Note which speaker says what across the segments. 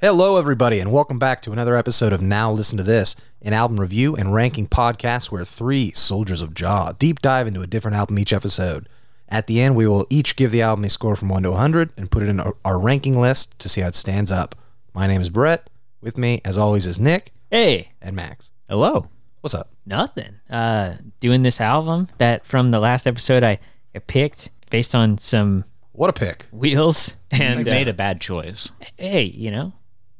Speaker 1: Hello, everybody, and welcome back to another episode of Now Listen to This, an album review and ranking podcast where three soldiers of jaw deep dive into a different album each episode. At the end, we will each give the album a score from 1 to 100 and put it in our, our ranking list to see how it stands up. My name is Brett. With me, as always, is Nick
Speaker 2: Hey,
Speaker 1: and Max.
Speaker 2: hello.
Speaker 1: What's up?
Speaker 2: Nothing. Uh, doing this album that from the last episode I, I picked based on some
Speaker 1: What a pick.
Speaker 2: wheels and
Speaker 3: I
Speaker 2: uh,
Speaker 3: made a bad choice.
Speaker 2: hey, you know,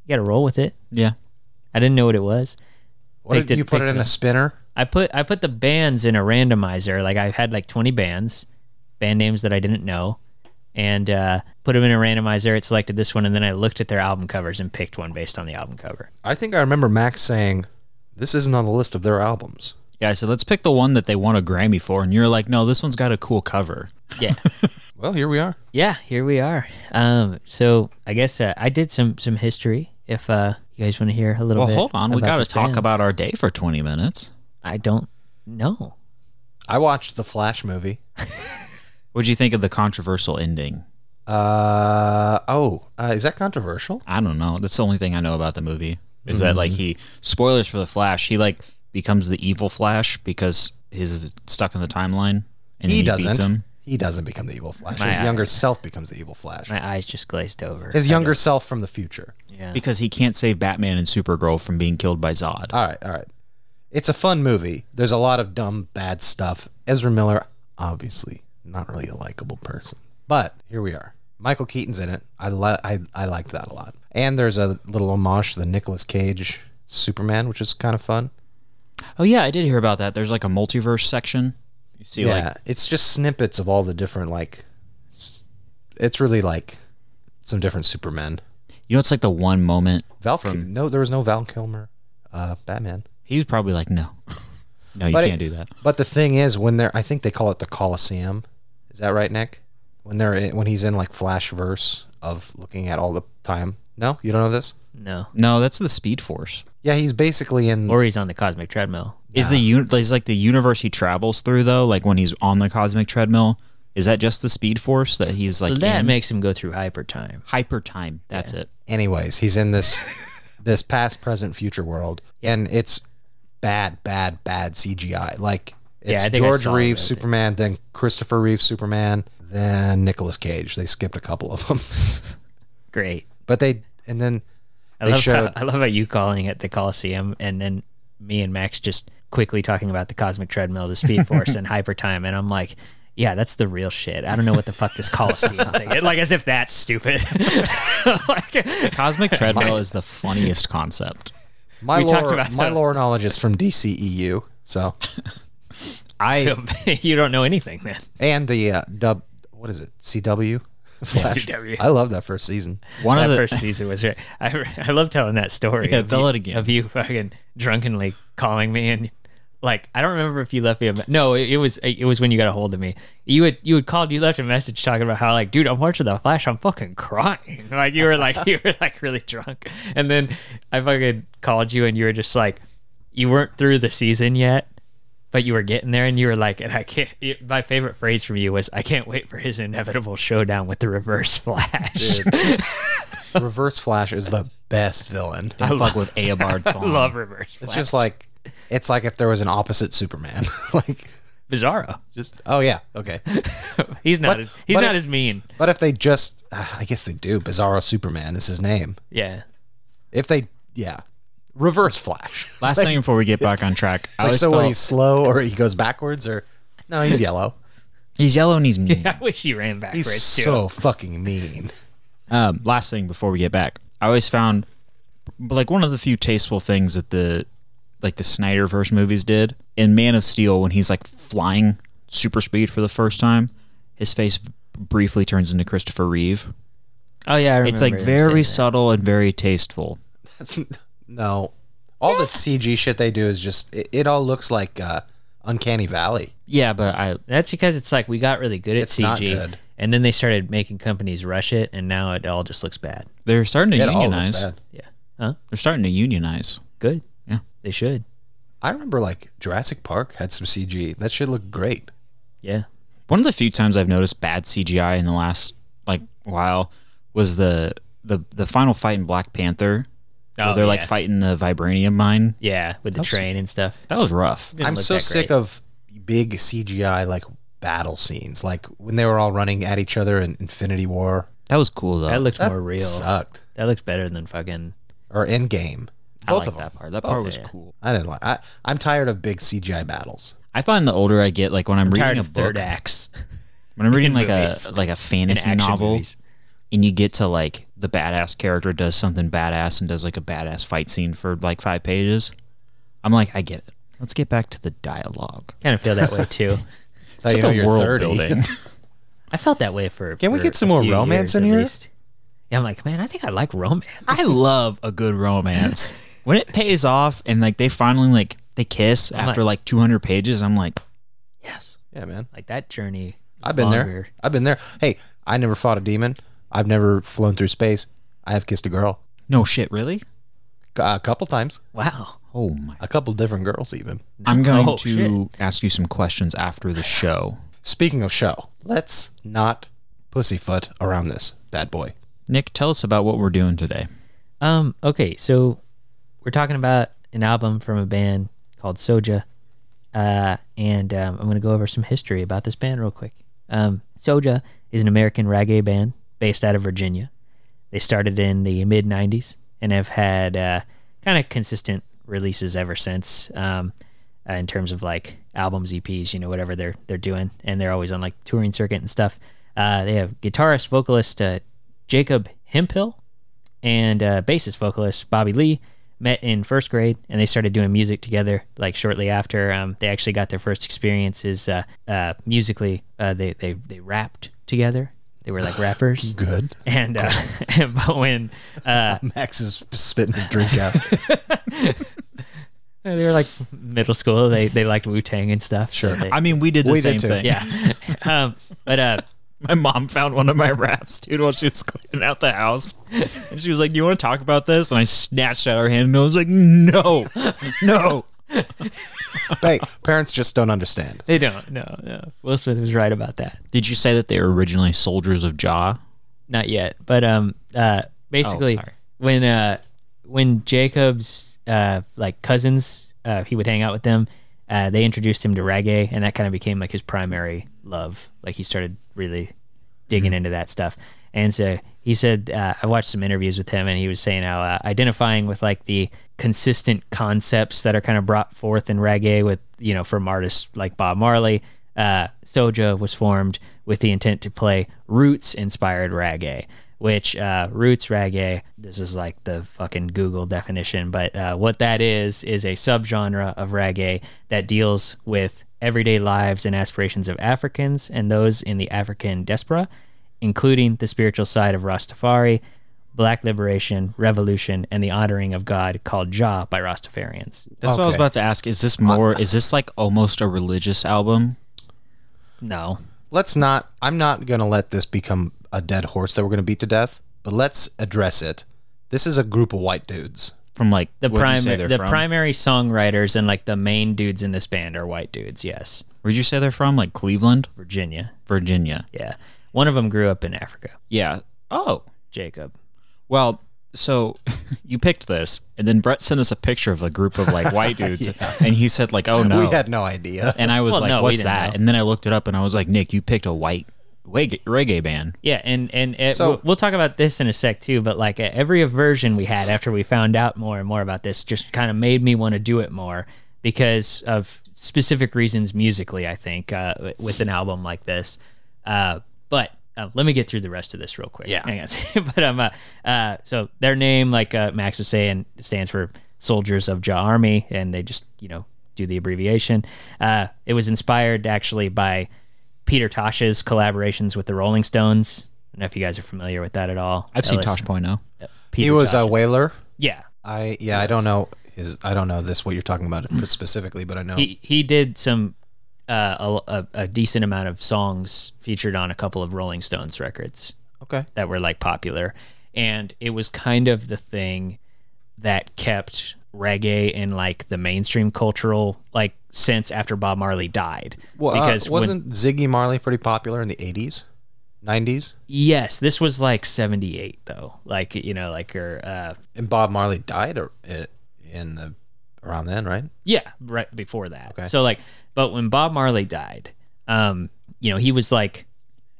Speaker 2: you got to roll with it.
Speaker 3: Yeah.
Speaker 2: I didn't know what it was.
Speaker 1: What
Speaker 2: Picked
Speaker 1: did,
Speaker 2: it,
Speaker 1: you put it
Speaker 2: picked
Speaker 1: in a
Speaker 2: it.
Speaker 1: spinner?
Speaker 2: I put I put the bands in a randomizer. Like I had like 20 bands, band names that I didn't know, and uh, put them in a randomizer. It selected this one, and then I looked at their album covers and picked one based on the album cover.
Speaker 1: I think I remember Max saying, This isn't on the list of their albums.
Speaker 3: Yeah, I said, let's pick the one that they won a Grammy for. And you're like, no, this one's got a cool cover.
Speaker 2: Yeah.
Speaker 1: Well, here we are.
Speaker 2: Yeah, here we are. Um, so I guess uh, I did some some history. If uh, you guys want to hear a little
Speaker 3: Well,
Speaker 2: bit,
Speaker 3: hold on. We
Speaker 2: about
Speaker 3: got to
Speaker 2: this
Speaker 3: talk
Speaker 2: band.
Speaker 3: about our day for 20 minutes.
Speaker 2: I don't know.
Speaker 1: I watched the Flash movie.
Speaker 3: What'd you think of the controversial ending?
Speaker 1: Uh oh, uh, is that controversial?
Speaker 3: I don't know. That's the only thing I know about the movie is that, like, he, spoilers for The Flash, he, like, becomes the evil Flash because he's stuck in the timeline. And
Speaker 1: He,
Speaker 3: he,
Speaker 1: doesn't.
Speaker 3: Beats him.
Speaker 1: He doesn't become the evil Flash.
Speaker 2: My
Speaker 1: His
Speaker 2: eye.
Speaker 1: younger self becomes the evil Flash.
Speaker 2: My eyes just glazed over.
Speaker 1: His younger self from the future.
Speaker 2: yeah.
Speaker 3: Because he can't save Batman and Supergirl from being killed by Zod.
Speaker 1: All right, all right. It's a fun movie. There's a lot of dumb, bad stuff. Ezra Miller, obviously, not really a likable person. But here we are. Michael Keaton's in it. I li- I I liked that a lot. And there's a little homage to the Nicolas Cage Superman, which is kind of fun.
Speaker 3: Oh, yeah, I did hear about that. There's, like, a multiverse section. You see,
Speaker 1: yeah,
Speaker 3: like,
Speaker 1: it's just snippets of all the different like. s- It's really like some different Supermen.
Speaker 3: you know, it's like the one moment
Speaker 1: Val Kil- no, there was no Val Kilmer, uh, Batman.
Speaker 3: He was probably like, no, no, you
Speaker 1: But it-
Speaker 3: can't do that.
Speaker 1: But the thing is, when they're, I think they call it the Coliseum. Is that right, Nick? When they're in, when he's in like flash verse of looking at all the time. No, you don't know this.
Speaker 2: no,
Speaker 3: No, that's the Speed Force.
Speaker 1: Yeah, he's basically in.
Speaker 2: or he's on the cosmic treadmill.
Speaker 3: Is the un- is like the universe he travels through though? Like when he's on the cosmic treadmill, is that just the Speed Force that he's like
Speaker 2: That
Speaker 3: in?
Speaker 2: makes him go through hyper time.
Speaker 3: hyper time? That's it.
Speaker 1: anyways, he's in this this past, present, future world, and it's bad, bad, bad CGI. Like it's
Speaker 2: I think I
Speaker 1: George
Speaker 2: saw
Speaker 1: Reeves
Speaker 2: that.
Speaker 1: Superman, then Christopher Reeves Superman, then Nicolas Cage. They skipped a couple of them,
Speaker 2: Great.
Speaker 1: but they and then
Speaker 2: I
Speaker 1: they
Speaker 2: love
Speaker 1: showed.
Speaker 2: how, I love how you calling it the Coliseum, and then me and Max just quickly talking about the cosmic treadmill, the Speed Force, and hyper time, and I'm like. Yeah, that's the real shit. I don't know what the fuck this Coliseum thing. Like as if that's stupid. like,
Speaker 3: Cosmic treadmill is the funniest concept.
Speaker 1: my
Speaker 2: we talked
Speaker 1: lore,
Speaker 2: about
Speaker 1: my
Speaker 2: that.
Speaker 1: lore knowledge is from DCEU, so
Speaker 3: I
Speaker 2: you don't know anything, man.
Speaker 1: and the uh, dub. What is it? CW. Flash.
Speaker 2: CW.
Speaker 1: I love that first season.
Speaker 3: one
Speaker 2: that
Speaker 3: of the
Speaker 2: first season was right. I, I love telling that story.
Speaker 3: Yeah,
Speaker 2: of
Speaker 3: tell
Speaker 2: you-
Speaker 3: it again.
Speaker 2: Of you fucking drunkenly calling me and like I don't remember if you left me a me- no. It, it was it was when you got a hold of me. You had you had called. You left a message talking about how like dude, I'm watching the Flash. I'm fucking crying. Like you were like you were like really drunk. And then I fucking called you and you were just like you weren't through the season yet. But you were getting there, and you were like, and I can't. It, my favorite phrase from you was, "I can't wait for his inevitable showdown with the Reverse Flash."
Speaker 1: Reverse Flash is the best villain.
Speaker 3: don't fuck with Aobard
Speaker 2: I
Speaker 3: Thawne.
Speaker 2: love Reverse Flash.
Speaker 1: It's just like it's like if there was an opposite Superman. like
Speaker 2: Bizarro.
Speaker 1: just oh yeah, okay.
Speaker 2: He's not as he's
Speaker 1: but
Speaker 2: not
Speaker 1: it-
Speaker 2: as mean.
Speaker 1: But if they just ah, I guess they do. Bizarro Superman is his name.
Speaker 2: Yeah.
Speaker 1: If they yeah. Reverse Flash.
Speaker 3: Last thing before we get back on track, I
Speaker 1: It's like
Speaker 3: always
Speaker 1: so when
Speaker 3: felt-
Speaker 1: he's slow or he goes backwards or no, he's yellow.
Speaker 3: he's yellow and he's mean.
Speaker 2: I wish he ran backwards
Speaker 1: He's
Speaker 2: too.
Speaker 1: so fucking mean.
Speaker 3: Um, last thing before we get back, I always found like one of the few tasteful things that the like the Snyderverse movies did in Man of Steel when he's like flying super speed for the first time, his face briefly turns into Christopher Reeve.
Speaker 2: oh yeah, I remember
Speaker 3: It's like
Speaker 2: him
Speaker 3: very
Speaker 2: saying
Speaker 3: subtle and very tasteful.
Speaker 1: That's no. All the CG shit they do is just it, it all looks like uh Uncanny Valley.
Speaker 3: Yeah, but I
Speaker 2: that. That's because it's like we got really good at
Speaker 1: It's
Speaker 2: CG,
Speaker 1: not good.
Speaker 2: and then they started making companies rush it, and now it all just looks bad.
Speaker 3: they're starting to
Speaker 1: It all looks
Speaker 3: unionize.
Speaker 1: bad.
Speaker 2: Yeah. Huh.
Speaker 3: They're starting to unionize.
Speaker 2: Good.
Speaker 3: Yeah.
Speaker 2: They should.
Speaker 1: I remember like Jurassic Park had some CG. That shit looked great.
Speaker 2: Yeah.
Speaker 3: One of the few times I've noticed bad CGI in the last like while was the the the final fight in Black Panther.
Speaker 2: Oh,
Speaker 3: where they're like
Speaker 2: yeah.
Speaker 3: fighting the vibranium mine.
Speaker 2: Yeah, with the train and stuff.
Speaker 3: That was rough.
Speaker 2: Didn't
Speaker 1: I'm
Speaker 2: look
Speaker 1: so
Speaker 2: that
Speaker 1: sick
Speaker 2: great.
Speaker 1: of big CGI like battle scenes, like when they were all running at each other in Infinity War.
Speaker 3: That was cool though.
Speaker 2: That looked
Speaker 1: That
Speaker 2: more real.
Speaker 1: sucked.
Speaker 2: That looks better than fucking.
Speaker 1: Or Endgame.
Speaker 3: I
Speaker 1: Both
Speaker 3: like
Speaker 1: of them.
Speaker 3: that part. That part was
Speaker 2: yeah.
Speaker 3: cool.
Speaker 1: I didn't like. I, I'm tired of big CGI battles.
Speaker 3: I find the older I get, like when I'm,
Speaker 2: Tired
Speaker 3: reading a
Speaker 2: of third
Speaker 3: book,
Speaker 2: acts
Speaker 3: when I'm reading like
Speaker 2: movies.
Speaker 3: a like a
Speaker 2: and
Speaker 3: fantasy
Speaker 2: action
Speaker 3: novel,
Speaker 2: movies.
Speaker 3: and you get to like the badass character does something badass and does like a badass fight scene for like five pages. I'm like, I get it. Let's get back to the dialogue.
Speaker 2: Kind of feel that way too.
Speaker 1: That's how you know
Speaker 3: the
Speaker 1: you're 30.
Speaker 2: I felt that way for.
Speaker 1: Can we
Speaker 2: for
Speaker 1: get some
Speaker 2: a
Speaker 1: more
Speaker 2: few
Speaker 1: romance
Speaker 2: years
Speaker 1: in
Speaker 2: at
Speaker 1: here?
Speaker 2: least. Yeah, I'm like, man, I think I like romance.
Speaker 3: I love a good romance. when it pays off and like they finally like they kiss after like 200 pages, I'm like,
Speaker 2: Yes,
Speaker 1: Yeah, man.
Speaker 2: like that journey. was
Speaker 1: I've been there.
Speaker 2: longer.
Speaker 1: I've been there. Hey, I never fought a demon. I've never flown through space. I have kissed a girl
Speaker 3: no shit, really?
Speaker 1: C- a couple times,
Speaker 2: Wow.
Speaker 3: Oh my!
Speaker 1: a couple different girls even.
Speaker 3: I'm going
Speaker 2: Oh,
Speaker 3: to ask you some questions after the show.
Speaker 1: Speaking of show, let's not pussyfoot around this bad boy.
Speaker 3: Nick, tell us about what we're doing today.
Speaker 2: Um. Okay. So we're talking about an album from a band called Soja, uh, and um, I'm going to go over some history about this band real quick. Um, Soja is an American reggae band based out of Virginia. They started in the mid '90s and have had uh, kind of consistent releases ever since. Um, uh, in terms of like albums, EPs, you know, whatever they're they're doing, and they're always on like touring circuit and stuff. Uh, they have guitarist, vocalist uh, Jacob Hempill, and uh, bassist vocalist Bobby Lee met in first grade, and they started doing music together. Like shortly after, um, they actually got their first experiences uh, uh, musically. Uh, they they they rapped together. They were like rappers,
Speaker 1: Good.
Speaker 2: and uh, but when uh,
Speaker 1: Max is spitting his drink out.
Speaker 2: they were like middle school, they they liked Wu Tang and stuff. Sure,
Speaker 3: I mean, we did the
Speaker 1: We did
Speaker 3: same
Speaker 1: too.
Speaker 3: thing.
Speaker 2: yeah. um, but uh,
Speaker 3: My mom found one of my raps, dude, while she was cleaning out the house. And she was like, You want to talk about this? And I snatched it out of her hand and I was like, No, no.
Speaker 1: hey, parents just don't understand.
Speaker 2: they don't. No, no. Will Smith was right about that.
Speaker 3: Did you say that they were originally soldiers of Jaw?
Speaker 2: not yet. But um, uh, basically,
Speaker 3: sorry.
Speaker 2: when uh, when Jacob's uh, like cousins, uh, he would hang out with them. Uh, they introduced him to reggae, and that kind of became like his primary love. Like he started really digging into that stuff. And so he said, uh, I watched some interviews with him, and he was saying how uh, identifying with like the consistent concepts that are kind of brought forth in reggae with, you know, from artists like Bob Marley, uh, Soja was formed with the intent to play roots inspired reggae, which uh, roots reggae, this is like the fucking Google definition, but uh, what that is, is a subgenre of reggae that deals with everyday lives and aspirations of Africans and those in the African diaspora, including the spiritual side of Rastafari, black liberation, revolution, and the honoring of God called Jah by Rastafarians.
Speaker 3: That's what I was
Speaker 1: Okay.
Speaker 3: about to ask. Is this more, is this like almost a religious album?
Speaker 2: No.
Speaker 1: Let's not. I'm not gonna let this become a dead horse that we're gonna beat to death. But let's address it. This is a group of white dudes.
Speaker 3: From like
Speaker 2: The,
Speaker 3: where'd you
Speaker 2: prim-
Speaker 3: say they're
Speaker 2: the
Speaker 3: from?
Speaker 2: primary songwriters and like the main dudes in this band are white dudes, yes.
Speaker 3: Where'd you say they're from? Like Cleveland,
Speaker 2: Virginia.
Speaker 3: Virginia.
Speaker 2: Yeah. One of them grew up in Africa,
Speaker 3: Yeah. Oh,
Speaker 2: Jacob.
Speaker 3: Well, so you picked this, and then Brett sent us a picture of a group of like white dudes, and he said like, "Oh no,"
Speaker 1: We had no idea.
Speaker 3: and I was
Speaker 2: Well,
Speaker 3: like,
Speaker 2: no, we
Speaker 3: "What's
Speaker 2: didn't
Speaker 3: that?"
Speaker 2: know.
Speaker 3: And then I looked it up, and I was like, "Nick, you picked a white reggae, reggae band."
Speaker 2: Yeah, and and uh
Speaker 1: So-
Speaker 2: we'll, we'll talk about this in a sec too. But like uh, every aversion we had after we found out more and more about this, just kind of made me want to do it more because of specific reasons musically. I think uh, w- with an album like this, uh, but. Uh, let me get through the rest of this real quick.
Speaker 3: Yeah.
Speaker 2: Hang on. but um, uh, uh, so their name, like uh, Max was saying, stands for Soldiers of Jah Army, and they just you know do the abbreviation. Uh, it was inspired actually by Peter Tosh's collaborations with the Rolling Stones. I don't know if you guys are familiar with that at all.
Speaker 3: I've seen
Speaker 2: Ellis-
Speaker 3: Tosh Point oh.
Speaker 2: Peter
Speaker 1: He was uh, a
Speaker 2: Tosh's-
Speaker 1: whaler.
Speaker 2: Yeah,
Speaker 1: I yeah. I don't know his. I don't know this. What you're talking about specifically, but I know.
Speaker 2: he he did some uh, a, a, a decent amount of songs featured on a couple of Rolling Stones records
Speaker 1: okay.
Speaker 2: that were like popular, and it was kind of the thing that kept reggae in like the mainstream cultural like sense after Bob Marley died.
Speaker 1: Well, uh,
Speaker 2: when-
Speaker 1: wasn't Ziggy Marley pretty popular in the 80s? 90s?
Speaker 2: Yes, this was like 78 though. Like, you know, like or uh
Speaker 1: And Bob Marley died or, eh, in the around then, right?
Speaker 2: yeah, right before that. So like but when Bob Marley died, um, you know, he was like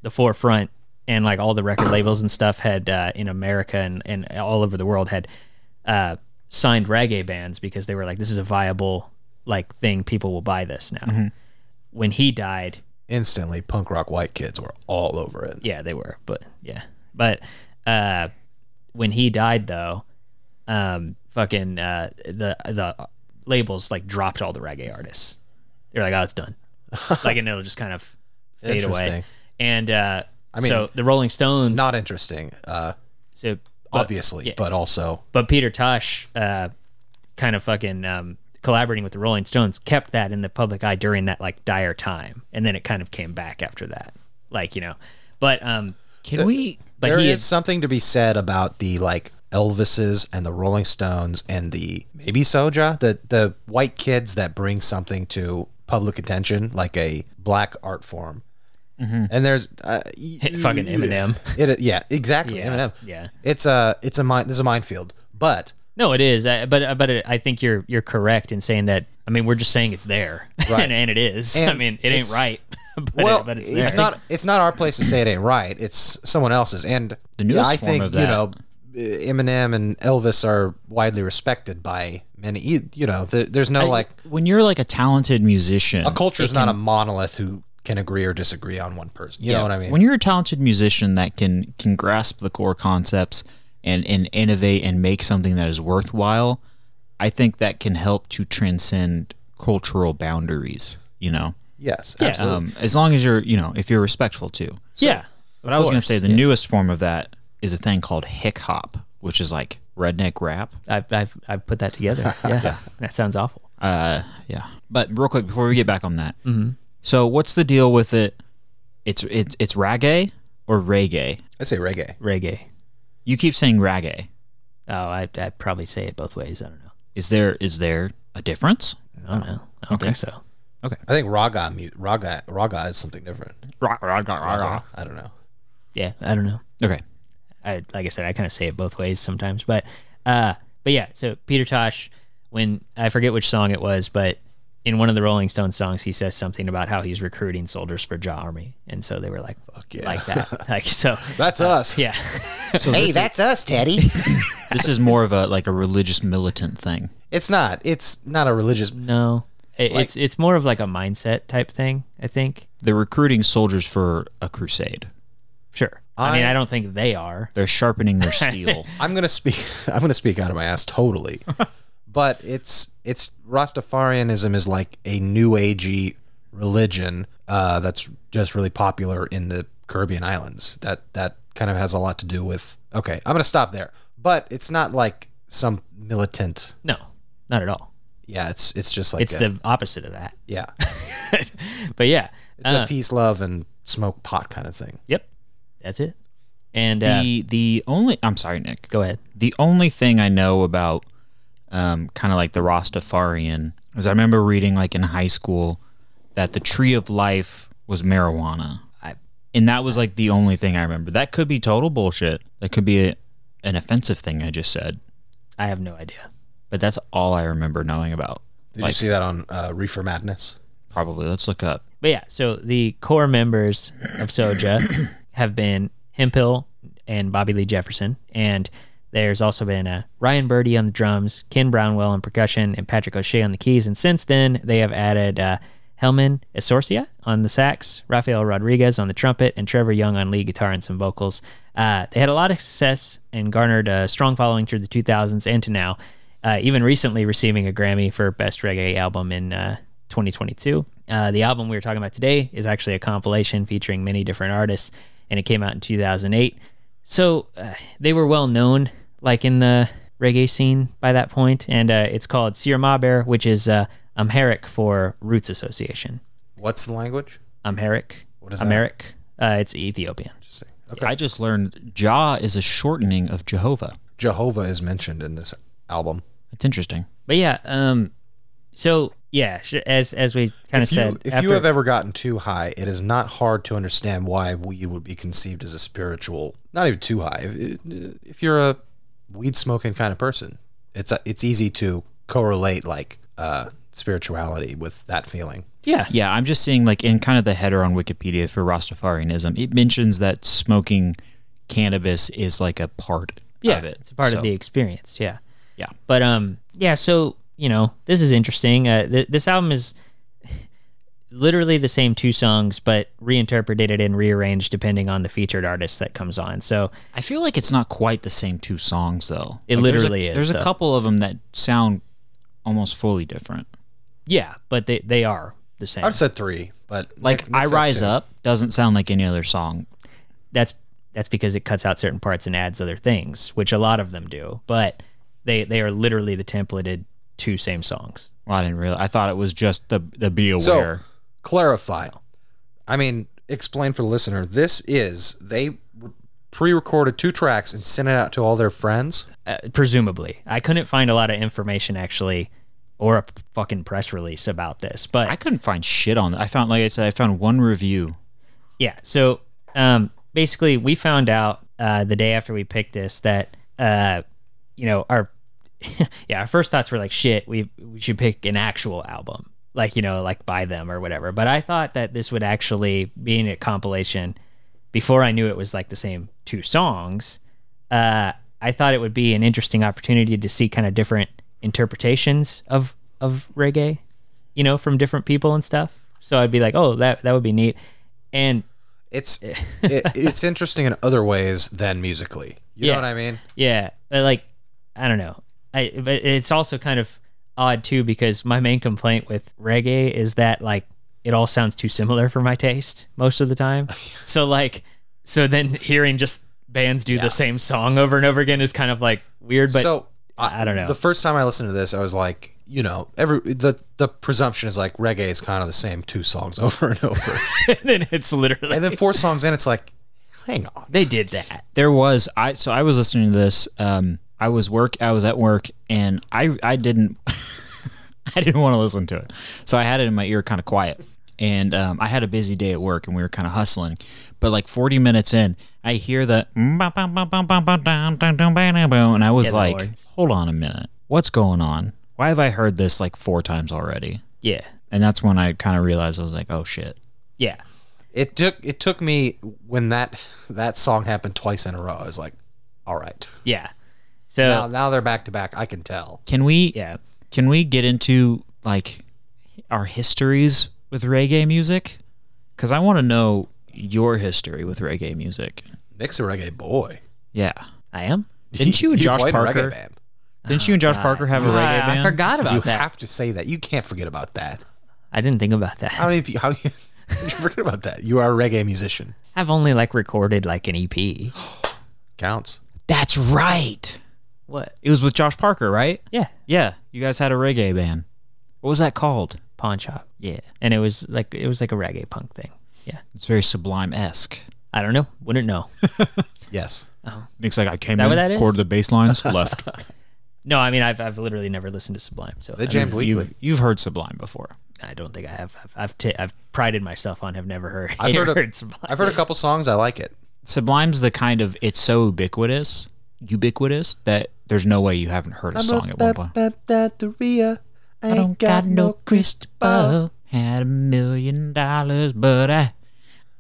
Speaker 2: the forefront and like all the record labels and stuff had uh in America and and all over the world had uh signed reggae bands because they were like this is a viable like thing people will buy this now. When he died,
Speaker 1: Instantly, punk rock white kids were all over it.
Speaker 2: yeah they were but yeah but uh when he died though um fucking uh the the labels like dropped all the reggae artists they're like oh it's done like and it'll just kind of fade away
Speaker 1: Interesting.
Speaker 2: and uh i
Speaker 1: mean,
Speaker 2: mean so the rolling stones
Speaker 1: Not interesting, uh,
Speaker 2: so, but,
Speaker 1: obviously,
Speaker 2: yeah.
Speaker 1: but also
Speaker 2: but peter tosh uh kind of fucking um collaborating with the rolling stones kept that in the public eye during that like dire time and then it kind of came back after that like you know but um
Speaker 3: Can we?
Speaker 2: but
Speaker 1: there
Speaker 2: he
Speaker 1: is something to be said about the like Elvises and the Rolling Stones and the maybe Soja, the the white kids that bring something to public attention, like a black art form. And there's uh, y-
Speaker 2: Mm-hmm. Fucking Eminem.
Speaker 1: It yeah, exactly
Speaker 2: Yeah,
Speaker 1: Eminem.
Speaker 2: yeah.
Speaker 1: it's a it's a mine. There's a minefield, but
Speaker 2: No, it is. I, but but it, I think you're you're correct in saying that. I mean, we're just saying it's there, and, and it is. I
Speaker 1: And
Speaker 2: mean, it ain't
Speaker 1: it's-
Speaker 2: right. But it-
Speaker 1: well,
Speaker 2: but
Speaker 1: it's,
Speaker 2: it's, there.
Speaker 1: not it's not our place to say it ain't right. It's someone else's. And
Speaker 3: The newest
Speaker 1: I
Speaker 3: form
Speaker 1: think
Speaker 3: of
Speaker 1: you
Speaker 3: that.
Speaker 1: know uh, Eminem and Elvis are widely respected by many. You, you know, th there's no like
Speaker 3: when you're like a talented musician,
Speaker 1: a culture is not a monolith who can agree or disagree on one person. You know what I mean?
Speaker 3: When you're a talented musician that can can grasp the core concepts and and innovate and make something that is worthwhile, I think that can help to transcend cultural boundaries. You know,
Speaker 1: yes,
Speaker 2: Yeah.
Speaker 1: absolutely.
Speaker 3: um, as long as you're you know if you're respectful too.
Speaker 2: yeah.
Speaker 3: But I was going to say the newest form of that is a thing called hip hop, which is like redneck rap.
Speaker 2: I've, I've I've put that together. Yeah. That sounds awful.
Speaker 3: Uh, yeah. But real quick before we get back on that, so what's the deal with it? It's it's it's reggae or reggae.
Speaker 1: I say reggae.
Speaker 2: Reggae.
Speaker 3: You keep saying reggae.
Speaker 2: Oh, I I probably say it both ways. I don't know.
Speaker 3: Is there is there a difference?
Speaker 2: I
Speaker 1: Oh.
Speaker 2: don't know. I don't think so.
Speaker 1: I think raga mu- raga raga is something different. I don't know.
Speaker 2: Yeah, I don't know.
Speaker 3: Okay.
Speaker 2: I like I said, I kind of say it both ways sometimes, but uh, but yeah. So Peter Tosh, when I forget which song it was, but in one of the Rolling Stones songs, he says something about how he's recruiting soldiers for Jaw Army, and so they were like, "Fuck
Speaker 1: yeah.
Speaker 2: like that, like so,
Speaker 1: That's us.
Speaker 2: yeah,
Speaker 4: Hey, that's us, Teddy.
Speaker 3: This is more of a like a religious militant thing.
Speaker 1: It's not. It's not a religious.
Speaker 2: no." It, it's it's more of like a mindset type thing, I think.
Speaker 3: They're recruiting soldiers for a crusade.
Speaker 2: Sure. I mean,
Speaker 1: I-
Speaker 2: I don't think they are.
Speaker 3: They're sharpening their steel.
Speaker 1: I'm gonna speak. I'm gonna speak out of my ass totally, but it's it's Rastafarianism is like a new agey religion uh, that's just really popular in the Caribbean islands. That that kind of has a lot to do with. Okay, I'm gonna stop there, but it's not like some militant.
Speaker 2: No, not at all.
Speaker 1: Yeah, it's it's just like
Speaker 2: It's
Speaker 1: a-
Speaker 2: the opposite of that.
Speaker 1: yeah,
Speaker 2: but yeah,
Speaker 1: it's
Speaker 2: uh,
Speaker 1: a peace, love, and smoke pot kind of thing.
Speaker 2: yep, that's it. And uh,
Speaker 3: the the only I'm sorry, Nick.
Speaker 2: go ahead.
Speaker 3: The only thing I know about um, kind of like the Rastafarian is I remember reading like in high school that the tree of life was marijuana.
Speaker 2: I-
Speaker 3: and that was like the only thing I remember. That could be total bullshit. That could be a, an offensive thing I just said.
Speaker 2: I have no idea.
Speaker 3: But that's all I remember knowing about.
Speaker 1: Did you see that on uh, Reefer Madness?
Speaker 3: Probably. Let's look up.
Speaker 2: But yeah, so the core members of Soja have been Hempill and Bobby Lee Jefferson, and there's also been uh, Ryan Birdie on the drums, Ken Brownwell on percussion, and Patrick O'Shea on the keys. And since then, they have added uh, Helman Esorcia on the sax, Rafael Rodriguez on the trumpet, and Trevor Young on lead guitar and some vocals. Uh, they had a lot of success and garnered a strong following through the 2000s and to now, uh, even recently receiving a Grammy for Best Reggae Album in uh, 2022. Uh, the album we were talking about today is actually a compilation featuring many different artists, and it came out in 2008. So uh, they were well known, like in the reggae scene by that point, and uh, it's called Sir Maber, which is uh, Amharic for Roots Association.
Speaker 1: What's the language?
Speaker 2: Amharic. What
Speaker 1: is that?
Speaker 2: Amharic. Uh, it's Ethiopian.
Speaker 1: Just saying.
Speaker 3: I just learned Jah is a shortening of Jehovah.
Speaker 1: Jehovah is mentioned in this album.
Speaker 3: That's interesting.
Speaker 2: But yeah, um, so yeah, sh- as as we kind of
Speaker 1: If you-
Speaker 2: said,
Speaker 1: if
Speaker 2: after-
Speaker 1: you have ever gotten too high, it is not hard to understand why weed would be conceived as a spiritual. Not even too high. If, if you're a weed smoking kind of person, it's it's easy to correlate like uh, spirituality with that feeling.
Speaker 2: yeah,
Speaker 3: Yeah, I'm just seeing like in kind of the header on Wikipedia for Rastafarianism, it mentions that smoking cannabis is like a part
Speaker 2: yeah,
Speaker 3: of it.
Speaker 2: it's a part
Speaker 3: So,
Speaker 2: of the experience. Yeah,
Speaker 3: Yeah.
Speaker 2: But um, yeah. So you know, this is interesting. Uh, th- this album is literally the same two songs, but reinterpreted and rearranged depending on the featured artist that comes on. So
Speaker 3: I feel like it's not quite the same two songs though.
Speaker 2: It
Speaker 3: Like, there's a-
Speaker 2: literally is,
Speaker 3: There's
Speaker 2: though.
Speaker 3: a couple of them that sound almost fully different.
Speaker 2: yeah, but they they are the same.
Speaker 1: I would say three, but
Speaker 3: Like
Speaker 1: makes
Speaker 3: I
Speaker 1: sense
Speaker 3: Rise
Speaker 1: too.
Speaker 3: Up doesn't sound like any other song.
Speaker 2: that's that's because it cuts out certain parts and adds other things, which a lot of them do. But they they are literally the templated two same songs.
Speaker 3: Well, I didn't really. I thought it was just the the be
Speaker 1: So
Speaker 3: aware.
Speaker 1: clarify. I mean, explain for the listener. This is they pre-recorded two tracks and sent it out to all their friends.
Speaker 2: Uh, presumably, I couldn't find a lot of information actually, or a p- fucking press release about this. But
Speaker 3: I couldn't find shit on it. I found, like I said, I found one review.
Speaker 2: Yeah. So um, basically, we found out uh, the day after we picked this that uh, you know our yeah our first thoughts were like shit. We we should pick an actual album, like you know like by them or whatever. But I thought that this would actually being a compilation. Before I knew it was like the same two songs, uh, I thought it would be an interesting opportunity to see kind of different interpretations of of reggae, you know, from different people and stuff. So I'd be like, oh, that that would be neat. And
Speaker 1: It's it, it's interesting in other ways than musically. You
Speaker 2: Yeah.
Speaker 1: know what I mean?
Speaker 2: Yeah, but like I don't know. I but it's also kind of odd too because my main complaint with reggae is that like it all sounds too similar for my taste most of the time. so like so then hearing just bands do the same song over and over again is kind of like weird but
Speaker 1: so
Speaker 2: I don't know.
Speaker 1: The first time I listened to this, I was like, you know, every the the presumption is like reggae is kind of the same two songs over and over,
Speaker 2: then it's literally
Speaker 1: and then four songs in, it's like, hang on.
Speaker 2: they did that.
Speaker 3: There was I. So I was listening to this. Um, I was work. I was at work, and I I didn't I didn't want to listen to it. So I had it in my ear, kind of quiet. And um, I had a busy day at work, and we were kind of hustling. But like 40 minutes in, I hear the and I was
Speaker 2: the
Speaker 3: like,
Speaker 2: horns.
Speaker 3: "Hold on a minute, what's going on? Why have I heard this like four times already?"
Speaker 2: Yeah.
Speaker 3: And that's when I kind of realized I was like, "Oh shit."
Speaker 2: Yeah.
Speaker 1: It took it took me when that that song happened twice in a row. I was like, all right,
Speaker 2: Yeah. So
Speaker 1: now now they're back to back. I can tell.
Speaker 3: Can we
Speaker 2: yeah.
Speaker 3: Can we get into like our histories with reggae music? Because I want to know your history with reggae music.
Speaker 1: Nick's a reggae boy.
Speaker 3: Yeah,
Speaker 2: I am.
Speaker 3: didn't you and
Speaker 1: You
Speaker 3: Josh
Speaker 1: played in a reggae
Speaker 3: Parker?
Speaker 1: band.
Speaker 3: Didn't you and Josh Parker have a reggae
Speaker 2: Ah,
Speaker 3: band?
Speaker 2: I forgot about
Speaker 1: You
Speaker 2: that.
Speaker 1: have to say that. You can't forget about that.
Speaker 2: I didn't think about that.
Speaker 1: How if you how you, you forget about that? You are a reggae musician.
Speaker 2: I've only like recorded like an E EP.
Speaker 1: Counts.
Speaker 3: That's right.
Speaker 2: What?
Speaker 3: It was with Josh Parker, right?
Speaker 2: Yeah.
Speaker 3: Yeah, you guys had a reggae band. What was that called?
Speaker 2: Pawn shop.
Speaker 3: Yeah,
Speaker 2: and it was like it was like a reggae punk thing. Yeah,
Speaker 3: it's very Sublime esque.
Speaker 2: I don't know, wouldn't know.
Speaker 1: Yes.
Speaker 3: Nick's like, I came
Speaker 2: That what that is?
Speaker 3: the bass lines, left.
Speaker 2: no, I mean I've I've literally never listened to Sublime, so
Speaker 1: They
Speaker 2: I,
Speaker 1: jammed weekly.
Speaker 3: You've you've heard Sublime before.
Speaker 2: I don't think I have. I've I've, t- I've prided myself on have never heard.
Speaker 1: I've heard, a,
Speaker 2: heard Sublime.
Speaker 1: I've heard a couple songs. I like it.
Speaker 3: Sublime's the kind of it's so ubiquitous, ubiquitous that there's no way you haven't heard a song at one point.
Speaker 1: Ba-ba-da-da-ria. I ain't
Speaker 3: crystal ball. Had a million dollars, but I,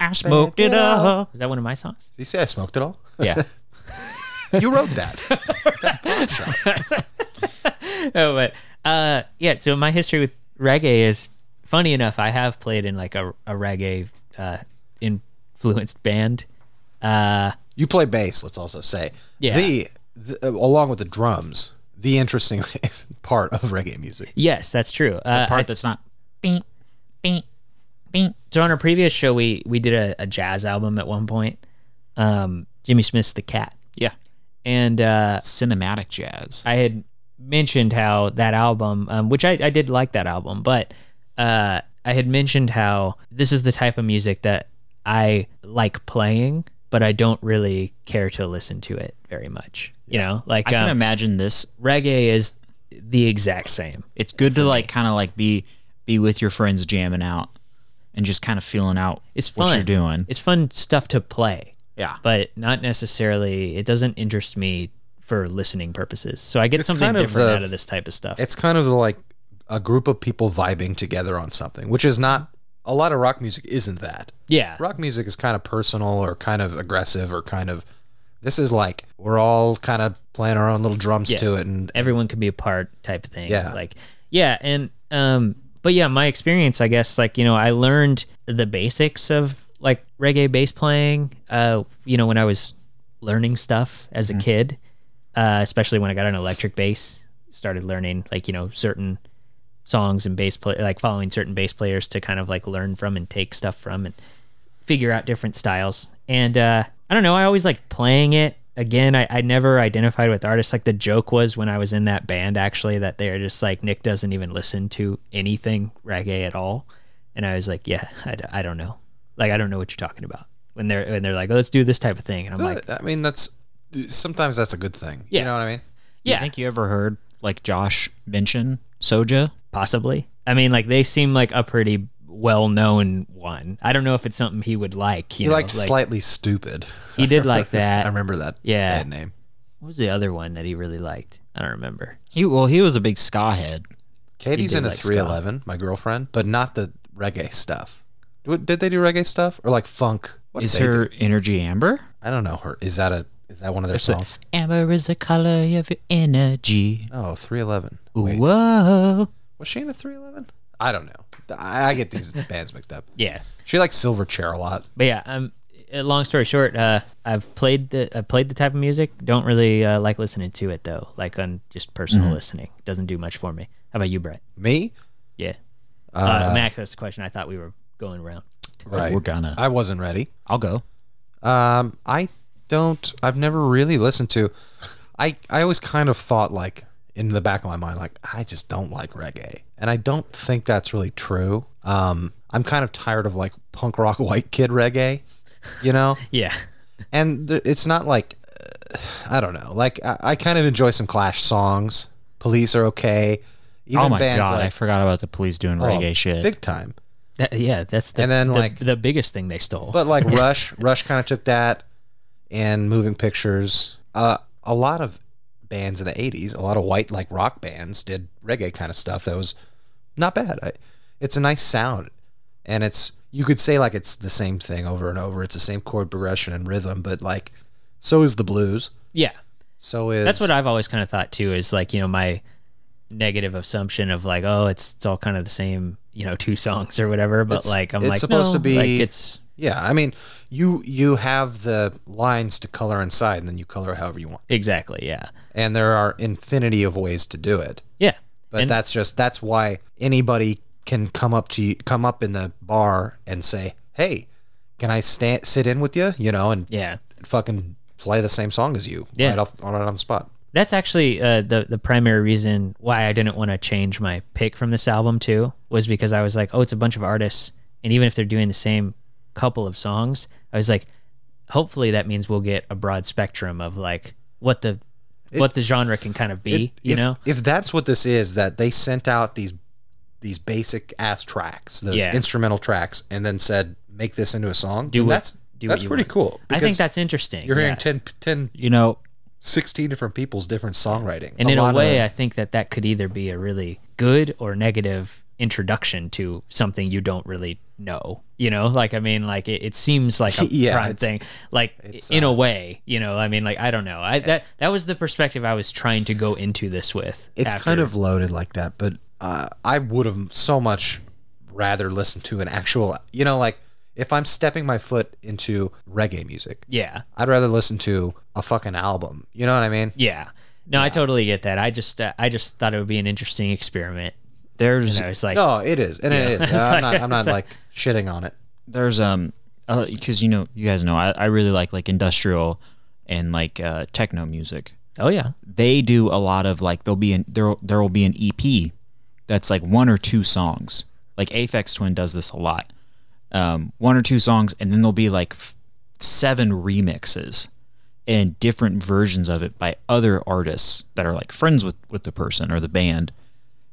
Speaker 3: I smoked it up.
Speaker 2: Was that one of my songs?
Speaker 1: Did you say I smoked it all?
Speaker 3: Yeah,
Speaker 1: You wrote that.
Speaker 2: no, but uh, yeah. So my history with reggae is funny enough. I have played in like a a reggae uh, influenced band. Uh,
Speaker 1: you play bass. Let's also say
Speaker 2: Yeah.
Speaker 1: The, the uh, along with the drums, the interesting part of reggae music.
Speaker 2: yes, that's true. Uh,
Speaker 3: part that's not. Beep, beep, beep.
Speaker 2: so on our previous show, we we did a, a jazz album at one point. Um, Jimmy Smith's The Cat.
Speaker 3: Yeah,
Speaker 2: and uh,
Speaker 3: cinematic jazz.
Speaker 2: I had mentioned how that album, um, which I, I did like that album, but uh, I had mentioned how this is the type of music that I like playing, but I don't really care to listen to it very much. You know, like
Speaker 3: I can
Speaker 2: um,
Speaker 3: imagine this.
Speaker 2: reggae is the exact same.
Speaker 3: It's good to like kind of like be be with your friends jamming out and just kind of feeling out
Speaker 2: It's fun.
Speaker 3: what you're doing.
Speaker 2: It's fun stuff to play,
Speaker 3: yeah.
Speaker 2: but not necessarily. It doesn't interest me for listening purposes. So I get
Speaker 1: It's
Speaker 2: something
Speaker 1: kind of
Speaker 2: different
Speaker 1: the-
Speaker 2: out of this type of stuff.
Speaker 1: It's kind of like a group of people vibing together on something, which is not a lot of rock music isn't that.
Speaker 2: yeah,
Speaker 1: Rock music is kind of personal or kind of aggressive or kind of this is like we're all kind of playing our own little drums to it and
Speaker 2: everyone can be a part type thing.
Speaker 1: Yeah.
Speaker 2: Like yeah, and um but yeah, my experience I guess like, you know, I learned the basics of like reggae bass playing uh you know when I was learning stuff as a kid, uh especially when I got an electric bass, started learning like, you know, certain songs and bass play like following certain bass players to kind of like learn from and take stuff from and figure out different styles. And uh, I don't know, I always like playing it. Again, I, I never identified with artists. Like the joke was when I was in that band actually that they're just like Nick doesn't even listen to anything reggae at all, and I was like, yeah, I, d- I don't know, like I don't know what you're talking about. When they're when they're like, oh, let's do this type of thing, and I'm like,
Speaker 1: I mean that's sometimes that's a good thing.
Speaker 2: Yeah.
Speaker 1: You know what I mean?
Speaker 2: yeah,
Speaker 3: You think you ever heard like Josh mention Soja?
Speaker 2: possibly. I mean, like they seem like a pretty well known one. I don't know if it's something he would like. You
Speaker 1: He
Speaker 2: know,
Speaker 1: liked
Speaker 2: like-
Speaker 1: slightly stupid.
Speaker 2: He did like that.
Speaker 1: I remember that.
Speaker 2: Yeah.
Speaker 1: band name.
Speaker 2: What was the other one that he really liked? I don't remember.
Speaker 3: He well, he was a big ska head.
Speaker 1: Katie's
Speaker 2: did
Speaker 1: into
Speaker 2: like ska.
Speaker 1: 311, my girlfriend, but not the reggae stuff. Did did they do reggae stuff or like funk? What
Speaker 3: Is
Speaker 1: did they do?
Speaker 3: her energy amber?
Speaker 1: I don't know her. Is that a is that one of their songs?
Speaker 3: Amber is the color of your energy.
Speaker 1: Oh, 311. Wait,
Speaker 3: Whoa.
Speaker 1: was she in a 311? I don't know. I, I get these bands mixed up.
Speaker 2: Yeah.
Speaker 1: She likes Silverchair a lot.
Speaker 2: but yeah, um, uh, long story short, uh, I've played the I played the type of music. Don't really uh, like listening to it though. Like on just personal
Speaker 1: Mm-hmm.
Speaker 2: listening, doesn't do much for me. How about you, Brett?
Speaker 1: Me?
Speaker 2: Yeah. Uh, Max asked the question. I thought we were going around.
Speaker 1: Right.
Speaker 3: We're gonna.
Speaker 1: I wasn't ready.
Speaker 3: I'll go.
Speaker 1: Um, I don't. I've never really listened to. I I always kind of thought like in the back of my mind like I just don't like reggae, and I don't think that's really true. Um, I'm kind of tired of like punk rock white kid reggae, you know.
Speaker 2: Yeah.
Speaker 1: and th- it's not like uh, I don't know. Like I, I kind of enjoy some Clash songs. Police are okay. Even
Speaker 3: oh my
Speaker 1: bands
Speaker 3: god, I
Speaker 1: like
Speaker 3: forgot about the police doing
Speaker 1: oh,
Speaker 3: reggae shit.
Speaker 1: big time.
Speaker 2: That, yeah, that's the,
Speaker 1: And then,
Speaker 2: the-
Speaker 1: like-
Speaker 2: the biggest thing they stole.
Speaker 1: But like Rush, Rush kind of took that and Moving Pictures. Uh, a lot of bands in the '80s, a lot of white like rock bands did reggae kind of stuff that was not bad. I, it's a nice sound, and it's you could say like it's the same thing over and over. It's the same chord progression and rhythm, but like so is the blues.
Speaker 2: yeah,
Speaker 1: So is
Speaker 2: that's what I've always kind of thought too. Is like you know my negative assumption of like oh it's it's all kind of the same you know two songs or whatever. But
Speaker 1: It's-
Speaker 2: like I'm
Speaker 1: it's
Speaker 2: like
Speaker 1: supposed to
Speaker 2: no, like,
Speaker 1: be-
Speaker 2: it's
Speaker 1: Yeah, I mean, you you have the lines to color inside, and then you color however you want.
Speaker 2: exactly yeah
Speaker 1: And there are infinity of ways to do it.
Speaker 2: yeah.
Speaker 1: But
Speaker 2: And-
Speaker 1: that's just that's why anybody can come up to you, come up in the bar and say, "Hey, can I sta sit in with you?" You know, and
Speaker 2: Yeah.
Speaker 1: fucking play the same song as you
Speaker 2: Yeah.
Speaker 1: right off right on the spot.
Speaker 2: That's actually uh, the the primary reason why I didn't want to change my pick from this album too was because I was like, oh, it's a bunch of artists, and even if they're doing the same couple of songs, I was like, hopefully that means we'll get a broad spectrum of like what the what the genre can kind of be, you
Speaker 1: if,
Speaker 2: know?
Speaker 1: if that's what this is that they sent out these these basic ass tracks the
Speaker 2: Yeah.
Speaker 1: instrumental tracks and then said make this into a song do
Speaker 2: what-
Speaker 1: that's
Speaker 2: do what
Speaker 1: that's
Speaker 2: you
Speaker 1: pretty
Speaker 2: want.
Speaker 1: cool
Speaker 2: I think
Speaker 1: because
Speaker 2: that's interesting.
Speaker 1: you're hearing
Speaker 2: yeah.
Speaker 1: 10, 10
Speaker 3: you know,
Speaker 1: 16 different people's different songwriting
Speaker 2: and in
Speaker 1: lot
Speaker 2: a
Speaker 1: of-
Speaker 2: way, I think that that could either be a really good or negative introduction to something you don't really know. You know, like I mean, like it, it seems like a
Speaker 1: Yeah,
Speaker 2: prime
Speaker 1: it's- uh,
Speaker 2: thing. Like in a way, you know, I mean, like I don't know. I that that was the perspective I was trying to go into this with.
Speaker 1: it's
Speaker 2: after-
Speaker 1: kind of loaded like that but uh, i would have so much rather listened to an actual you know like if i'm stepping my foot into reggae music
Speaker 2: yeah,
Speaker 1: i'd rather listen to a fucking album you know what i mean
Speaker 2: yeah. No, I totally get that. I just uh, I just thought it would be an interesting experiment.
Speaker 3: there's
Speaker 2: And I was like,
Speaker 1: no it is and it is
Speaker 2: It's
Speaker 1: i'm
Speaker 2: like-
Speaker 1: not i'm not
Speaker 2: it's like-
Speaker 1: like shitting on it
Speaker 3: there's um because you know you guys know I, I really like like industrial and like uh, techno music.
Speaker 2: oh yeah,
Speaker 3: They do a lot of like there'll be an there there will be an EP that's like one or two songs. Like Aphex Twin does this a lot. Um, one or two songs, and then there'll be like f- seven remixes and different versions of it by other artists that are like friends with with the person or the band.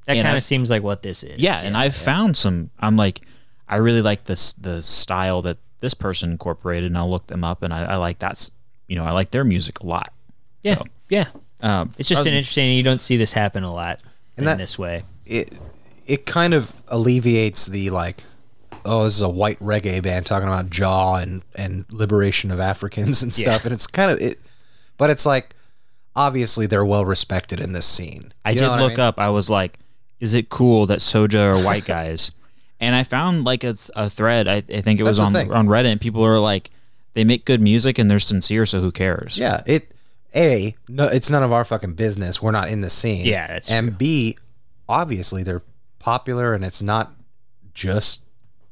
Speaker 2: That
Speaker 3: And
Speaker 2: kind
Speaker 3: I-
Speaker 2: of seems like what this is.
Speaker 3: yeah, and I've found some. I'm like, I really like this the style that this person incorporated, and I'll look them up, and I, I like that's you know I like their music a lot.
Speaker 2: yeah, yeah.
Speaker 3: Um,
Speaker 2: It's just an interesting. You don't see this happen a lot in
Speaker 1: that-
Speaker 2: this way.
Speaker 1: it it kind of alleviates the like oh this is a white reggae band talking about jaw and and liberation of africans and stuff and it's kind of it but it's like obviously they're well respected in this scene
Speaker 3: I did look up. I was like, is it cool that Soja are white guys? and I found like a, a thread. I, I think it was
Speaker 1: the
Speaker 3: on
Speaker 1: thing.
Speaker 3: on Reddit. And people are like, they make good music and they're sincere, so who cares?
Speaker 1: yeah it a no it's none of our fucking business we're not in the scene
Speaker 2: Yeah, that's
Speaker 1: and b obviously they're popular and it's not just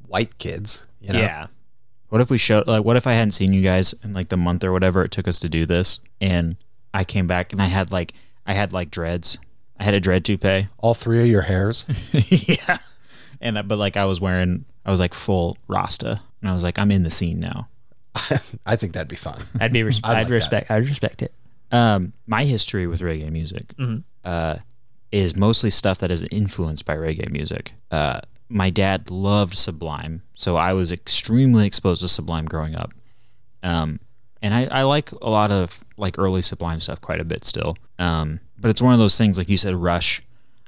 Speaker 1: white kids you know
Speaker 2: Yeah,
Speaker 3: What if we showed like what if I hadn't seen you guys in like the month or whatever it took us to do this and I came back and I had like I had like dreads. I had a dread toupee.
Speaker 1: all three of your hairs
Speaker 3: yeah. And I- but like I was wearing I was like full Rasta and I was like I'm in the scene now.
Speaker 1: i think that'd be fun
Speaker 2: I'd be. Res- I'd
Speaker 1: like that.
Speaker 2: respect. I'd respect it.
Speaker 3: Um my history with reggae music uh is mostly stuff that is influenced by reggae music. Uh my dad loved Sublime, so I was extremely exposed to Sublime growing up. Um, and I, I like a lot of like early Sublime stuff quite a bit still. Um, but it's one of those things like you said, Rush.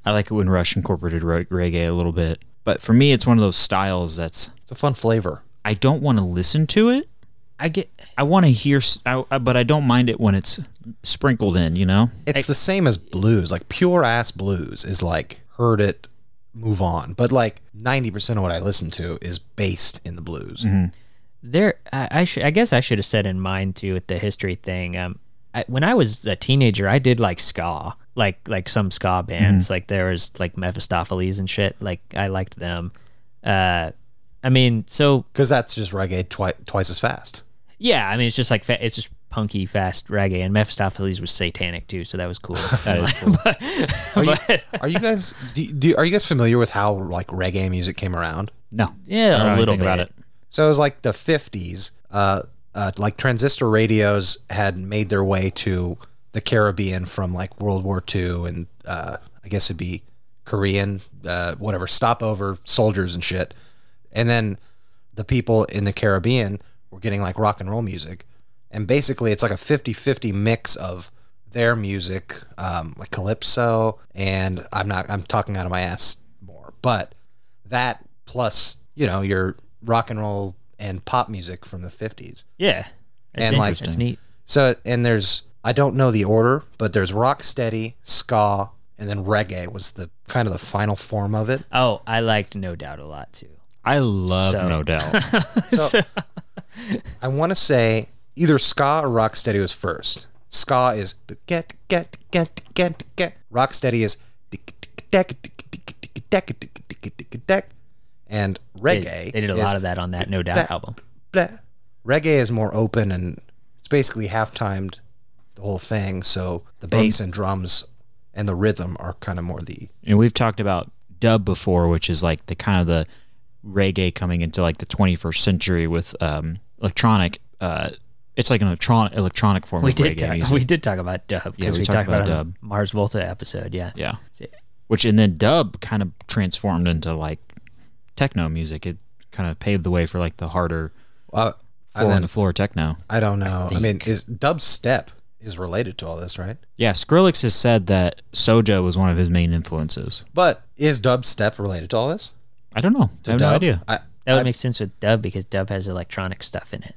Speaker 3: I like it when Rush incorporated re- reggae a little bit. But for me, it's one of those styles that's
Speaker 1: it's a fun flavor
Speaker 3: I don't want to listen to it.
Speaker 2: I get.
Speaker 3: I want to hear, s I I but I don't mind it when it's sprinkled in. You know,
Speaker 1: It's the same as blues. Like pure ass blues is like heard it, move on. But like ninety percent of what I listen to is based in the blues.
Speaker 2: Mm-hmm. there I, I should I guess I should have said in mind too with the history thing. Um, I, when I was a teenager, I did like ska, like like some ska bands. Like there was like Mephistopheles and shit. Like I liked them. Uh, I mean, so
Speaker 1: Because that's just reggae twi- twice as fast.
Speaker 2: yeah, I mean it's just like fa- it's just punky fast reggae, and Mephistopheles was satanic too, so that was cool. that is cool. Oh,
Speaker 1: Are you, are you guys do, do, are you guys familiar with how like reggae music came around?
Speaker 3: no,
Speaker 2: Yeah,
Speaker 3: I don't know
Speaker 2: a little
Speaker 3: anything about
Speaker 2: bit.
Speaker 1: So it was like the 50s. Uh, uh, like transistor radios had made their way to the Caribbean from like World War II, and uh, I guess it'd be Korean, uh, whatever, stopover soldiers and shit. And then the people in the Caribbean were getting like rock and roll music. And basically, it's like a 50 50 mix of their music, um, like Calypso, and I'm not, I'm talking out of my ass more, but that plus you know your rock and roll and pop music from the 50s
Speaker 2: Yeah, that's
Speaker 1: And, like-
Speaker 2: interesting. That's neat.
Speaker 1: so and there's i don't know the order but there's rock steady ska and then reggae was the kind of the final form of it
Speaker 2: Oh, I liked No Doubt a lot too.
Speaker 3: I love
Speaker 2: So-
Speaker 3: No Doubt.
Speaker 1: so i want to say either ska or rock steady was first ska is get get get get get rock steady is and
Speaker 2: They-
Speaker 1: reggae
Speaker 2: They did a
Speaker 1: is
Speaker 2: lot of that on that No Doubt
Speaker 1: that-
Speaker 2: album.
Speaker 1: bleh. reggae is more open and it's basically half timed the whole thing so the bass and drums and the rhythm are kind of more the
Speaker 3: and we've talked about dub before, which is like the kind of the reggae coming into like the 21st century with um, electronic. Uh, it's like an electronic electronic form
Speaker 2: We
Speaker 3: of
Speaker 2: did
Speaker 3: reggae
Speaker 2: talk.
Speaker 3: music.
Speaker 2: We did talk about dub because
Speaker 3: we
Speaker 2: we,
Speaker 3: talked
Speaker 2: talked about,
Speaker 3: about
Speaker 2: it on the Mars Volta episode. Yeah.
Speaker 3: yeah, which and then dub kind of transformed into like techno music. It kind of paved the way for like the harder
Speaker 1: uh,
Speaker 3: floor on the floor techno.
Speaker 1: i don't know I, mean is dubstep is related to all this right
Speaker 3: Yeah, Skrillex has said that Soja was one of his main influences.
Speaker 1: but is dubstep related to all this
Speaker 3: I don't know. I have no
Speaker 1: Dub?
Speaker 3: idea.
Speaker 1: I,
Speaker 2: That would make sense with dub because dub has electronic stuff in it,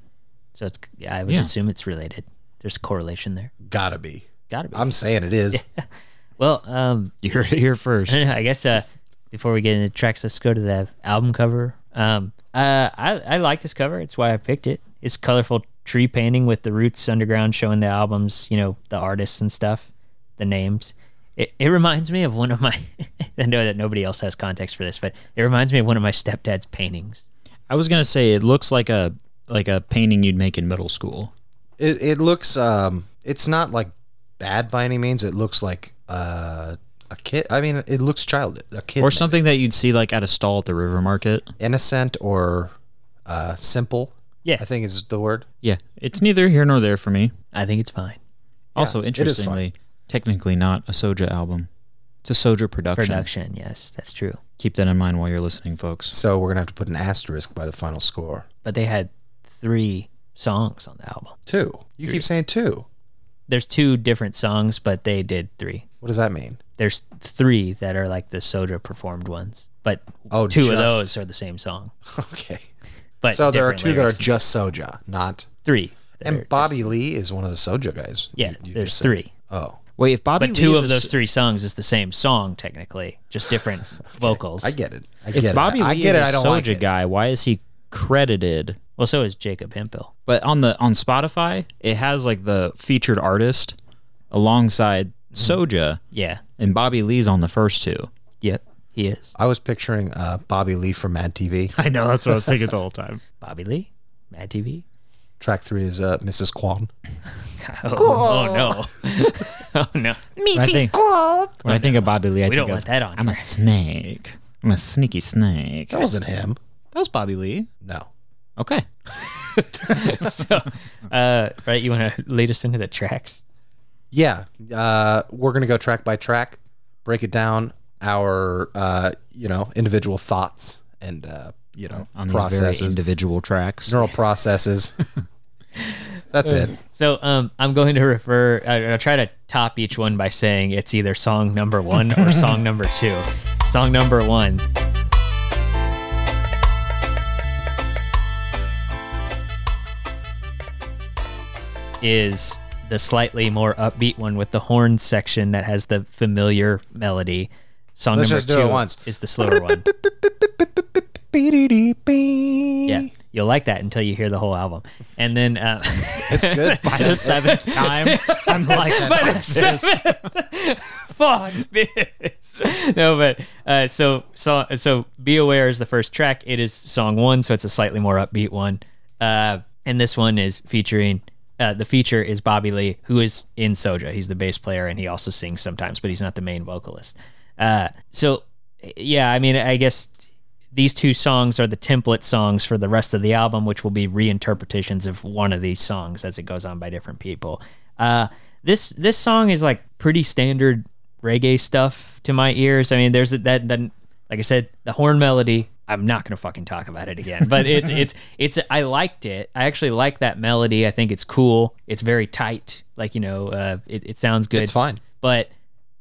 Speaker 2: so it's. I would
Speaker 3: Yeah.
Speaker 2: assume it's related. There's a correlation there.
Speaker 1: gotta be
Speaker 2: Got to be.
Speaker 1: i'm saying it is
Speaker 2: well, um,
Speaker 3: You heard it here first.
Speaker 2: I guess uh, before we get into tracks, let's go to the album cover. Um, uh, I I like this cover. It's why I picked it. It's colorful tree painting with the roots underground showing the albums. You know the artists and stuff, the names. It it reminds me of one of my. I know that nobody else has context for this, but it reminds me of one of my stepdad's paintings.
Speaker 3: I was gonna say it looks like a like a painting you'd make in middle school.
Speaker 1: it, it looks um it's not like bad by any means it looks like uh a kid i mean it looks childish a kid
Speaker 3: or something that you'd see like at a stall at the river market.
Speaker 1: innocent or uh simple
Speaker 2: Yeah.
Speaker 1: i think is the word
Speaker 3: Yeah, it's neither here nor there for me.
Speaker 2: I think it's fine.
Speaker 1: it is
Speaker 3: Also,
Speaker 1: fine.
Speaker 3: interestingly, technically not a Soja album. It's a Soja production.
Speaker 2: Production, yes, that's true.
Speaker 3: Keep that in mind while you're listening, folks.
Speaker 1: So we're gonna have to put an asterisk by the final score.
Speaker 2: But they had three songs on the album.
Speaker 1: Two. You keep saying two.
Speaker 2: There's two different songs, but they did three.
Speaker 1: What does that mean?
Speaker 2: There's three that are like the Soja performed ones, but
Speaker 1: Oh,
Speaker 2: two of
Speaker 1: just-
Speaker 2: those are the same song.
Speaker 1: Okay.
Speaker 2: But
Speaker 1: So there are
Speaker 2: different
Speaker 1: two that are
Speaker 2: lyrics.
Speaker 1: just Soja, not.
Speaker 2: three. They're
Speaker 1: And Bobby Lee is one of the Soja guys.
Speaker 2: Yeah,
Speaker 1: You- you
Speaker 2: there's
Speaker 1: just said.
Speaker 2: three.
Speaker 1: Oh,
Speaker 3: Wait, if Bobby
Speaker 2: But
Speaker 3: Lee
Speaker 2: two
Speaker 3: is
Speaker 2: of
Speaker 3: a-
Speaker 2: those three songs is the same song technically, just different vocals.
Speaker 1: I get it. I get
Speaker 3: if Bobby
Speaker 1: it.
Speaker 3: Lee
Speaker 1: I get
Speaker 3: is
Speaker 1: it.
Speaker 3: a
Speaker 1: I don't
Speaker 3: Soja
Speaker 1: like it.
Speaker 3: guy, why is he credited?
Speaker 2: Well, so is Jacob Hempel.
Speaker 3: But on the on Spotify, it has like the featured artist alongside Soja,
Speaker 2: Yeah.
Speaker 3: and Bobby Lee's on the first two.
Speaker 2: Yep. He is.
Speaker 1: I was picturing uh, Bobby Lee from Mad TV.
Speaker 3: I know that's what I was thinking the whole time.
Speaker 2: Bobby Lee, Mad TV.
Speaker 1: Track three is uh, Mrs. Kwan.
Speaker 2: Oh, oh, no. oh no.
Speaker 3: I think, when I think of Bobby Lee, I
Speaker 2: We
Speaker 3: think
Speaker 2: don't
Speaker 3: of,
Speaker 2: want that on
Speaker 3: I'm a snake. I'm a sneaky snake.
Speaker 1: That
Speaker 3: That
Speaker 1: wasn't him.
Speaker 3: was Bobby Lee.
Speaker 1: No.
Speaker 3: Okay.
Speaker 2: Uh, right, you want to lead us into the tracks?
Speaker 1: Yeah, uh, we're gonna go track by track, break it down. Our uh, you know individual thoughts and uh, you know
Speaker 3: On these very
Speaker 1: processes,
Speaker 3: individual tracks.
Speaker 1: neural processes. That's it.
Speaker 2: So um, I'm going to refer. I- I'll try to top each one by saying it's either song number one or song number two. Song number one. Is the slightly more upbeat one with the horn section that has the familiar melody. Song
Speaker 1: Let's
Speaker 2: number
Speaker 1: just
Speaker 2: two
Speaker 1: do it once.
Speaker 2: is the slower one. Yeah,
Speaker 1: Yeah,
Speaker 2: you'll like that until you hear the whole album, and then uh,
Speaker 1: it's good.
Speaker 3: By the seventh time, I'm like,
Speaker 2: but fuck this. No, but uh, so so so be aware is the first track. It is song one, so it's a slightly more upbeat one. Uh, and this one is featuring. Uh, the feature is Bobby Lee, who is in Soja. He's the bass player, and he also sings sometimes, but he's not the main vocalist. Uh, so, yeah, I mean, I guess these two songs are the template songs for the rest of the album, which will be reinterpretations of one of these songs as it goes on by different people. Uh, this this song is like pretty standard reggae stuff to my ears. I mean, there's that that like I said, the horn melody. I'm not gonna fucking talk about it again, but it's it's it's. I liked it. I actually like that melody. I think it's cool. It's very tight. Like you know, uh, it, it sounds good.
Speaker 1: It's fine.
Speaker 2: But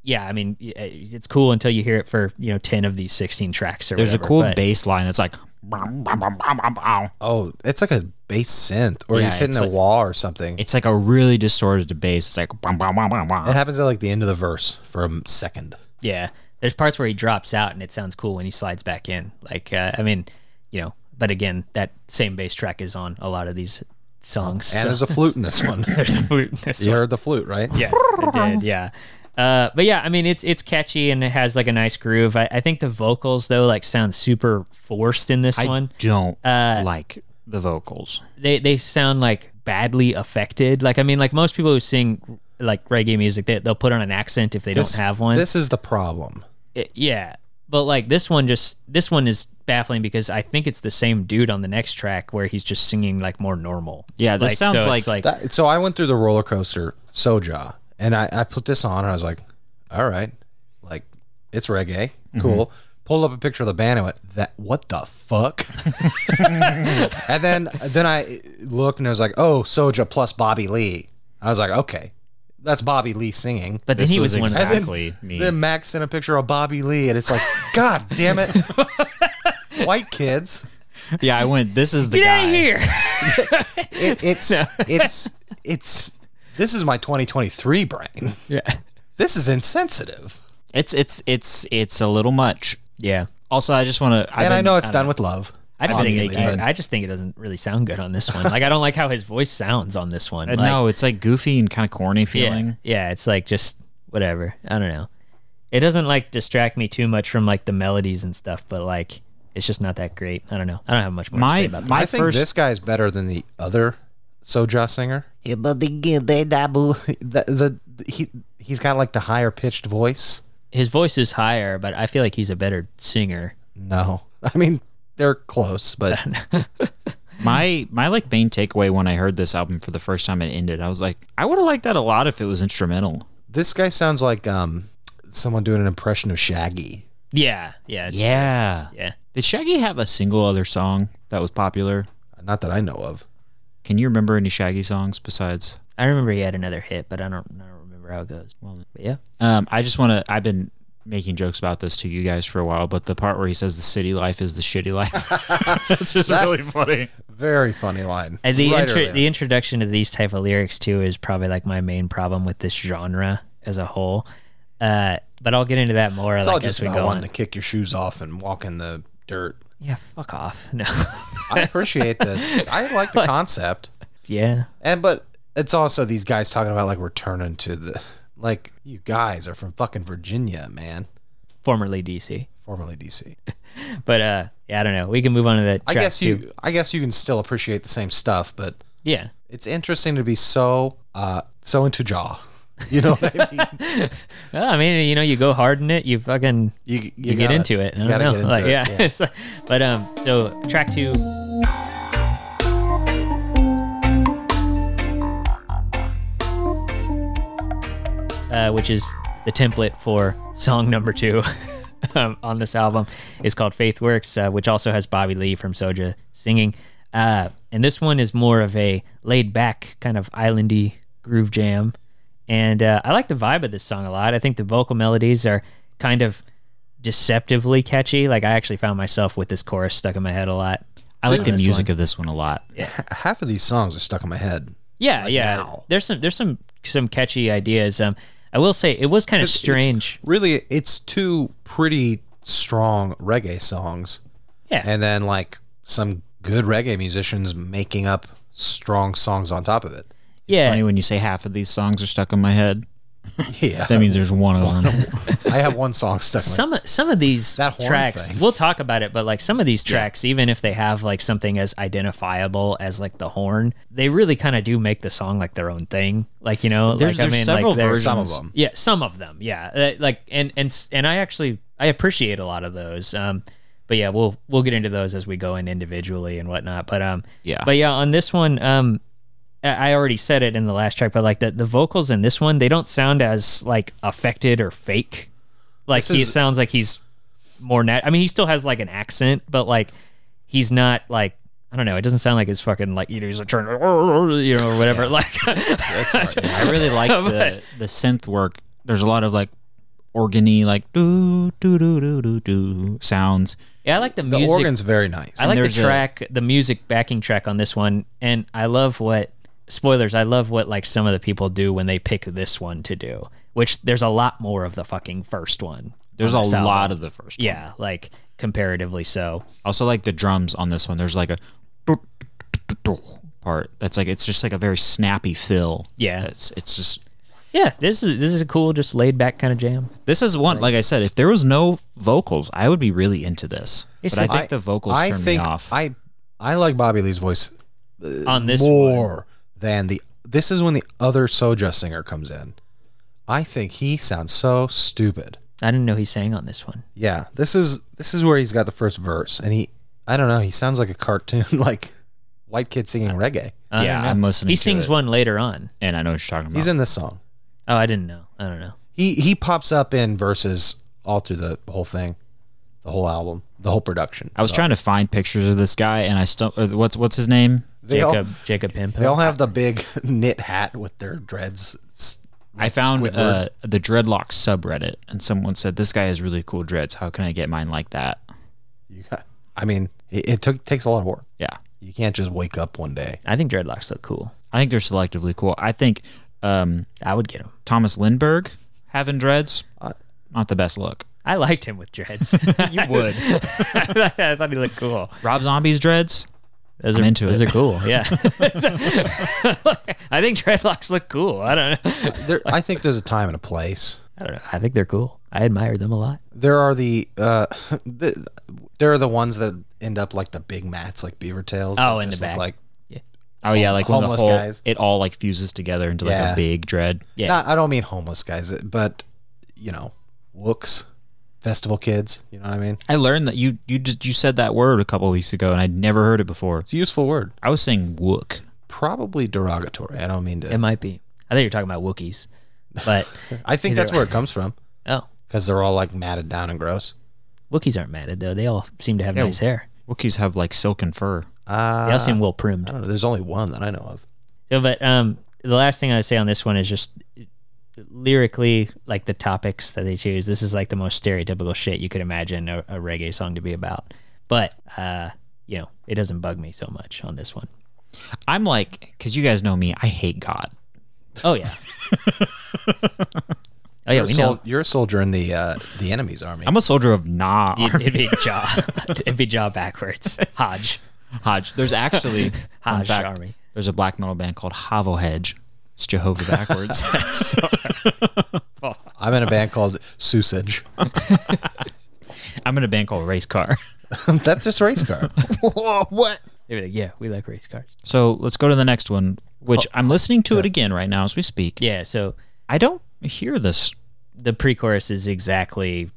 Speaker 2: yeah, I mean, y- uh, it's cool until you hear it for you know ten of these sixteen tracks. Or
Speaker 3: there's a
Speaker 2: whatever,
Speaker 3: cool
Speaker 2: but-
Speaker 3: bass line that's like, "Bom, bom, bom, bom, bom, bom."
Speaker 1: Oh, it's like a bass synth, or
Speaker 3: Yeah,
Speaker 1: he's hitting
Speaker 3: it's
Speaker 1: a
Speaker 3: like-
Speaker 1: wall or something. It
Speaker 3: it's like a really distorted bass. It's like, "Bom, bom, bom, bom, bom."
Speaker 1: happens at like the end of the verse for a m- second.
Speaker 2: Yeah, there's parts where he drops out, and it sounds cool when he slides back in. Like, uh, I mean, you know, but again, that same bass track is on a lot of these songs.
Speaker 1: And
Speaker 2: so-
Speaker 1: there's a flute in this one.
Speaker 2: there's a flute in this
Speaker 1: you
Speaker 2: one.
Speaker 1: heard the flute, right?
Speaker 2: Yes, it did. Yeah. Uh, but yeah, I mean, it's it's catchy and it has like a nice groove. I, I think the vocals though like sound super forced in this
Speaker 3: I
Speaker 2: one.
Speaker 3: don't like the vocals.
Speaker 2: They they sound like badly affected. Like I mean, like most people who sing like reggae music, they they'll put on an accent if they
Speaker 1: This-
Speaker 2: don't have one.
Speaker 1: This is the problem.
Speaker 2: it- yeah but like this one just this one is baffling because i think it's the same dude on the next track where he's just singing like more normal
Speaker 3: Yeah, this
Speaker 2: Like,
Speaker 3: sounds
Speaker 2: so it's
Speaker 3: like-
Speaker 2: like
Speaker 1: That, so I went through the roller coaster Soja, and I, I put this on, and I was like, "All right, like it's reggae,
Speaker 3: Mm-hmm.
Speaker 1: cool." Pulled up a picture of the band and went, "That what the fuck?" and then then I looked and I was like, "Oh, Soja plus Bobby Lee." I was like, "Okay, that's Bobby Lee singing."
Speaker 2: but then he was, one
Speaker 1: exact-
Speaker 2: exactly.
Speaker 3: exactly me.
Speaker 1: Then Max sent a picture of Bobby Lee, and it's like, "God damn it, white kids!"
Speaker 3: yeah, I went. This is the
Speaker 2: get
Speaker 3: guy.
Speaker 2: out of here
Speaker 1: It, it's it's it's this is my 2023 brain.
Speaker 2: yeah
Speaker 1: This is insensitive.
Speaker 3: It's it's it's it's a little much.
Speaker 2: yeah
Speaker 3: Also, I just want to.
Speaker 1: and I know it's done with love.
Speaker 2: I just, think it,
Speaker 1: Obviously, but-
Speaker 2: I just think it doesn't really sound good on this one. Like I don't like how his voice sounds on this one. Like,
Speaker 3: no, it's like goofy and kind of corny feeling.
Speaker 2: yeah, yeah, it's like just whatever. I don't know. It doesn't like distract me too much from like the melodies and stuff, but like it's just not that great. I don't know. I don't have much more to
Speaker 3: My
Speaker 2: say about
Speaker 3: my
Speaker 1: I think
Speaker 3: first
Speaker 1: this guy's better than the other Soja singer.
Speaker 4: Hibba-diggy-day-daboo.
Speaker 1: The, the, he he's got like the higher pitched voice.
Speaker 2: his voice is higher, but I feel like he's a better singer.
Speaker 1: No, I mean they're close, but
Speaker 3: my my like main takeaway when I heard this album for the first time it ended, I was like, I would have liked that a lot if it was instrumental.
Speaker 1: this guy sounds like um someone doing an impression of Shaggy.
Speaker 2: Yeah, yeah, it's-
Speaker 3: Yeah.
Speaker 2: yeah.
Speaker 3: Did Shaggy have a single other song that was popular?
Speaker 1: Not that I know of.
Speaker 3: Can you remember any Shaggy songs besides?
Speaker 2: I remember he had another hit, but I don't, I don't remember how it goes. Well, but yeah,
Speaker 3: Um, I just want to. I've been making jokes about this to you guys for a while, but the part where he says the city life is the shitty life. That's just really funny.
Speaker 1: Very funny line.
Speaker 2: And the
Speaker 1: Right
Speaker 2: intro,
Speaker 1: earlier.
Speaker 2: the introduction to these type of lyrics too is probably like my main problem with this genre as a whole. Uh, but I'll get into that more
Speaker 1: it's all
Speaker 2: like
Speaker 1: just
Speaker 2: as we
Speaker 1: about
Speaker 2: go on.
Speaker 1: wanting to kick your shoes off and walk in the dirt.
Speaker 2: Yeah, fuck off. No.
Speaker 1: I appreciate that. I like the concept,
Speaker 2: yeah.
Speaker 1: and but it's also these guys talking about like returning to the like you guys are from fucking Virginia, man.
Speaker 2: Formerly DC.
Speaker 1: Formerly DC.
Speaker 2: But uh yeah, I don't know. We can move on to that.
Speaker 1: I
Speaker 2: track
Speaker 1: guess you.
Speaker 2: two.
Speaker 1: I guess you can still appreciate the same stuff, but
Speaker 2: Yeah.
Speaker 1: it's interesting to be so uh so into jaw. You know what I mean?
Speaker 2: Well, I mean, you know, you go hard in it, you fucking
Speaker 1: You, you,
Speaker 2: you, get
Speaker 1: gotta-
Speaker 2: into it. I
Speaker 1: you
Speaker 2: don't
Speaker 1: gotta
Speaker 2: know.
Speaker 1: get into
Speaker 2: like,
Speaker 1: it,
Speaker 2: yeah. It's like- but um, so track two. Uh, which is the template for song number two um, on this album is called Faith Works, uh, which also has Bobby Lee from Soja singing. Uh, and this one is more of a laid back kind of islandy groove jam. And uh, I like the vibe of this song a lot. I think the vocal melodies are kind of deceptively catchy. Like I actually found myself with this chorus stuck in my head a lot.
Speaker 3: I like the
Speaker 2: This
Speaker 3: music of this one a lot. Yeah.
Speaker 1: half of these songs are stuck in my head.
Speaker 2: Yeah, yeah.
Speaker 1: now.
Speaker 2: There's some there's some some catchy ideas. Um, I will say it was kind of strange.
Speaker 1: Really, it's two pretty strong reggae songs,
Speaker 2: Yeah,
Speaker 1: and then like some good reggae musicians making up strong songs on top of it.
Speaker 2: yeah.
Speaker 3: Funny when you say half of these songs are stuck in my head.
Speaker 1: Yeah,
Speaker 3: That means there's one of them.
Speaker 1: I have one song stuck. In my
Speaker 2: some some of these
Speaker 1: That horn
Speaker 2: tracks
Speaker 1: thing.
Speaker 2: we'll talk about it but like some of these tracks even if they have like something as identifiable as like the horn they really kind of do make the song like their own thing like you know
Speaker 3: There's-
Speaker 2: like
Speaker 3: there's
Speaker 2: i mean
Speaker 3: several
Speaker 2: like there's
Speaker 1: some of
Speaker 3: versions.
Speaker 1: them.
Speaker 2: yeah some of them yeah Uh, like and and s- and i actually i appreciate a lot of those um but yeah we'll we'll get into those as we go in individually and whatnot but um
Speaker 3: Yeah.
Speaker 2: but yeah on this one um I I already said it in the last track, but like the, the vocals in this one, they don't sound as like affected or fake. Like
Speaker 1: This
Speaker 2: he
Speaker 1: is-
Speaker 2: sounds like he's more nat. I mean, he still has like an accent, but like he's not like I don't know. It doesn't sound like it's fucking like you know he's a turn you know or whatever. Like
Speaker 3: I really like the the synth work. There's a lot of like organy like do do do do do do sounds.
Speaker 2: yeah, I like the
Speaker 1: the
Speaker 2: music.
Speaker 1: organ's very nice.
Speaker 2: I like the
Speaker 3: there's a-
Speaker 2: track, the music backing track on this one, and I love what spoilers. I love what like some of the people do when they pick this one to do, which there's a lot more of the fucking first one.
Speaker 3: There's a
Speaker 2: on this album.
Speaker 3: lot of the first. one.
Speaker 2: yeah, like comparatively so.
Speaker 3: Also like the drums on this one. There's like a part that's like it's just like a very snappy fill.
Speaker 2: Yeah.
Speaker 3: It's it's just
Speaker 2: Yeah, this is this is a cool, just laid back kind of jam.
Speaker 3: this is one like I said if there was no vocals I would be really into this.
Speaker 2: It's
Speaker 3: But I
Speaker 2: like-
Speaker 3: think the vocals
Speaker 1: I
Speaker 3: turned
Speaker 1: think
Speaker 3: me off.
Speaker 1: I I like Bobby Lee's voice
Speaker 2: on this one.
Speaker 1: more than the. This is when the other Soja singer comes in. I think he sounds so stupid.
Speaker 2: I didn't know he sang on this one.
Speaker 1: Yeah, this is this is where he's got the first verse, and he I don't know, he sounds like a cartoon, like white kid singing reggae.
Speaker 2: I
Speaker 3: Yeah,
Speaker 2: don't know.
Speaker 3: I'm listening
Speaker 2: He
Speaker 3: to
Speaker 2: sings
Speaker 3: it.
Speaker 2: one later on.
Speaker 3: and I know what you're talking about.
Speaker 1: He's in this song.
Speaker 2: Oh, I didn't know. I don't know.
Speaker 1: He he pops up in verses all through the whole thing, the whole album, the whole production.
Speaker 3: I was trying to find pictures of this guy, and I still or what's what's his name?
Speaker 1: They
Speaker 2: Jacob
Speaker 1: all
Speaker 2: Jacob
Speaker 1: they all
Speaker 2: Pimpo.
Speaker 1: have the big knit hat with their dreads. S-
Speaker 3: I found
Speaker 1: Squidward.
Speaker 3: uh, the dreadlock subreddit, and someone said this guy has really cool dreads. How can I get mine like that?
Speaker 1: You got, I mean, it, it took takes a lot of work.
Speaker 3: Yeah,
Speaker 1: You can't just wake up one day.
Speaker 2: I think dreadlocks look cool.
Speaker 3: I think they're selectively cool. I think um,
Speaker 2: I would get him.
Speaker 3: Thomas Lindberg having dreads, not the best look.
Speaker 2: I liked him with dreads.
Speaker 3: You would.
Speaker 2: I thought he looked cool.
Speaker 3: Rob Zombie's dreads.
Speaker 2: Those
Speaker 3: I'm
Speaker 2: are,
Speaker 3: into it.
Speaker 2: those are cool. Yeah. I think dreadlocks look cool. I don't know.
Speaker 1: There, I think there's a time and a place.
Speaker 2: I don't know. I think they're cool. I admire them a lot.
Speaker 1: There are the uh, the, there are the ones that end up like the big mats, like beaver tails.
Speaker 2: Oh,
Speaker 1: that
Speaker 2: in the
Speaker 1: just look
Speaker 2: back.
Speaker 1: Like
Speaker 3: Oh yeah, like when the
Speaker 1: Homeless
Speaker 3: whole
Speaker 1: guys.
Speaker 3: it all like fuses together into like
Speaker 1: Yeah.
Speaker 3: a big dread.
Speaker 2: Yeah.
Speaker 1: Not, I don't mean homeless guys, but you know, wooks, festival kids. You know what I mean?
Speaker 3: I learned that you you just you said that word a couple weeks ago, and I'd never heard it before.
Speaker 1: It's a useful word.
Speaker 3: I was saying wook.
Speaker 1: Probably derogatory. I don't mean to.
Speaker 2: It might be. I think you're talking about Wookiees. But
Speaker 1: I think that's where it comes from
Speaker 2: oh.
Speaker 1: because they're all like matted down and gross.
Speaker 2: Wookiees aren't matted though. They all seem to have nice hair.
Speaker 3: Wookiees have like silken fur.
Speaker 2: They
Speaker 3: Uh,
Speaker 2: all seem well primed.
Speaker 1: I don't know. There's only one that I know of.
Speaker 2: So, but um, the last thing I would say on this one is just lyrically, like the topics that they choose. This is like the most stereotypical shit you could imagine a, a reggae song to be about. But uh, you know, it doesn't bug me so much on this one.
Speaker 3: I'm like, because you guys know me, I hate God.
Speaker 2: Oh yeah. oh yeah, we
Speaker 1: Sol-
Speaker 2: know.
Speaker 1: you're a soldier in the uh, the enemy's army.
Speaker 3: I'm a soldier of Nah.
Speaker 2: It'd, it'd be jaw. it'd be jaw backwards. Hodge.
Speaker 3: Hodge. There's actually fun
Speaker 2: Hodge Army.
Speaker 3: There's a black metal band called Havo Hedge. It's Jehovah backwards.
Speaker 1: I'm in a band called Susage.
Speaker 3: I'm in a band called Race Car.
Speaker 1: That's just race car. what?
Speaker 2: They'd be like, yeah, we like race cars.
Speaker 3: So let's go to the next one, which I'm listening to it again right now as we speak.
Speaker 2: Oh. Yeah. So
Speaker 3: I don't hear this.
Speaker 2: the pre-chorus is exactly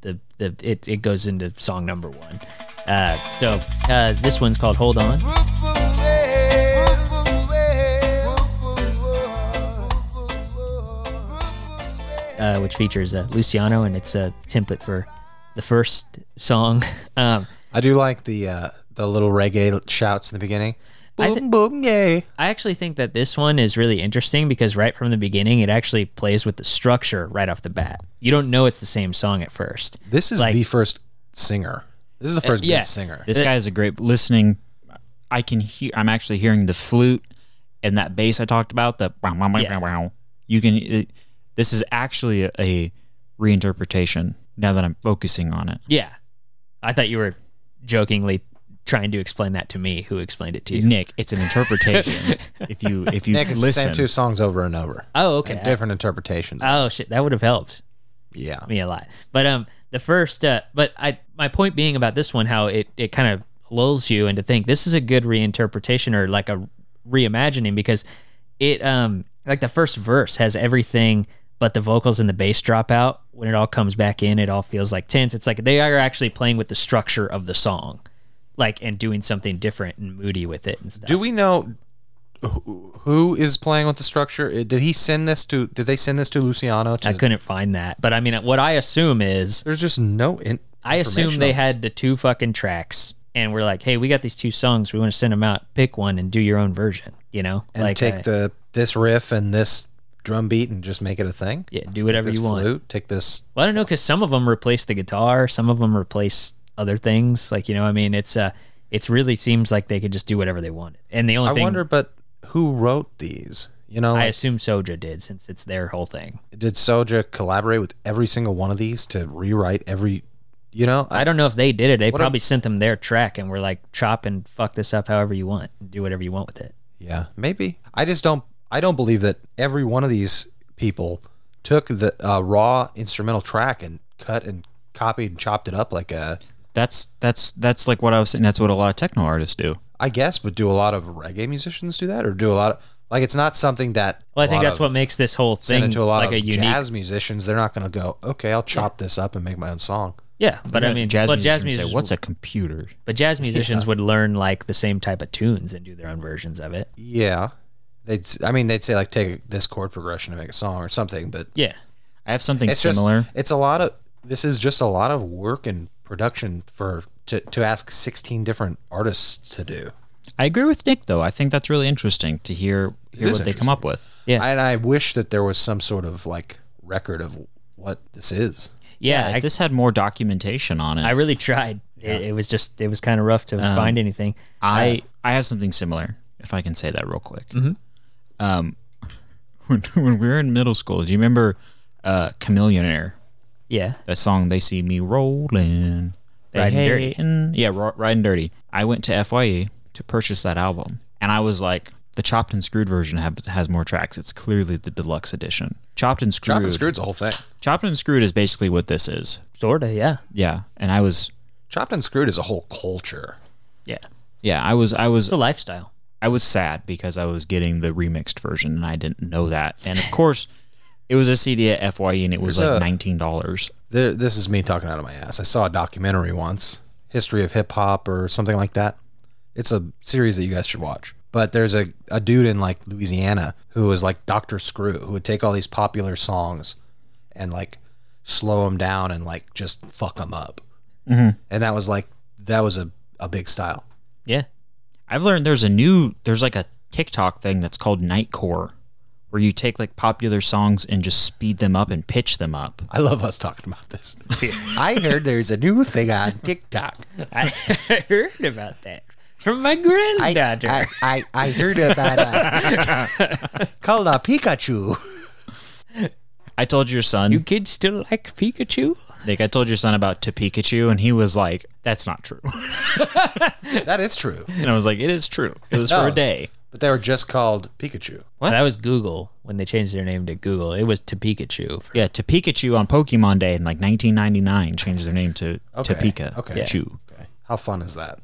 Speaker 2: the the it, it goes into song number one. Uh, so uh, this one's called "Hold On." Uh, which features uh, Luciano, and it's a template for the first song. Um,
Speaker 1: I do like the uh, the little reggae shouts in the beginning.
Speaker 2: I
Speaker 1: Boom boom yay!
Speaker 2: I actually think that this one is really interesting because right from the beginning, it actually plays with the structure right off the bat. You don't know it's the same song at first.
Speaker 1: This is
Speaker 2: Like- Uh,
Speaker 1: the first singer. This is the first
Speaker 2: yeah.
Speaker 1: good singer.
Speaker 3: This guy is a great listening. I can hear. I'm actually hearing the flute and that bass I talked about. The wow, wow, wow,
Speaker 2: Yeah.
Speaker 3: wow, wow. you can. It, this is actually a, a reinterpretation. Now that I'm focusing on it,
Speaker 2: Yeah. I thought you were jokingly trying to explain that to me, who explained it to you.
Speaker 3: Nick, it's an interpretation. if you if you
Speaker 1: Nick, it's the
Speaker 3: listen,
Speaker 1: same two songs over and over.
Speaker 2: Oh, okay.
Speaker 1: Different interpretations.
Speaker 2: Oh shit, that would have helped
Speaker 1: yeah.
Speaker 2: me a lot. But um the first uh but I my point being about this one how it it kind of lulls you into think this is a good reinterpretation or like a reimagining because it um like the first verse has everything but the vocals and the bass drop out when it all comes back in it all feels like tense it's like they are actually playing with the structure of the song like and doing something different and moody with it and stuff
Speaker 1: Do we know who- who is playing with the structure? Uh, Did he send this to? Did they send this to Luciano? To,
Speaker 2: I couldn't find that but I mean what I assume is
Speaker 1: there's just no. In,
Speaker 2: I assume
Speaker 1: information
Speaker 2: they
Speaker 1: on this.
Speaker 2: had the two fucking tracks and we're like, hey, we got these two songs. We want to send them out. Pick one and do your own version, you know?
Speaker 1: and
Speaker 2: like,
Speaker 1: take
Speaker 2: uh,
Speaker 1: the this riff and this drum beat and just make it a thing.
Speaker 2: yeah, do whatever
Speaker 1: This
Speaker 2: you want.
Speaker 1: flute. Take this.
Speaker 2: Well, I don't know because some of them replace the guitar, some of them replace other things. Like, you know, I mean, it's uh, it's really seems like they could just do whatever they wanted. And the only
Speaker 1: I
Speaker 2: thing
Speaker 1: wonder, but who wrote these? You know,
Speaker 2: I
Speaker 1: like,
Speaker 2: assume Soja did since it's their whole thing.
Speaker 1: did Soja collaborate with every single one of these to rewrite every? You know, I,
Speaker 2: I don't know if they did it. They
Speaker 1: a-
Speaker 2: probably sent them their track and were like, chop and fuck this up however you want. Do whatever you want with it.
Speaker 1: yeah, maybe. I just don't. I don't believe that every one of these people took the uh, raw instrumental track and cut and copied and chopped it up like a.
Speaker 3: that's that's that's like what I was saying. That's what a lot of techno artists do.
Speaker 1: I guess, but do a lot of reggae musicians do that, or do a lot of like it's not something that.
Speaker 2: Well, I
Speaker 1: a
Speaker 2: think
Speaker 1: lot
Speaker 2: that's
Speaker 1: of-
Speaker 2: what makes this whole
Speaker 1: send
Speaker 2: thing
Speaker 1: it to a lot
Speaker 2: like
Speaker 1: of
Speaker 2: a unique
Speaker 1: jazz musicians. They're not going to go, okay, I'll chop this up and make my own song.
Speaker 2: Yeah, but I mean,
Speaker 3: jazz
Speaker 2: but
Speaker 3: musicians
Speaker 2: jazz musicians,
Speaker 3: say, "What's a computer?"
Speaker 2: but jazz musicians would learn like the same type of tunes and do their own versions of it.
Speaker 1: Yeah, they'd. s- I mean, they'd say like take this chord progression to make a song or something, but
Speaker 2: Yeah,
Speaker 3: I have something
Speaker 1: it's
Speaker 3: similar.
Speaker 1: just it's a lot of this is just a lot of work and production for to to ask sixteen different artists to do.
Speaker 3: I agree with Nick though. I think that's really interesting to hear hear
Speaker 1: is
Speaker 3: what they come up with.
Speaker 2: Yeah.
Speaker 1: and I wish that there was some sort of like record of what this is.
Speaker 2: yeah.
Speaker 3: If
Speaker 2: I,
Speaker 3: this had more documentation on it,
Speaker 2: I
Speaker 3: I
Speaker 2: really tried. It, it was just it was kind of rough to find anything.
Speaker 3: I, have something similar. If I can say that real quick.
Speaker 2: Mm-hmm.
Speaker 3: Um, when, when we were in middle school, do you remember uh, "Chameleonaire"?
Speaker 2: Yeah,
Speaker 3: That song, "They See Me Rolling," they
Speaker 2: Riding Dirty.
Speaker 3: hating- Yeah, ro- riding dirty. I went to Fye to purchase that album, and I was like, "The chopped and screwed version have, has more tracks. It's clearly the deluxe edition." Chopped and screwed.
Speaker 1: Chop and screwed's the whole thing.
Speaker 3: Chopped and screwed is basically what this is.
Speaker 2: sorta. Yeah,
Speaker 3: Yeah, and I was
Speaker 1: Chopped and screwed is a whole culture.
Speaker 2: yeah.
Speaker 3: Yeah, I was I was
Speaker 2: It's a lifestyle.
Speaker 3: I was sad because I was getting the remixed version and I didn't know that. And of course, it was a CD at FYE and it was
Speaker 1: There's
Speaker 3: like
Speaker 1: a-
Speaker 3: nineteen dollars.
Speaker 1: Th this is me talking out of my ass. I saw a documentary once, history of hip hop or something like that. It's a series that you guys should watch. But there's a, a dude in like Louisiana who was like Dr. Screw, who would take all these popular songs and like slow them down and like just fuck them up. And that was like that was a, a big style.
Speaker 2: Yeah.
Speaker 3: I've learned there's a new there's like a TikTok thing that's called Nightcore, where you take like popular songs and just speed them up and pitch them up.
Speaker 1: I love us talking about this. I heard there's a new thing on TikTok.
Speaker 2: I heard about that from my granddaughter.
Speaker 1: I, I, I heard about uh, called a Pikachu.
Speaker 3: I told your son,
Speaker 2: you kids still like Pikachu?
Speaker 3: Nick, I told your son about To Pikachu, and he was like, "That's not true."
Speaker 1: That is true,
Speaker 3: and I was like, "It is true. It was for
Speaker 1: Oh.
Speaker 3: a day."
Speaker 1: but they were just called Pikachu.
Speaker 3: What?
Speaker 2: That was Google when they changed their name to Google. It was to Pikachu.
Speaker 3: Yeah, To Pikachu on Pokemon Day in like 1999 changed their name to
Speaker 1: Okay,
Speaker 3: To Pika.
Speaker 1: okay.
Speaker 3: Chu.
Speaker 1: Okay, how fun is that?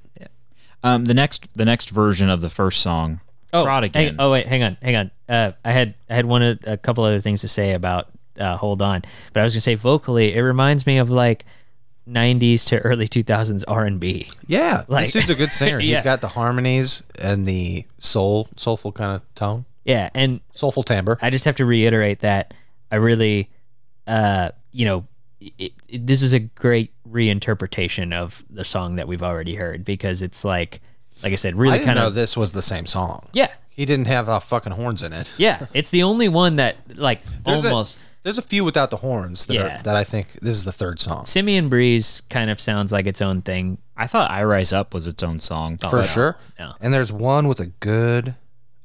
Speaker 3: Um, the next the next version of the first song,
Speaker 2: Oh,
Speaker 3: Trot
Speaker 2: hang-
Speaker 3: Again.
Speaker 2: oh wait, hang on, hang on. Uh, I had I had one o- a couple other things to say about uh, Hold On, but I was gonna say vocally, it reminds me of like '90s to early 2000s R and B.
Speaker 1: Yeah,
Speaker 2: Like-
Speaker 1: this dude's a good singer.
Speaker 2: Yeah.
Speaker 1: He's got the harmonies and the soul, soulful kind of tone,
Speaker 2: Yeah, and
Speaker 1: soulful timbre.
Speaker 2: I just have to reiterate that I really, uh, you know, it, it, this is a great reinterpretation of the song that we've already heard because it's like, like I said,
Speaker 1: I
Speaker 2: really
Speaker 1: didn't
Speaker 2: kind
Speaker 1: know
Speaker 2: of
Speaker 1: this was the same song.
Speaker 2: yeah,
Speaker 1: He didn't have uh, fucking horns in it.
Speaker 2: yeah. it's the only one that like
Speaker 1: There's a-
Speaker 2: almost.
Speaker 1: There's a few without the horns that,
Speaker 2: Yeah.
Speaker 1: are, that I think this is the third song.
Speaker 2: Simeon Breeze kind of sounds like its own thing.
Speaker 3: I thought I Rise Up was its own song.
Speaker 1: for sure.
Speaker 2: no.
Speaker 1: And there's one with a good.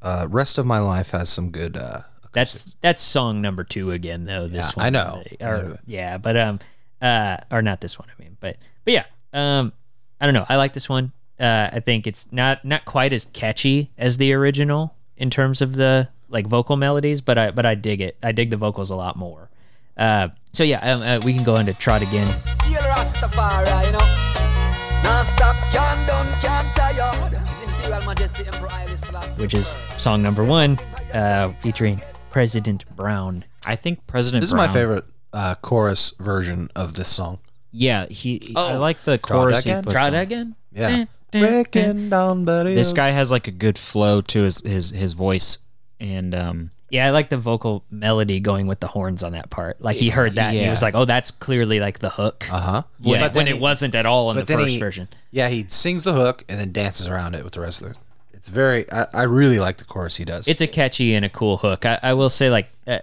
Speaker 1: Uh, Rest of my life has some good. Uh,
Speaker 2: That's that's song number two again though. This
Speaker 1: Yeah,
Speaker 2: one,
Speaker 1: I know.
Speaker 2: or yeah, but um, uh, or not this one. I mean, but but yeah, um, I don't know. I like this one. Uh, I think it's not not quite as catchy as the original in terms of the like vocal melodies, but I but I dig it. I dig the vocals a lot more. Uh, so yeah, um, uh, we can go into trot again.
Speaker 5: Hail Rastafari, you know. Non-stop, can't done, can't tired. His Imperial Majesty Emperor Haile Selassie.
Speaker 2: which is song number one, uh, featuring President Brown.
Speaker 3: I think President.
Speaker 1: this is my
Speaker 3: Brown-
Speaker 1: favorite uh, chorus version of this song.
Speaker 3: Yeah, he. I like the chorus. he
Speaker 1: Oh. Again?
Speaker 3: puts
Speaker 2: Try
Speaker 3: on.
Speaker 2: that again.
Speaker 1: Yeah. Breaking down, buddy.
Speaker 3: This guy has like a good flow to his his his voice, and um,
Speaker 2: Yeah, I like the vocal melody going with the horns on that part. Like he heard that and he
Speaker 3: Yeah.
Speaker 2: was like, "Oh, that's clearly like the hook."
Speaker 1: Uh huh.
Speaker 2: When,
Speaker 3: Yeah.
Speaker 2: when it wasn't at all in the
Speaker 1: then
Speaker 2: first
Speaker 1: he-
Speaker 2: version.
Speaker 1: Yeah, he sings the hook and then dances around it with the rest of it. It's very. I, I really like the chorus he does.
Speaker 2: It's a catchy and a cool hook. I, I will say, like, uh,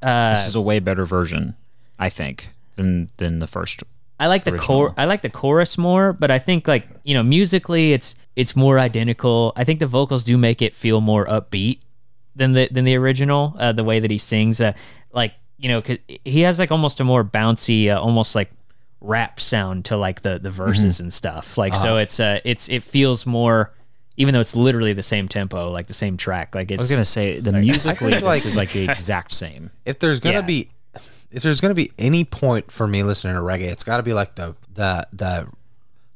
Speaker 3: this is a way better version, I think, than than the first.
Speaker 2: I like the chor- I like the chorus more, but I think like you know musically, it's it's more identical. I think the vocals do make it feel more upbeat than the than the original. Uh, the way that he sings, uh, like you know, 'cause he has like almost a more bouncy, uh, almost like rap sound to like the the verses
Speaker 3: Mm-hmm.
Speaker 2: and stuff. Like
Speaker 3: Uh-huh.
Speaker 2: so, it's uh, it's it feels more. Even though it's literally the same tempo, like the same track, like it's
Speaker 3: I was gonna say the musically
Speaker 1: think,
Speaker 3: this
Speaker 1: like-
Speaker 3: is like the exact same.
Speaker 1: if there's gonna
Speaker 2: Yeah.
Speaker 1: be if there's gonna be any point for me listening to reggae, it's got to be like the the the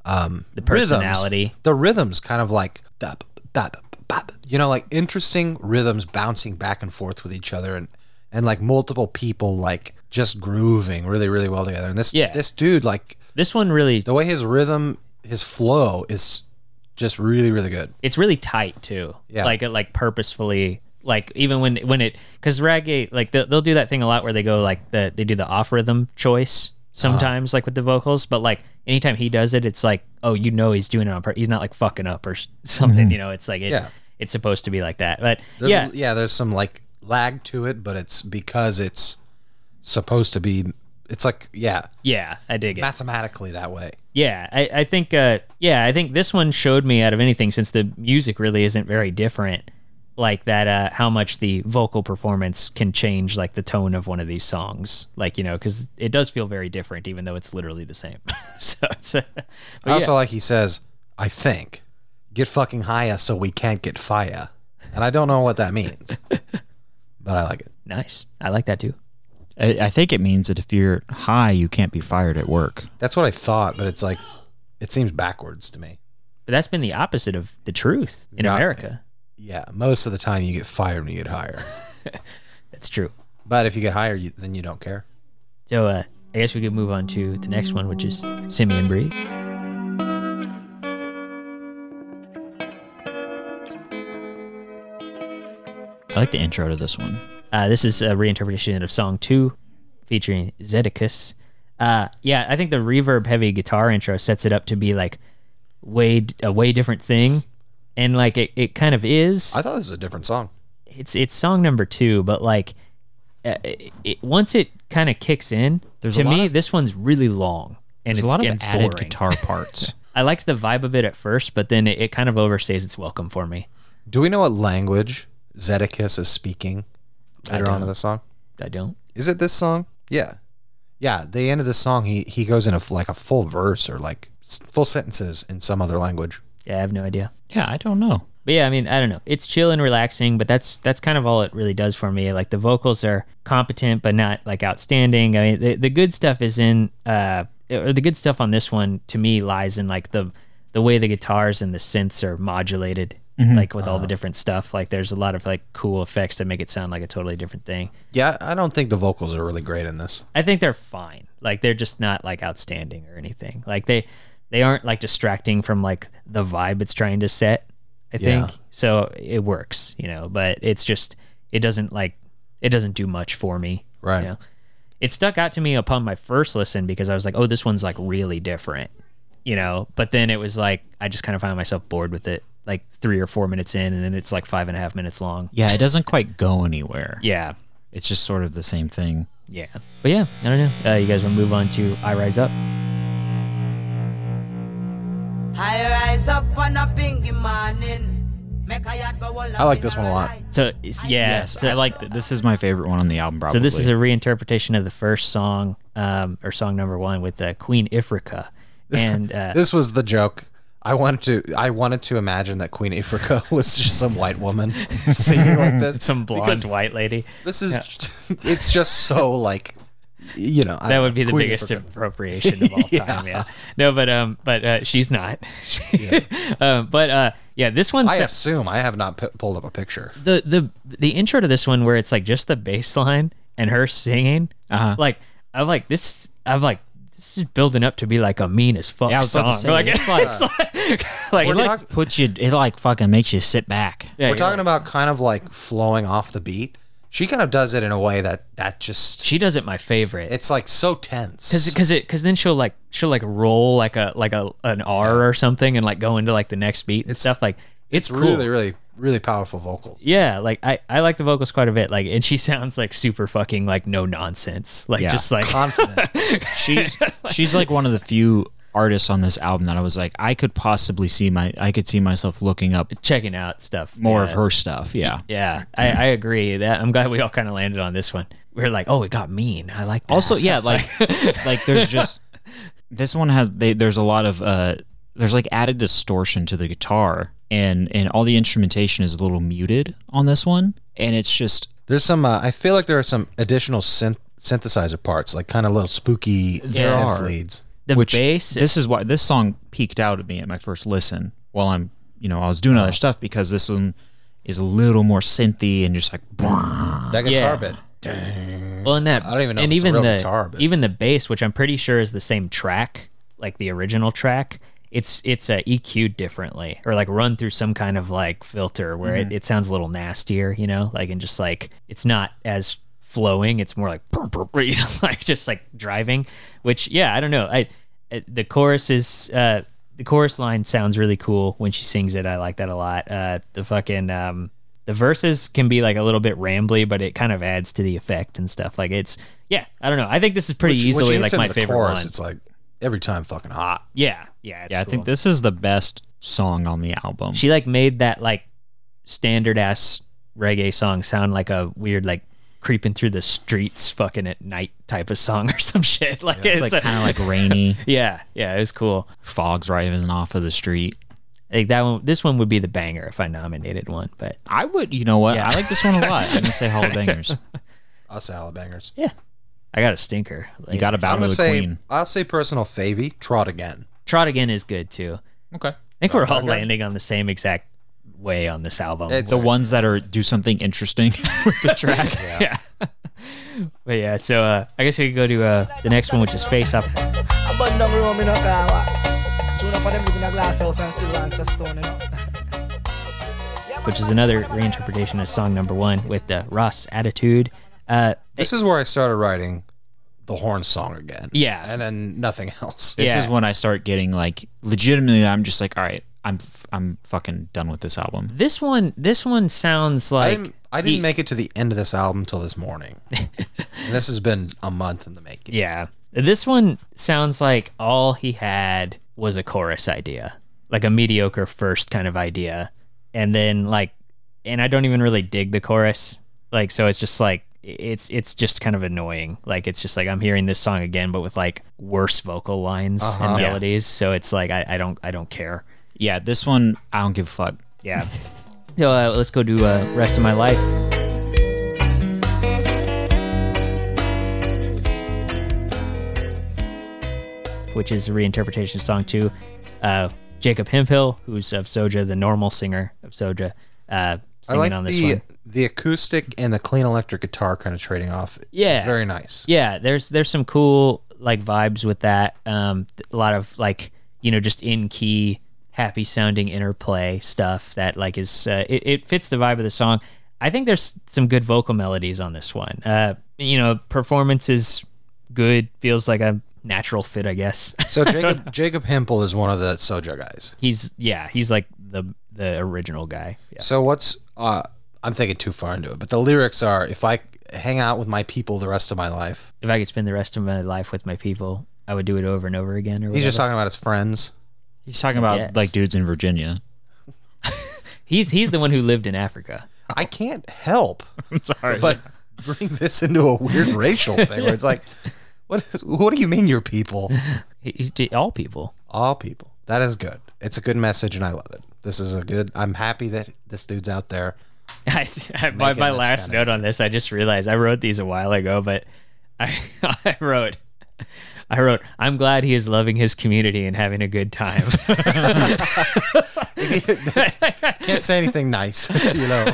Speaker 1: um the
Speaker 2: personality.
Speaker 1: the rhythms kind of like that you know like interesting rhythms bouncing back and forth with each other and and like multiple people like just grooving really really well together and this
Speaker 2: Yeah.
Speaker 1: this dude like
Speaker 2: this one really
Speaker 1: the way his rhythm his flow is just really really good
Speaker 2: it's really tight too.
Speaker 1: Yeah.
Speaker 2: Like it like purposefully like even when when it because reggae like they'll, they'll do that thing a lot where they go like the they do the off rhythm choice sometimes
Speaker 1: Uh-huh.
Speaker 2: like with the vocals but like anytime he does it it's like oh you know he's doing it on purpose he's not like fucking up or s- something you know it's like it,
Speaker 1: Mm-hmm. Yeah.
Speaker 2: it's supposed to be like that but
Speaker 1: There's
Speaker 2: yeah
Speaker 1: a- yeah. There's some like lag to it, but it's because it's supposed to be. It's like yeah,
Speaker 2: yeah I dig it
Speaker 1: mathematically that way.
Speaker 2: Yeah, I, I think uh, yeah, I think this one showed me out of anything since the music really isn't very different like that uh, how much the vocal performance can change like the tone of one of these songs like you know cuz it does feel very different even though it's literally the same. so it's uh, but
Speaker 1: I
Speaker 2: yeah.
Speaker 1: also like he says, "I think, get fucking higher so we can't get fire," and I don't know what that means, but I like it.
Speaker 2: nice. I like that too.
Speaker 3: I, I think it means that if you're high, you can't be fired at work.
Speaker 1: That's what I thought, but it's like it seems backwards to me.
Speaker 2: But that's been the opposite of the truth in
Speaker 1: Yeah.
Speaker 2: America.
Speaker 1: Yeah, most of the time you get fired when you get higher,
Speaker 2: That's true.
Speaker 1: but if you get higher, you, then you don't care.
Speaker 2: So uh, I guess we could move on to the next one which is Simeon Bree.
Speaker 3: I like the intro to this one.
Speaker 2: Uh, this is a reinterpretation of song two featuring Zedicus. Uh, yeah, I think the reverb heavy guitar intro sets it up to be like way a way different thing, and like it, it kind of is.
Speaker 1: I thought this was a different song.
Speaker 2: It's it's song number two, but like uh, it, it- once it kind of kicks in,
Speaker 3: There's
Speaker 2: to
Speaker 3: a lot
Speaker 2: me
Speaker 3: of-
Speaker 2: this one's really long and it's
Speaker 3: There's a lot of
Speaker 2: and
Speaker 3: added
Speaker 2: boring.
Speaker 3: guitar parts.
Speaker 2: I liked the vibe of it at first, but then it, it kind of overstays its welcome for me.
Speaker 1: Do we know what language Zedekias is speaking later on in the song?
Speaker 2: I don't.
Speaker 1: Is it this song? Yeah, yeah. The end of this song, he he goes in a f like a full verse or like s- full sentences in some other language.
Speaker 2: Yeah, I have no idea.
Speaker 3: yeah, I don't know.
Speaker 2: But yeah, I mean, I don't know. It's chill and relaxing, but that's that's kind of all it really does for me. Like the vocals are competent, but not like outstanding. I mean, the, the good stuff is in uh, or the good stuff on this one to me lies in like the the way the guitars and the synths are modulated, like with all the different stuff. Like there's a lot of like cool effects that make it sound like a totally different thing.
Speaker 1: Yeah, I don't think the vocals are really great in this.
Speaker 2: I think they're fine. Like they're just not like outstanding or anything. Like they they aren't like distracting from like the vibe it's trying to set. I think
Speaker 1: Yeah.
Speaker 2: so. It works, you know. But it's just it doesn't like it doesn't do much for me.
Speaker 1: Right.
Speaker 2: You know? It stuck out to me upon my first listen because I was like, oh, this one's like really different, you know. But then it was like I just kind of found myself bored with it. Like three or four minutes in, and then it's like five and a half minutes long.
Speaker 3: Yeah, it doesn't quite go anywhere.
Speaker 2: Yeah.
Speaker 3: It's just sort of the same thing.
Speaker 2: Yeah. But yeah, I don't know. Uh, you guys want to move on to I Rise Up?
Speaker 6: I rise up on a pinky morning. Make a yard go all
Speaker 1: I like this one a lot.
Speaker 2: So it's- yeah,
Speaker 3: Yes,
Speaker 2: so,
Speaker 3: I like that. This is my favorite one on the album. Probably.
Speaker 2: so this is a reinterpretation of the first song, um, or song number one with uh, Queen Ifrika, and uh,
Speaker 1: This was the joke. I wanted to I wanted to imagine that Queen Africa was just some white woman singing like this.
Speaker 2: some blonde
Speaker 1: because
Speaker 2: white lady.
Speaker 1: This is it's just so like you know I
Speaker 2: That
Speaker 1: don't
Speaker 2: would
Speaker 1: know,
Speaker 2: be the
Speaker 1: Queen
Speaker 2: biggest
Speaker 1: Africa.
Speaker 2: appropriation of all time. yeah. No, but um, but uh, she's not. um, but uh, yeah, this one's
Speaker 1: I assume I have not p- pulled up a picture.
Speaker 2: the the the intro to this one where it's like just the bass line and her singing.
Speaker 3: Uh-huh.
Speaker 2: Like I'm like this. I'm like. This is building up to be like a mean as fuck
Speaker 3: Yeah, I was
Speaker 2: song.
Speaker 3: about to say,
Speaker 2: like,
Speaker 3: it's
Speaker 2: it's like, like,
Speaker 3: It like
Speaker 1: talk-
Speaker 3: puts you. It like fucking makes you sit back.
Speaker 2: yeah,
Speaker 1: We're talking about kind of like flowing off the beat. She kind of does it in a way that that just
Speaker 2: She does it my favorite.
Speaker 1: it's like so tense.
Speaker 2: Cause, cause it, cause then she'll like, she'll like roll like a, like a, an R or something and like go into like the next beat and stuff. Like it's, cool.
Speaker 1: really really really powerful vocals.
Speaker 2: yeah. Like I, I like the vocals quite a bit. Like, and she sounds like super fucking like no nonsense. Like
Speaker 3: Yeah.
Speaker 2: just like,
Speaker 1: Confident.
Speaker 3: She's she's like one of the few artists on this album that I was like, I could possibly see my. I could see myself looking up
Speaker 2: checking out stuff.
Speaker 3: more
Speaker 2: Yeah.
Speaker 3: of her stuff. Yeah.
Speaker 2: Yeah. I, I agree that I'm glad we all kind of landed on this one. We are like, Oh, it got mean. I like that.
Speaker 3: Also, yeah, like like there's just this one has they, there's a lot of uh there's like added distortion to the guitar and and all the instrumentation is a little muted on this one and it's just
Speaker 1: There's some. Uh, I feel like there are some additional synth- synthesizer parts, like kind of little spooky synth
Speaker 3: are.
Speaker 1: leads.
Speaker 2: the
Speaker 3: which
Speaker 2: bass.
Speaker 3: this is why this song peaked out at me at my first listen while I'm you know I was doing other stuff because this one is a little more synthy and just like
Speaker 1: That
Speaker 2: Yeah.
Speaker 1: guitar bit.
Speaker 2: Well, and that
Speaker 1: Mm-hmm. I don't even know
Speaker 2: and
Speaker 1: if it's a
Speaker 2: even
Speaker 1: real
Speaker 2: the
Speaker 1: guitar, but-
Speaker 2: even the bass, which I'm pretty sure is the same track, like the original track. It's it's uh, EQ'd differently, or like run through some kind of like filter where
Speaker 1: Mm-hmm.
Speaker 2: it, it sounds a little nastier, you know, like and just like it's not as flowing. It's more like "Brr, brr, brr," you know, like just like driving. Which yeah, I don't know. I uh, the chorus is uh, the chorus line sounds really cool when she sings it. I like that a lot. Uh, the fucking um, the verses can be like a little bit rambly, but it kind of adds to the effect and stuff. Like it's yeah, I don't know. I think this is pretty
Speaker 1: Which- which
Speaker 2: easily
Speaker 1: hits
Speaker 2: like
Speaker 1: into
Speaker 2: my
Speaker 1: the
Speaker 2: favorite
Speaker 1: chorus,
Speaker 2: one.
Speaker 1: It's like every time fucking hot.
Speaker 2: yeah, yeah, it's
Speaker 3: yeah I
Speaker 2: cool.
Speaker 3: think this is the best song on the album.
Speaker 2: she like made that like standard ass reggae song sound like a weird like creeping through the streets fucking at night type of song or some shit. Like
Speaker 3: it's
Speaker 2: it's
Speaker 3: like
Speaker 2: a-
Speaker 3: kind of like rainy
Speaker 2: yeah, yeah, it was cool.
Speaker 3: fogs driving off of the street.
Speaker 2: Like that one, this one would be the banger if I nominated one, but
Speaker 3: I would, you know what?
Speaker 2: Yeah.
Speaker 3: I like this one a lot. I'm gonna say Hall of Bangers.
Speaker 1: Us alabangers.
Speaker 2: yeah, I got a stinker.
Speaker 3: You got a
Speaker 1: I'm
Speaker 3: battle
Speaker 1: gonna
Speaker 3: of the
Speaker 1: say.
Speaker 3: queen.
Speaker 1: I'll say personal favy. Trot again.
Speaker 2: Trot again is good too.
Speaker 3: Okay.
Speaker 2: I think we're all landing on the same exact way on this album.
Speaker 1: It's-
Speaker 3: The ones that are do something interesting with the track.
Speaker 2: but yeah, so uh, I guess we could go to uh, the next one, which is Face Up.
Speaker 5: I burn down Rome in a car. Soon enough for them live in a glass house and still launch a stone, you know.
Speaker 2: which is another reinterpretation of song number one with the Ross attitude. Uh,
Speaker 1: This is where I started writing. the horn song again.
Speaker 2: Yeah.
Speaker 1: and then nothing else.
Speaker 3: This
Speaker 2: Yeah.
Speaker 3: is when I start getting like legitimately. I'm just like, all right, I'm f- I'm fucking done with this album.
Speaker 2: This one, this one sounds
Speaker 1: I
Speaker 2: like
Speaker 1: didn't, I didn't
Speaker 2: he-
Speaker 1: make it to the end of this album till this morning. and this has been a month in the making.
Speaker 2: Yeah, this one sounds like all he had was a chorus idea, like a mediocre first kind of idea, and then like, and I don't even really dig the chorus. Like, so it's just like it's it's just kind of annoying. Like, it's just like I'm hearing this song again, but with like worse vocal lines and
Speaker 1: Uh-huh. Yeah.
Speaker 2: melodies. So it's like I, I don't I don't care.
Speaker 3: Yeah, this one I don't give a fuck.
Speaker 2: Yeah. so uh, let's go do uh, rest of my life. Which is a reinterpretation of song two. Uh, Jacob Hemphill, who's of Soja, the normal singer of Soja,
Speaker 1: I
Speaker 2: uh, singing
Speaker 1: like
Speaker 2: on this
Speaker 1: the
Speaker 2: one.
Speaker 1: the acoustic and the clean electric guitar kind of trading off.
Speaker 2: Yeah.
Speaker 1: It's very nice.
Speaker 2: Yeah, there's there's some cool like vibes with that. Um, th- a lot of like you know just in key, happy sounding interplay stuff that like is uh, it, it fits the vibe of the song. I think there's some good vocal melodies on this one. Uh, you know, performance is good. Feels like a natural fit, I guess.
Speaker 1: So Jacob Jacob Hempel is one of the Soja guys.
Speaker 2: he's yeah, he's like the the original guy. Yeah.
Speaker 1: So what's uh I'm thinking too far into it, but the lyrics are if I hang out with my people the rest of my life.
Speaker 2: If I could spend the rest of my life with my people, I would do it over and over again. Or
Speaker 1: He's just
Speaker 2: whatever.
Speaker 1: talking about his friends.
Speaker 3: He's talking about
Speaker 2: guess.
Speaker 3: like dudes in Virginia.
Speaker 2: he's he's the one who lived in Africa.
Speaker 1: I can't help
Speaker 3: Sorry,
Speaker 1: but bring this into a weird racial thing where it's like what is, what do you mean your people?
Speaker 2: He- he's to all people.
Speaker 1: all people. That is good. It's a good message, and I love it. This is a good. I'm happy that this dude's out there.
Speaker 2: I, s- I- my
Speaker 1: Making
Speaker 2: my
Speaker 1: this
Speaker 2: last
Speaker 1: kinda-
Speaker 2: note on this, I just realized I wrote these a while ago, but I, I wrote, I wrote, I'm glad he is loving his community and having a good time.
Speaker 1: Can't say anything nice, you know.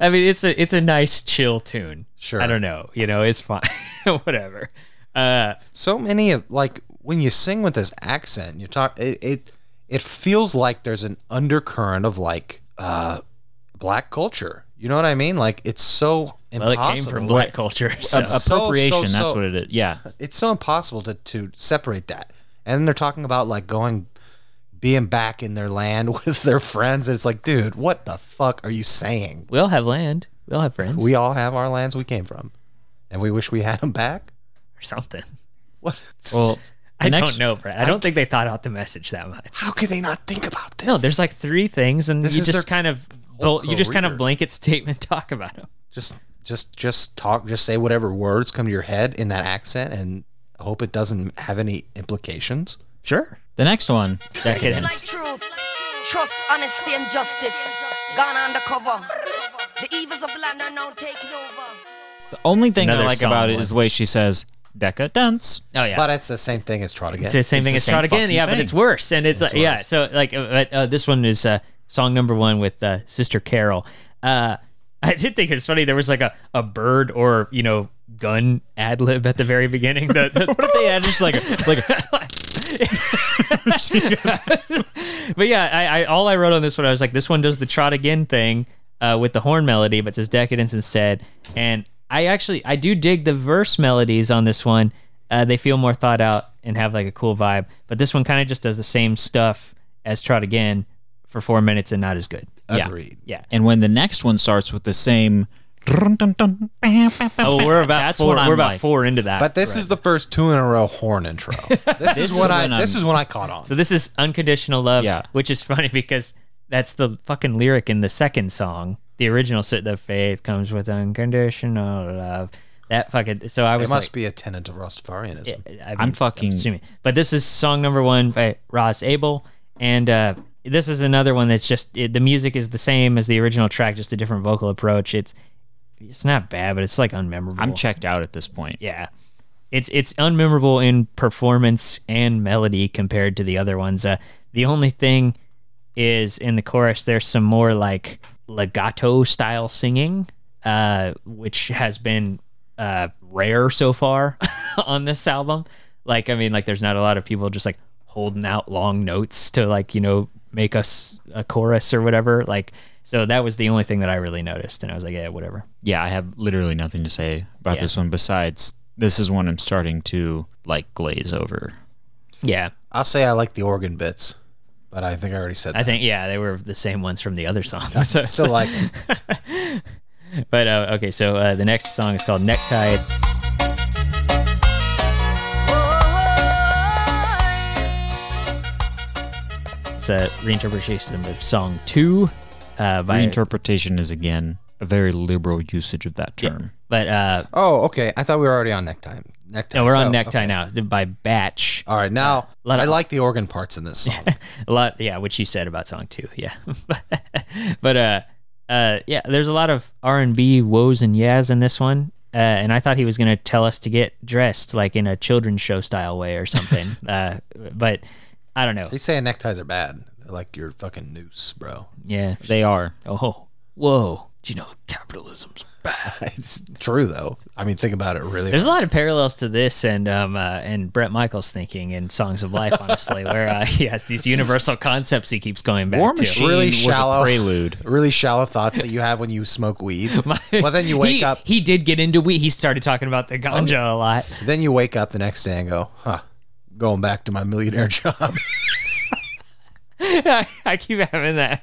Speaker 2: I mean, it's a it's a nice chill tune.
Speaker 1: Sure.
Speaker 2: I don't know, you know, it's fine, whatever. Uh,
Speaker 1: So many of like when you sing with this accent, you're talk. It, it it feels like there's an undercurrent of like uh black culture. You know what I mean? Like it's so
Speaker 2: well,
Speaker 1: impossible.
Speaker 2: it came from black culture. So.
Speaker 1: Abs-
Speaker 3: appropriation.
Speaker 1: So- so-
Speaker 3: that's
Speaker 1: so-
Speaker 3: what it is. Yeah,
Speaker 1: it's so impossible to to separate that. And they're talking about like going being back in their land with their friends. And it's like, dude, what the fuck are you saying?
Speaker 2: we all have land. We all have friends.
Speaker 1: We all have our lands we came from, and we wish we had them back.
Speaker 2: or something.
Speaker 1: What?
Speaker 3: Well,
Speaker 2: I
Speaker 3: the next-
Speaker 2: don't know, Brad. I don't think they thought out the message that much.
Speaker 1: how could they not think about this?
Speaker 2: No, there's like three things, and
Speaker 1: This
Speaker 2: you
Speaker 1: is their
Speaker 2: just kind of well, you just kind
Speaker 1: career.
Speaker 2: of blanket statement talk about them.
Speaker 1: just just just talk, just say whatever words come to your head in that accent, and hope it doesn't have any implications.
Speaker 2: Sure.
Speaker 3: the next one.
Speaker 2: That can
Speaker 6: Like truth, trust, honesty, and justice. Gone undercover. The evils of the land are now taking over.
Speaker 3: The only thing I
Speaker 2: Another
Speaker 3: like about
Speaker 2: song
Speaker 3: it
Speaker 2: one.
Speaker 3: is the way she says "Becca dance."
Speaker 2: Oh yeah.
Speaker 1: But it's the same thing as try to
Speaker 2: it's
Speaker 1: get.
Speaker 2: the same
Speaker 3: it's
Speaker 2: thing
Speaker 3: the
Speaker 2: as
Speaker 3: same
Speaker 2: Trot Again,
Speaker 3: fucking
Speaker 2: yeah, but
Speaker 3: thing.
Speaker 2: it's worse, and it's, like, yeah.
Speaker 1: worse.
Speaker 2: So like, uh, but, uh, this one is uh, song number one with uh, Sister Carol. Uh, I did think it's funny there was like a, a bird or you know gun ad lib at the very beginning. The, the,
Speaker 3: What if they had just like a, like a,
Speaker 2: but yeah, I, I all I wrote on this one, I was like, this one does the trot again thing uh, with the horn melody, but says decadence instead. And I actually I do dig the verse melodies on this one. Uh, they feel more thought out and have like a cool vibe. But this one kind of just does the same stuff as trot again for four minutes and not as good.
Speaker 1: Agreed.
Speaker 2: Yeah. yeah.
Speaker 3: and when the next one starts with the same,
Speaker 2: Oh, we're about
Speaker 3: That's
Speaker 2: four.
Speaker 3: what I'm
Speaker 2: We're about
Speaker 3: like.
Speaker 2: four into that.
Speaker 1: But this is the first two in a row horn intro. This, is,
Speaker 3: is
Speaker 1: what I.
Speaker 3: when I'm-
Speaker 1: This is when I caught on.
Speaker 2: So this is unconditional love,
Speaker 3: Yeah.
Speaker 2: which is funny because that's the fucking lyric in the second song. The original "Sit the faith comes with unconditional love." That fucking so I
Speaker 1: it
Speaker 2: was
Speaker 1: must
Speaker 2: like,
Speaker 1: be a tenet of Rastafarianism.
Speaker 2: I mean,
Speaker 3: I'm fucking-
Speaker 2: assuming. But this is song number one by Ross Abel, and uh, this is another one that's just it, the music is the same as the original track, just a different vocal approach. It's it's not bad, but it's like unmemorable.
Speaker 3: I'm checked out at this point.
Speaker 2: Yeah. It's it's unmemorable in performance and melody compared to the other ones. Uh, the only thing is in the chorus there's some more like legato style singing, uh, which has been uh, rare so far on this album. Like I mean, like there's not a lot of people just like holding out long notes to like you know make us a chorus or whatever. Like, so that was the only thing that I really noticed, and I was like, yeah, whatever.
Speaker 3: yeah, I have literally nothing to say about
Speaker 2: Yeah.
Speaker 3: this one besides this is one I'm starting to like glaze over.
Speaker 2: Yeah,
Speaker 1: I'll say I like the organ bits, but I think I already said
Speaker 2: I
Speaker 1: that.
Speaker 2: think yeah, they were the same ones from the other song. So-
Speaker 1: Still like it.
Speaker 2: but uh, okay, so uh, the next song is called Necktie. It's a reinterpretation of song two uh, by
Speaker 3: Reinterpretation is again a very liberal usage of that term.
Speaker 2: but uh,
Speaker 1: Oh, okay. I thought we were already on necktie. Necktie.
Speaker 2: no, we're on
Speaker 1: So,
Speaker 2: Necktie
Speaker 1: okay.
Speaker 2: now by Batch.
Speaker 1: All right, now
Speaker 2: Let
Speaker 1: I
Speaker 2: it-
Speaker 1: like the organ parts in this song.
Speaker 2: a lot yeah which you said about song two yeah but uh uh yeah there's a lot of r&b woes and yas in this one uh, and i thought he was going to tell us to get dressed like in a children's show style way or something uh but i don't know
Speaker 1: He's saying neckties are bad. They're like your fucking noose, bro.
Speaker 2: yeah
Speaker 3: They are.
Speaker 2: oh whoa do you know capitalism's bad
Speaker 1: It's true though. I mean, think about it really.
Speaker 2: There's a lot of parallels to this and um uh, and Brett Michaels thinking in Songs of Life, honestly, where uh, he has these universal concepts he keeps going back
Speaker 3: War
Speaker 2: to.
Speaker 3: Machine
Speaker 1: Really
Speaker 3: was
Speaker 1: shallow.
Speaker 3: a prelude.
Speaker 1: really shallow thoughts that you have when you smoke weed. well, then you wake
Speaker 2: he,
Speaker 1: up.
Speaker 2: He did get into weed. He started talking about the ganja a lot.
Speaker 1: Then you wake up the next day and go, "Huh, going back to my millionaire job."
Speaker 2: I, keep having that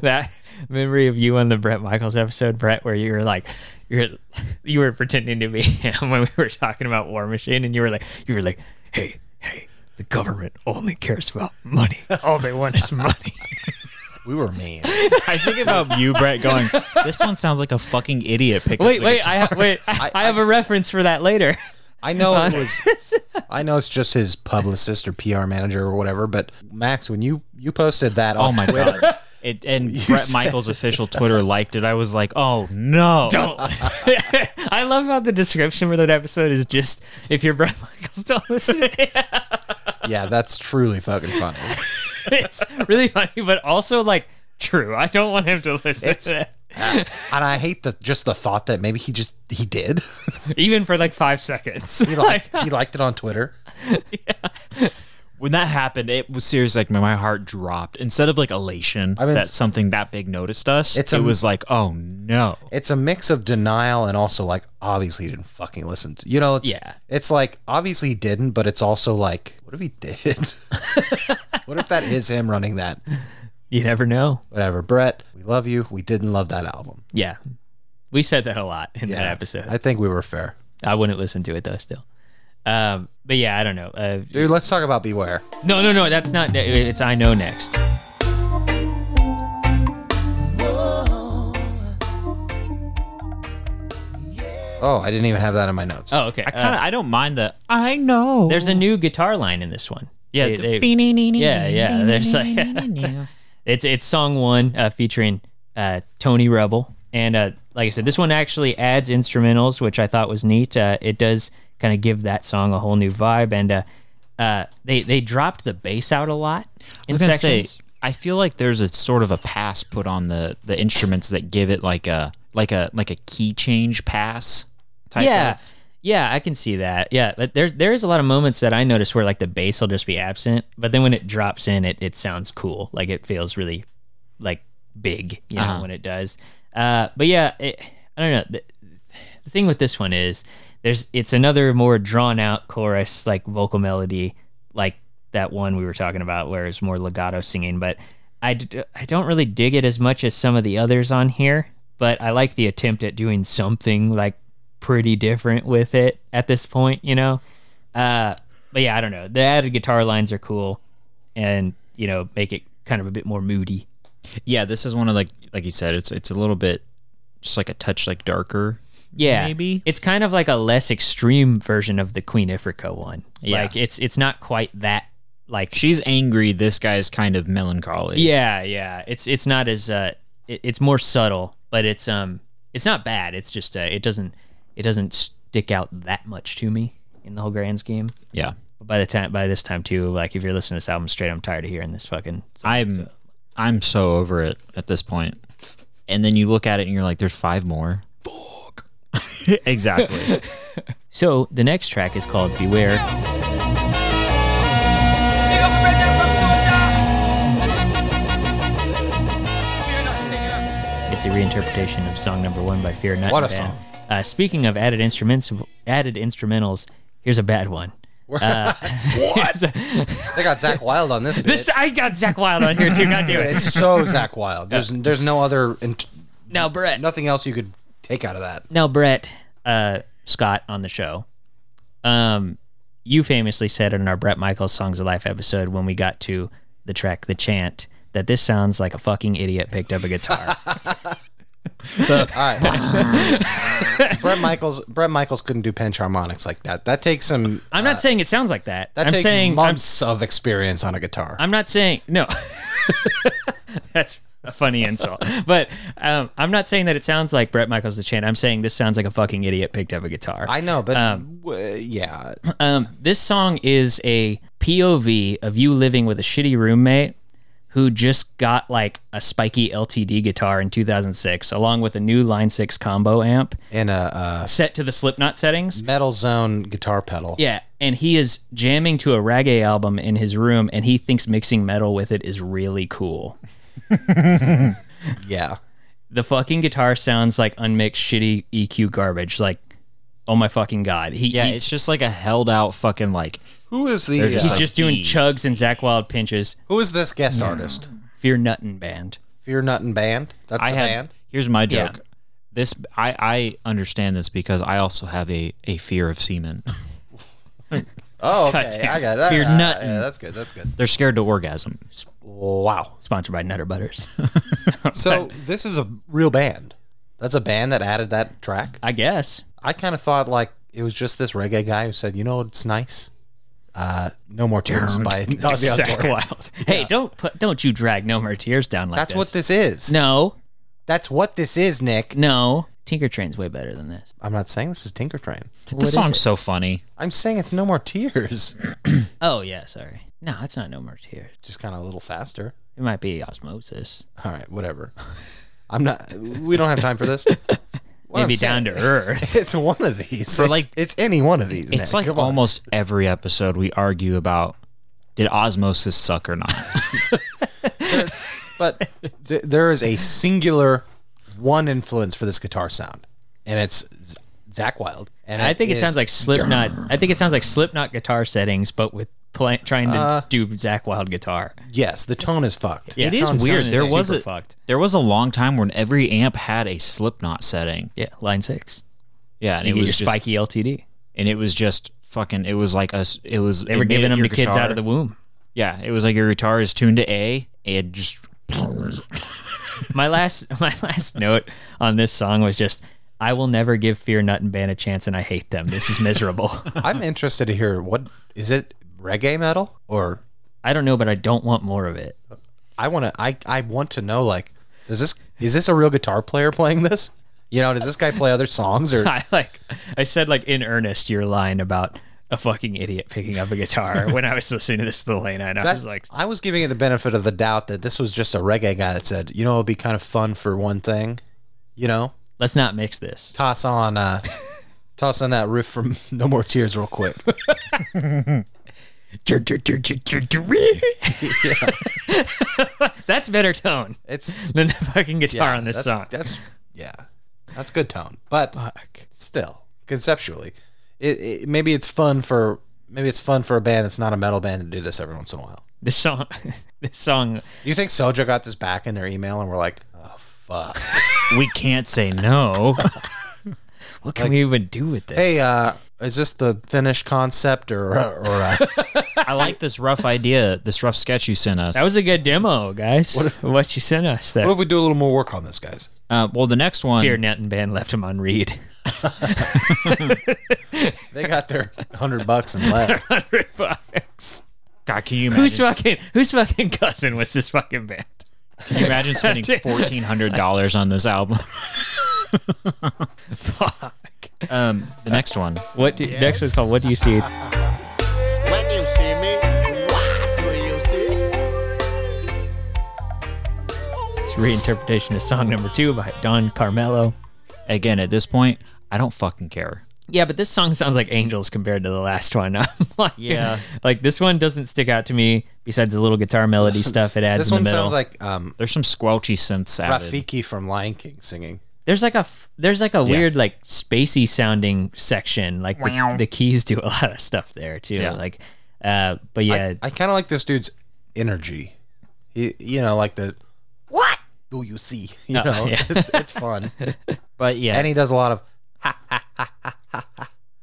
Speaker 2: that memory of you on the Brett Michaels episode, Brett, where you were like, you're you were pretending to be him when we were talking about War Machine, and you were like, you were like, hey, hey, the government only cares about money. All they want is money.
Speaker 1: we were mean.
Speaker 3: I think about you, Brett, going, this one sounds like a fucking idiot picking up
Speaker 2: wait,
Speaker 3: the
Speaker 2: wait,
Speaker 3: guitar."
Speaker 2: I have wait, I, I have a reference for that later.
Speaker 1: I know it was. I know it's just his publicist or PR manager or whatever. But Max, when you you posted that,
Speaker 3: Oh
Speaker 1: on
Speaker 3: my
Speaker 1: Twitter,
Speaker 3: god. It, and Brett
Speaker 1: said-
Speaker 3: Michaels' official Twitter liked it. I was like, oh no.
Speaker 2: Don't. I love how the description for that episode is just if you're Brett Michaels, don't listen. to this.
Speaker 1: yeah, that's truly fucking funny.
Speaker 2: it's really funny, but also like true. I don't want him to listen
Speaker 1: It's-
Speaker 2: to that.
Speaker 1: And I hate the just the thought that maybe he just he did.
Speaker 2: even for like five seconds.
Speaker 1: He
Speaker 2: like,
Speaker 1: liked, he liked it on Twitter.
Speaker 3: When that happened, it was serious. Like my heart dropped. Instead of like elation
Speaker 1: I mean,
Speaker 3: that
Speaker 1: it's-
Speaker 3: something that big noticed us,
Speaker 1: It's
Speaker 3: it
Speaker 1: a-
Speaker 3: was like, oh no.
Speaker 1: It's a mix of denial and also like obviously he didn't fucking listen. To, you know, it's,
Speaker 2: Yeah.
Speaker 1: It's like obviously he didn't, but it's also like what if he did? what if that is him running that?
Speaker 2: you never know.
Speaker 1: Whatever, Brett. We love you. We didn't love that album.
Speaker 2: Yeah, we said that a lot in that episode.
Speaker 1: I think we were fair.
Speaker 2: I wouldn't listen to it though. Still, um, but yeah, I don't know. Uh,
Speaker 1: Dude, let's talk about Beware.
Speaker 2: no, no, no. That's not. It's I know next.
Speaker 1: Oh, I didn't even have that in my notes.
Speaker 2: Oh, okay.
Speaker 3: I kind
Speaker 2: Uh,
Speaker 3: of I don't mind the I know.
Speaker 2: there's a new guitar line in this one.
Speaker 3: yeah,
Speaker 2: They-
Speaker 3: the-
Speaker 2: they- yeah, yeah. There's like it's it's song one uh, featuring uh, Tony Rebel, and uh, like I said, this one actually adds instrumentals, which I thought was neat. Uh, it does kind of give that song a whole new vibe, and uh, uh, they they dropped the bass out a lot in
Speaker 3: I'm gonna say,
Speaker 2: sections.
Speaker 3: I feel like there's a sort of a pass put on the the instruments that give it like a like a like a key change pass. Type
Speaker 2: yeah.
Speaker 3: of-
Speaker 2: Yeah, I can see that. Yeah, but there's there is a lot of moments that I notice where like the bass will just be absent, but then when it drops in, it, it sounds cool. Like it feels really like big, you know,
Speaker 3: Uh-huh.
Speaker 2: when it does. Uh, but yeah, it, I don't know. The, the thing with this one is there's it's another more drawn out chorus like vocal melody like that one we were talking about where it's more legato singing, but I, d- I don't really dig it as much as some of the others on here, but I like the attempt at doing something like pretty different with it at this point, you know. Uh, but yeah, I don't know. The added guitar lines are cool, and you know, make it kind of a bit more moody.
Speaker 3: yeah. This is one of like like you said, it's it's a little bit just like a touch like darker.
Speaker 2: Yeah,
Speaker 3: Maybe.
Speaker 2: it's kind of like a less extreme version of the Queen Ifrica one.
Speaker 3: Yeah.
Speaker 2: Like it's it's not quite that like
Speaker 3: She's angry. This guy's kind of melancholy.
Speaker 2: yeah yeah it's it's not as uh it, it's more subtle, but it's um it's not bad. It's just uh, it doesn't it doesn't stick out that much to me in the whole grand scheme.
Speaker 3: yeah.
Speaker 2: But by the time by this time too, like if you're listening to this album straight, I'm tired of hearing this fucking
Speaker 3: I'm I'm so over it at this point. And then you look at it and you're like, there's five more. Fuck. exactly.
Speaker 2: So the next track is called Beware.
Speaker 5: Big up Brendan from Soja.
Speaker 2: It's a reinterpretation of song number one by Fear Not.
Speaker 1: What
Speaker 2: and
Speaker 1: a
Speaker 2: Bad.
Speaker 1: song.
Speaker 2: Uh, speaking of added instruments, added instrumentals, here's a bad one. Uh,
Speaker 1: What? they got Zach Wild on this.
Speaker 2: This
Speaker 1: bit.
Speaker 2: I got Zach Wild on here too. God damn it!
Speaker 1: it's so Zach Wild. There's there's no other int-
Speaker 2: Now Brett.
Speaker 1: nothing else you could take out of that.
Speaker 2: Now Brett uh, Scott on the show. Um, you famously said in our Brett Michaels Songs of Life episode when we got to the track The Chant that this sounds like a fucking idiot picked up a guitar.
Speaker 1: All right. Brett Michaels Brett Michaels couldn't do pinch harmonics like that. That takes some
Speaker 2: I'm not saying it sounds like that.
Speaker 1: that
Speaker 2: I'm
Speaker 1: takes
Speaker 2: saying I'm
Speaker 1: months of experience on a guitar.
Speaker 2: I'm not saying no. That's a funny insult, but um, I'm not saying that it sounds like Brett Michaels the Chant. I'm saying this sounds like a fucking idiot picked up a guitar.
Speaker 1: I know, but w- yeah.
Speaker 2: Um, this song is a POV of you living with a shitty roommate who just got like a spiky LTD guitar in 2006, along with a new Line Six combo amp
Speaker 1: In a uh,
Speaker 2: set to the Slipknot settings.
Speaker 1: metal zone guitar pedal.
Speaker 2: Yeah, and he is jamming to a reggae album in his room, and he thinks mixing metal with it is really cool.
Speaker 1: Yeah.
Speaker 2: the fucking guitar sounds like unmixed shitty EQ garbage. Like, oh my fucking god, he,
Speaker 3: Yeah,
Speaker 2: he-
Speaker 3: it's just like a held out fucking like
Speaker 1: Who is the
Speaker 3: They're just
Speaker 2: he's
Speaker 1: uh,
Speaker 3: like-
Speaker 2: just doing
Speaker 3: E.
Speaker 2: chugs and Zach Wild pinches.
Speaker 1: who is this guest artist?
Speaker 2: Fear Nuttin Band.
Speaker 1: Fear Nuttin Band. That's
Speaker 3: I
Speaker 1: the
Speaker 3: had.
Speaker 1: band.
Speaker 3: Here's my
Speaker 2: Yeah.
Speaker 3: joke. This I I understand this because I also have a a fear of semen.
Speaker 1: Oh, okay.
Speaker 2: Goddamn.
Speaker 1: I got that.
Speaker 2: Fear
Speaker 1: Ah, yeah,
Speaker 2: Nuttin.
Speaker 1: that's good. That's good.
Speaker 3: They're scared to orgasm.
Speaker 1: Wow.
Speaker 2: Sponsored by Nutter Butters,
Speaker 1: So this is a real band. That's a band that added that track.
Speaker 2: I guess.
Speaker 1: I kind of thought like it was just this reggae guy who said, "You know, it's nice." Uh, no more tears by
Speaker 2: Zach Wild. Hey, don't put, don't you drag No More Tears down like
Speaker 1: That's
Speaker 2: this.
Speaker 1: what this is.
Speaker 2: No,
Speaker 1: That's what this is, Nick.
Speaker 2: no. Tinker Train's way better than this.
Speaker 1: I'm not saying this is Tinker Train.
Speaker 3: This song's so funny.
Speaker 1: I'm saying it's no more tears.
Speaker 2: Oh yeah, sorry. No, it's not No More Tears.
Speaker 1: Just kind of a little faster.
Speaker 2: It might be Osmosis.
Speaker 1: All right, whatever. I'm not. We don't have time for this. What I'm
Speaker 2: Maybe
Speaker 1: saying-
Speaker 2: down to earth.
Speaker 1: It's one of these. it's,
Speaker 3: like-
Speaker 1: it's any one of these. Nick.
Speaker 3: It's like
Speaker 1: Come on.
Speaker 3: almost every episode we argue about did osmosis suck or not.
Speaker 1: but th- there is a singular one influence for this guitar sound, and it's Z- Zach Wild. And
Speaker 2: I think it
Speaker 1: is-
Speaker 2: sounds like Slipknot. I think it sounds like Slipknot guitar settings, but with play, trying to do Zach Wild guitar.
Speaker 1: yes, the tone is fucked.
Speaker 2: Yeah.
Speaker 3: it
Speaker 2: It
Speaker 3: is
Speaker 2: sounds
Speaker 3: weird.
Speaker 2: so
Speaker 3: There was
Speaker 2: super
Speaker 3: a
Speaker 2: fucked.
Speaker 3: there was a long time when every amp had a Slipknot setting.
Speaker 2: Yeah, line six.
Speaker 3: Yeah, and
Speaker 2: You
Speaker 3: it
Speaker 2: get your
Speaker 3: was just,
Speaker 2: spiky LTD.
Speaker 3: and it was just fucking. It was like us. It was
Speaker 2: They were giving them to kids out of the womb.
Speaker 3: Yeah, it was like your guitar is tuned to A and just
Speaker 2: My last, my last note on this song was just, I will never give Fear Nut and Band a chance, and I hate them. This is miserable.
Speaker 1: I'm interested to hear what is it reggae metal or
Speaker 2: I don't know, but I don't want more of it.
Speaker 1: I want to I I want to know like does this is this a real guitar player playing this? You know, does this guy play other songs or
Speaker 2: I like, I said like in earnest your line about a fucking idiot picking up a guitar when I was listening to this to Elena, and I
Speaker 1: That-
Speaker 2: was like,
Speaker 1: I was giving it the benefit of the doubt that this was just a reggae guy that said, you know, it'd be kind of fun for one thing, you know,
Speaker 2: let's not mix this.
Speaker 1: toss on uh toss on that riff from No More Tears real quick.
Speaker 2: That's better tone
Speaker 1: It's
Speaker 2: than the fucking guitar on this
Speaker 1: that's,
Speaker 2: song.
Speaker 1: That's yeah, that's good tone, but still conceptually, it, it maybe it's fun for maybe it's fun for a band that's not a metal band to do this every once in a while.
Speaker 2: This song, this song,
Speaker 1: Do you think Soja got this back in their email and we're like, oh fuck?
Speaker 3: we can't say no.
Speaker 2: what can we even do with this?
Speaker 1: hey, uh, is this the finished concept or or uh,
Speaker 3: I like this rough idea, this rough sketch you sent us.
Speaker 2: that was a good demo, guys. What, you sent us
Speaker 1: what
Speaker 2: there.
Speaker 1: if we do a little more work on this, guys?
Speaker 3: uh, well. The next one,
Speaker 2: Fear Net and Band left him on read.
Speaker 1: They got their hundred bucks and left.
Speaker 2: Hundred bucks.
Speaker 3: God, can you
Speaker 2: Whose
Speaker 3: imagine?
Speaker 2: fucking whose fucking cousin was this fucking band?
Speaker 3: Can you imagine spending fourteen hundred dollars on this album?
Speaker 2: Fuck.
Speaker 3: Um, the next one.
Speaker 2: What do, next was called? What do you see?
Speaker 7: When you see me, what do you see?
Speaker 2: It's a reinterpretation of song number two by Don Carmelo.
Speaker 3: Again, at this point, I don't fucking care.
Speaker 2: Yeah, but this song sounds like Angels compared to the last one. I'm like,
Speaker 3: Yeah.
Speaker 2: like this one doesn't stick out to me besides the little guitar melody stuff it adds
Speaker 1: This
Speaker 2: in the
Speaker 1: one
Speaker 2: middle.
Speaker 1: sounds like um,
Speaker 3: There's some squelchy synths added.
Speaker 1: Rafiki from Lion King singing.
Speaker 2: there's like a f- there's like a weird like spacey sounding section. Like the, the keys do a lot of stuff there too.
Speaker 3: Yeah.
Speaker 2: Like, uh, but yeah,
Speaker 1: I kind of like this dude's energy. He, you know, like the
Speaker 6: What?
Speaker 1: do you see? You know,
Speaker 2: yeah.
Speaker 1: it's, it's fun.
Speaker 2: but yeah,
Speaker 1: And he does a lot of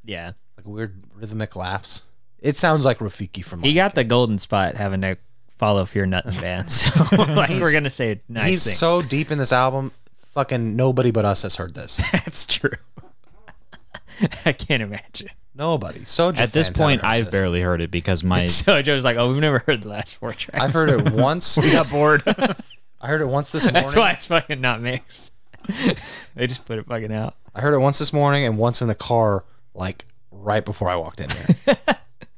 Speaker 2: yeah.
Speaker 1: like weird rhythmic laughs. It sounds like Rafiki from.
Speaker 2: He
Speaker 1: Lion
Speaker 2: got the golden spot having to follow Fear Nut and Band. So like we're gonna say nice
Speaker 1: He's
Speaker 2: things.
Speaker 1: so deep in this album. Fucking nobody but us has heard this.
Speaker 2: That's true. I can't imagine.
Speaker 1: Nobody. Soja
Speaker 3: At this
Speaker 1: fans haven't
Speaker 3: point,
Speaker 1: heard
Speaker 3: I've
Speaker 1: this.
Speaker 3: barely heard it because my
Speaker 2: So Joe's like, oh, we've never heard the last four tracks.
Speaker 1: I've heard it once.
Speaker 3: we got bored.
Speaker 1: I heard it once this morning.
Speaker 2: That's why it's fucking not mixed. they just put it fucking out.
Speaker 1: I heard it once this morning and once in the car, like right before I walked in here.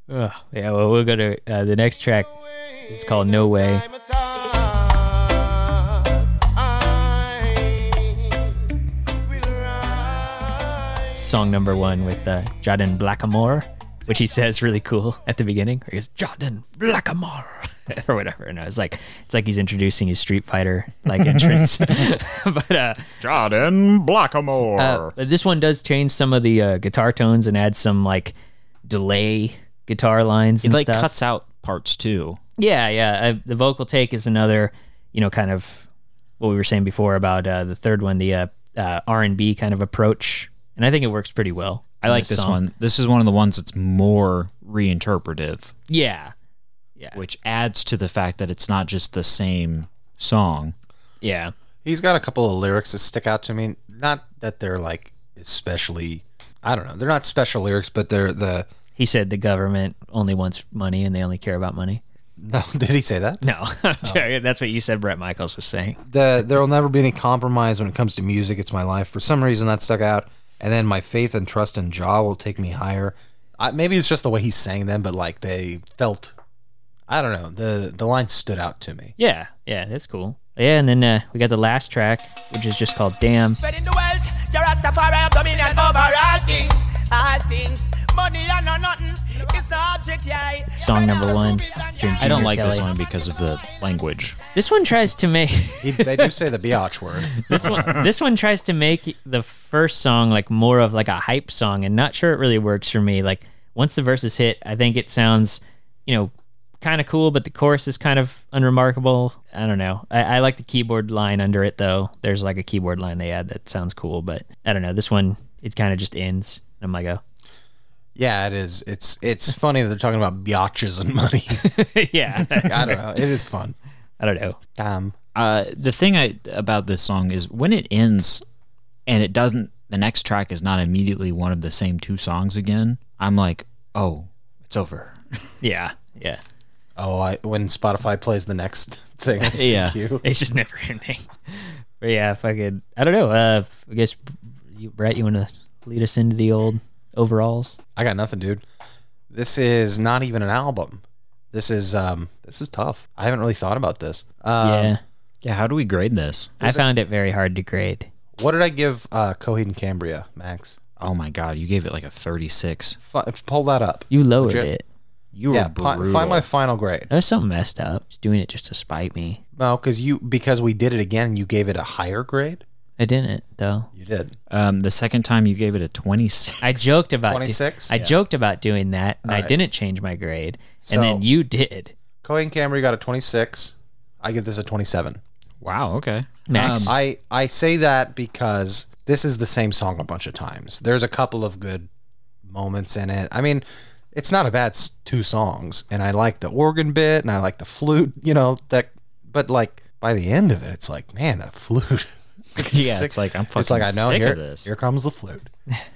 Speaker 2: Ugh. yeah, well, we'll go to uh, the next track. It's called No Way. Song number one with uh, Jaden Blackamore, which he says really cool at the beginning. He goes, Jaden Blackamore. or whatever, and I was like, it's like he's introducing his Street Fighter like entrance, but uh,
Speaker 3: Jordan Blackamore.
Speaker 2: Uh, this one does change some of the uh, guitar tones and add some like delay guitar lines
Speaker 3: it
Speaker 2: and
Speaker 3: like
Speaker 2: stuff.
Speaker 3: cuts out parts too.
Speaker 2: Yeah, yeah. Uh, the vocal take is another, you know, kind of what we were saying before about uh, the third one, the uh, uh, R and B kind of approach, and I think it works pretty well.
Speaker 3: I
Speaker 2: in
Speaker 3: like this
Speaker 2: song.
Speaker 3: one. This is one of the ones that's more reinterpretive,
Speaker 2: Yeah, yeah,
Speaker 3: which adds to the fact that it's not just the same song.
Speaker 2: yeah.
Speaker 1: He's got a couple of lyrics that stick out to me. Not that they're like especially, I don't know, they're not special lyrics, but they're the.
Speaker 2: He said the government only wants money and they only care about money. Oh.
Speaker 1: No, did he say that?
Speaker 2: No, I'm joking. that's what you said. Brett Michaels was saying.
Speaker 1: The there'll never be any compromise when it comes to music. It's my life. For some reason, that stuck out. And then my faith and trust in Jaw will take me higher. I, maybe it's just the way he sang them, but like they felt, I don't know. The the line stood out to me.
Speaker 2: Yeah, yeah, that's cool. Yeah, and then uh, we got the last track, which is just called "Damn."
Speaker 8: Spreading the wealth, the Rastafari have dominion over all things, all things. Money and no nothing, it's the object, yeah.
Speaker 2: Song number one. Jim
Speaker 3: I don't
Speaker 2: Junior
Speaker 3: like this
Speaker 2: Kelly.
Speaker 3: one because of the language.
Speaker 2: This one tries to make
Speaker 1: He, they do say the biatch word.
Speaker 2: this one this one tries to make the first song like more of like a hype song and not sure it really works for me like once the verses hit i think it sounds you know kind of cool but the chorus is kind of unremarkable i don't know I, I like the keyboard line under it though there's like a keyboard line they add that sounds cool but i don't know this one it kind of just ends i'm like oh
Speaker 1: Yeah, it is. It's it's funny that they're talking about biatches and money.
Speaker 2: yeah
Speaker 1: I don't know. It is fun.
Speaker 2: i don't know
Speaker 1: Damn.
Speaker 3: Uh, the thing I about this song is when it ends, and it doesn't. The next track is not immediately one of the same two songs again. I'm like, oh, it's over.
Speaker 2: yeah yeah
Speaker 1: Oh, I, when Spotify plays the next thing.
Speaker 3: Yeah.
Speaker 1: Cue.
Speaker 2: It's just never ending. But yeah, if I could, I don't know. Uh, I guess, you, Brett, you want to lead us into the old overalls?
Speaker 1: I got nothing, dude. This is not even an album. This is um this is tough. I haven't really thought about this. Um,
Speaker 2: yeah,
Speaker 3: Yeah, how do we grade this?
Speaker 2: I found it very hard to grade.
Speaker 1: What did I give uh, Coheed and Cambria, Max?
Speaker 3: Oh my god, you gave it like a 36.
Speaker 1: F- pull that up.
Speaker 2: You lowered
Speaker 1: Legit.
Speaker 2: it.
Speaker 3: You were
Speaker 1: yeah, pi-
Speaker 3: brutal.
Speaker 1: find my final grade.
Speaker 2: That was something messed up. Just doing it just to spite me.
Speaker 1: No, because you because we did it again. You gave it a higher grade.
Speaker 2: I didn't though.
Speaker 1: You did.
Speaker 3: um, the second time you gave it a 26.
Speaker 2: I joked about do-
Speaker 1: 26?
Speaker 2: I
Speaker 1: Yeah.
Speaker 2: joked about doing that, and I
Speaker 1: Alright.
Speaker 2: didn't change my grade.
Speaker 1: So-
Speaker 2: and then you did,
Speaker 1: Coheed and Cambria got a twenty six. I give this a twenty seven.
Speaker 3: wow, okay.
Speaker 2: Max.
Speaker 1: I I say that because this is the same song a bunch of times. There's a couple of good moments in it. I mean, it's not a bad s- two songs, and I like the organ bit and I like the flute. You know that, but like by the end of it, it's like man, that flute.
Speaker 3: Yeah, it's like, I'm
Speaker 1: it's like I
Speaker 3: fucking
Speaker 1: know
Speaker 3: sick
Speaker 1: here,
Speaker 3: of this.
Speaker 1: here comes the flute.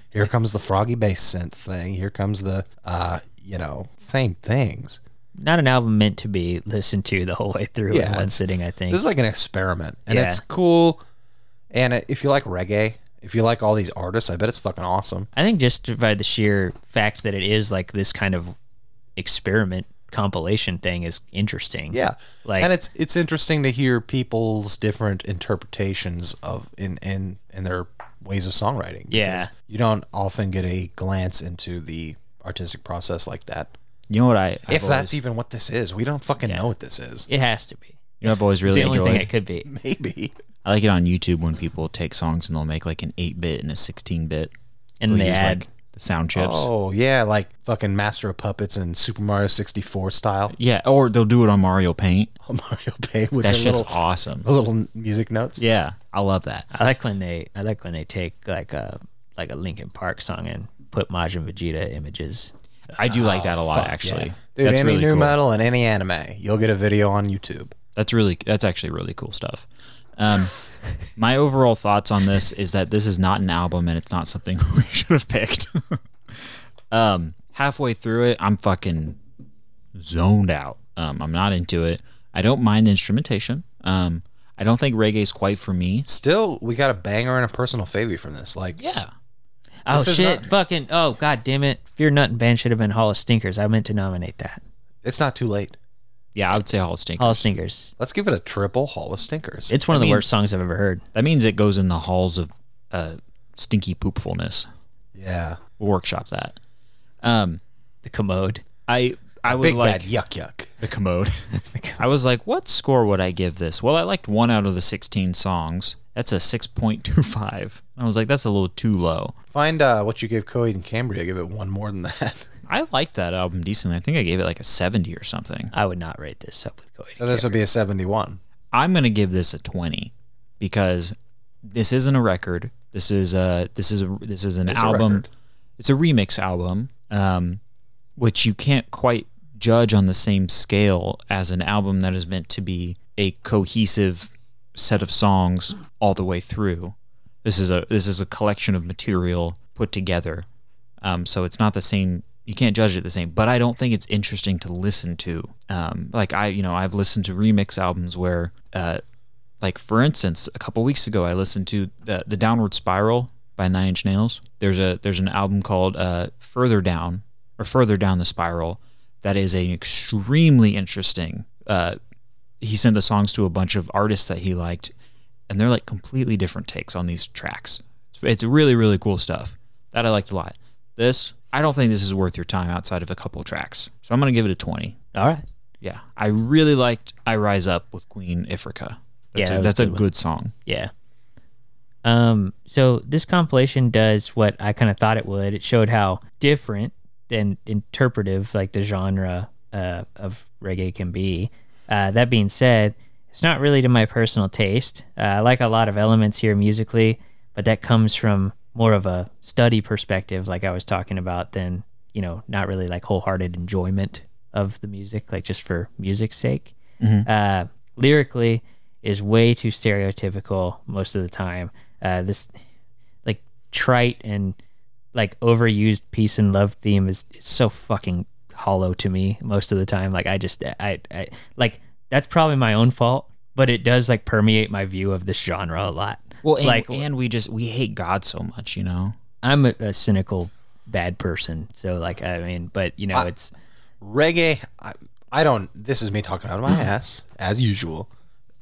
Speaker 1: Here comes the froggy bass synth thing. Here comes the uh, you know, same things.
Speaker 2: Not an album meant to be listened to the whole way through
Speaker 1: Yeah,
Speaker 2: in one
Speaker 1: it's-
Speaker 2: sitting. I think.
Speaker 1: This is like an experiment, and
Speaker 2: Yeah.
Speaker 1: it's cool. And it, if you like reggae, if you like all these artists, I bet it's fucking awesome.
Speaker 2: I think just by the sheer fact that it is like this kind of experiment compilation thing is interesting.
Speaker 1: Yeah,
Speaker 2: Like-
Speaker 1: and it's it's interesting to hear people's different interpretations of in in in their ways of songwriting.
Speaker 2: Yeah.
Speaker 1: because You don't often get a glance into the artistic process like that.
Speaker 3: You know what I? I've
Speaker 1: if that's
Speaker 3: always-
Speaker 1: even what this is, we don't fucking know what this is.
Speaker 2: It has to be.
Speaker 3: you know, I've always
Speaker 2: It's
Speaker 3: really
Speaker 2: the only
Speaker 3: enjoyed.
Speaker 2: thing it could be.
Speaker 1: Maybe.
Speaker 3: I like it on YouTube when people take songs and they'll make like an eight bit and a sixteen bit,
Speaker 2: And they add-
Speaker 3: the sound chips.
Speaker 1: Oh yeah, like fucking Master of Puppets and Super Mario 64 style.
Speaker 3: Yeah, or they'll do it on Mario Paint.
Speaker 1: Mario Pay with
Speaker 3: That
Speaker 1: the
Speaker 3: shit's
Speaker 1: little, Oh.
Speaker 3: awesome.
Speaker 1: the little music notes.
Speaker 3: Yeah, I love that.
Speaker 2: I like when they I like when they take like a like a Linkin Park song and put Majin Vegeta images.
Speaker 3: I do like that a lot,
Speaker 1: Oh, Fuck,
Speaker 3: actually.
Speaker 1: yeah. Dude,
Speaker 3: that's
Speaker 1: any
Speaker 3: really
Speaker 1: new
Speaker 3: cool.
Speaker 1: metal and any anime, you'll get a video on YouTube.
Speaker 3: That's really that's actually really cool stuff. Um, my overall thoughts on this is that this is not an album and it's not something we should have picked. um, halfway through it, I'm fucking zoned out. Um, I'm not into it. I don't mind the instrumentation. Um, I don't think reggae's quite for me.
Speaker 1: Still, we got a banger and a personal favorite from this. Like,
Speaker 3: Yeah.
Speaker 2: Oh
Speaker 1: This is
Speaker 2: shit!
Speaker 1: not-
Speaker 2: Fucking oh god damn it! Fear Nut and Band should have been Hall of Stinkers. I meant to nominate that
Speaker 1: it's not too late.
Speaker 3: Yeah, I would say Hall of Stinkers.
Speaker 2: Hall of Stinkers.
Speaker 1: Let's give it a triple Hall of Stinkers.
Speaker 2: It's one of the
Speaker 3: mean-
Speaker 2: worst songs I've ever heard.
Speaker 3: That means it goes in the halls of uh, stinky poopfulness.
Speaker 1: yeah.
Speaker 3: We'll workshop that. Um,
Speaker 2: The commode.
Speaker 3: I I was
Speaker 1: Big bad
Speaker 3: like
Speaker 1: yuck yuck.
Speaker 3: the commode. I was like, what score would I give this? Well, I liked one out of the 16 songs. That's a 6.25. I was like, that's a little too low.
Speaker 1: Find uh, what you gave Coheed and Cambria. Give it one more than that.
Speaker 3: I liked that album decently. I think I gave it like a 70 or something.
Speaker 2: I would not rate this up with Coheed.
Speaker 1: So this would be a 71.
Speaker 3: I'm going to give this a 20 because this isn't a record. This is a this is a this is an
Speaker 1: It's a
Speaker 3: album.
Speaker 1: record.
Speaker 3: it's a remix album. Um which you can't quite judge on the same scale as an album that is meant to be a cohesive set of songs all the way through. This is a this is a collection of material put together. Um, so it's not the same. You can't judge it the same. But I don't think it's interesting to listen to. Um, like I, you know, I've listened to remix albums where, uh, like for instance, a couple weeks ago, I listened to the, the Downward Spiral by Nine Inch Nails. There's a there's an album called uh, Further Down or Further Down the Spiral that is an extremely interesting. Uh, he sent the songs to a bunch of artists that he liked, and they're like completely different takes on these tracks. It's really really cool stuff that I liked a lot. This I don't think this is worth your time outside of a couple tracks, so I'm gonna give it a twenty.
Speaker 2: All right.
Speaker 3: Yeah, I really liked "I Rise Up" with Queen Ifrika. That's
Speaker 2: Yeah, that
Speaker 3: a,
Speaker 2: was
Speaker 3: that's
Speaker 2: a
Speaker 3: a
Speaker 2: good one.
Speaker 3: good song.
Speaker 2: Yeah. Um, so this compilation does what I kind of thought it would. It showed how different and interpretive like the genre uh, of reggae can be. Uh, that being said, it's not really to my personal taste. Uh, I like a lot of elements here musically, but that comes from more of a study perspective, like I was talking about, than you know, not really like wholehearted enjoyment of the music, like just for music's sake
Speaker 3: Mm-hmm.
Speaker 2: uh, lyrically is way too stereotypical most of the time. Uh, this like trite and like overused peace and love theme is, is so fucking hollow to me most of the time. Like I just I, I like that's probably my own fault, but it does like permeate my view of this genre a lot.
Speaker 3: Well, and,
Speaker 2: like
Speaker 3: and we just we hate God so much, you know.
Speaker 2: I'm a, a cynical bad person, so like I mean, but you know it's
Speaker 1: Reggae, I, I don't, this is me talking out of my ass, as usual.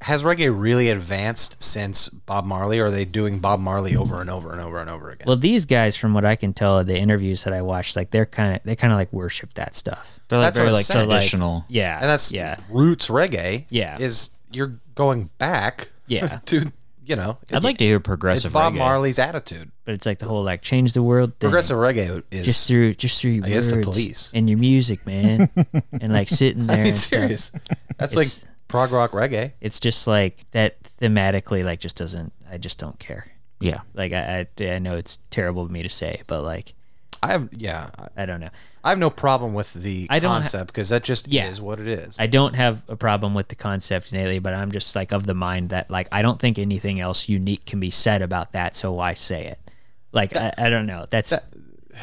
Speaker 1: Has reggae really advanced since Bob Marley? Or are they doing Bob Marley over and over and over and over again?
Speaker 2: well these guys from what I can tell the interviews that I watched like they're kind of they kind of like worship that stuff.
Speaker 3: They're like
Speaker 1: That's what
Speaker 3: very
Speaker 1: I'm
Speaker 3: like
Speaker 1: saying.
Speaker 3: traditional.
Speaker 2: Yeah,
Speaker 1: and that's
Speaker 2: yeah.
Speaker 1: roots reggae.
Speaker 2: Yeah.
Speaker 1: Is you're going back
Speaker 2: Yeah.
Speaker 1: to, you know, it's,
Speaker 3: I'd like to hear progressive
Speaker 1: it's Bob
Speaker 3: reggae.
Speaker 1: Marley's attitude.
Speaker 2: but it's like the whole like change the world thing.
Speaker 1: Progressive reggae is
Speaker 2: Mm. just through just through your
Speaker 1: I
Speaker 2: words
Speaker 1: guess the police.
Speaker 2: and your music, man, and like sitting there.
Speaker 1: I mean,
Speaker 2: and stuff.
Speaker 1: serious. That's
Speaker 2: It's-
Speaker 1: like prog rock reggae.
Speaker 2: It's just like that thematically, like just doesn't. I just don't care.
Speaker 3: Yeah,
Speaker 2: Like I, I, I know it's terrible of me to say, but like
Speaker 1: I have yeah, I-
Speaker 2: I don't know.
Speaker 1: I have no problem with the
Speaker 2: I don't ha-
Speaker 1: concept because that just
Speaker 2: Yeah.
Speaker 1: is what it is.
Speaker 2: I don't have a problem with the concept innately, but I'm just like of the mind that like I don't think anything else unique can be said about that, so why say it? Like I, I don't know. That's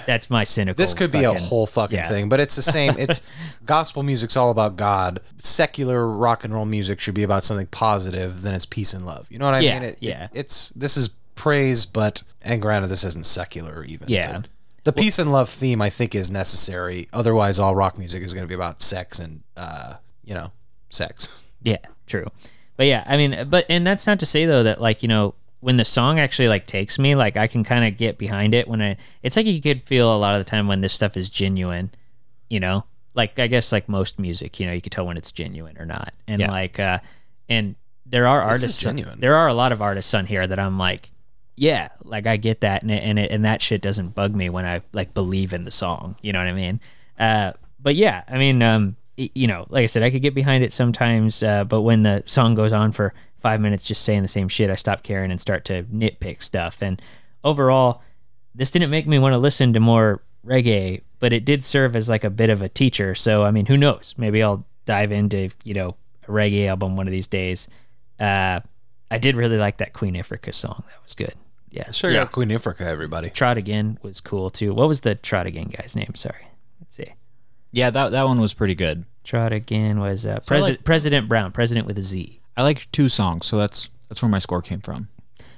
Speaker 2: that's my cynical.
Speaker 1: this could be a
Speaker 2: fucking-
Speaker 1: whole fucking
Speaker 2: yeah.
Speaker 1: thing, but it's the same. It's gospel music's all about God. Secular rock and roll music should be about something positive. Then it's peace and love. You know what I
Speaker 2: Yeah,
Speaker 1: mean? It- it-
Speaker 2: yeah.
Speaker 1: it's this is praise, but and granted, this isn't secular even.
Speaker 2: Yeah.
Speaker 1: but the peace and love theme I think is necessary. Otherwise, all rock music is going to be about sex and uh, you know, sex.
Speaker 2: Yeah, true. But yeah, I mean, but and that's not to say though that like you know when the song actually like takes me, like I can kind of get behind it when I. It's like you could feel a lot of the time when this stuff is genuine, you know. Like I guess like most music, you know, you could tell when it's genuine or not, and
Speaker 3: Yeah.
Speaker 2: like uh and there are
Speaker 1: This is
Speaker 2: artists.
Speaker 1: genuine.
Speaker 2: There are a lot of artists on here that I'm like, yeah, like I get that, and it, and it, and that shit doesn't bug me when I like believe in the song. You know what I mean? Uh, but yeah, I mean, um, y- you know, like I said, I could get behind it sometimes, uh, but when the song goes on for five minutes, just saying the same shit, I stop caring and start to nitpick stuff. And overall, this didn't make me want to listen to more reggae, but it did serve as like a bit of a teacher. So I mean, who knows? Maybe I'll dive into you know a reggae album one of these days. Uh, I did really like that Queen Ifrica song. That was good. Yeah,
Speaker 1: Sure, out Queen Africa, everybody.
Speaker 2: Trot Again was cool too. What was the Trot Again guy's name? Sorry, let's see.
Speaker 3: Yeah, that that one was pretty good.
Speaker 2: Trot Again was uh, President President Brown, President with a Z.
Speaker 3: I liked two songs, so that's that's where my score came from.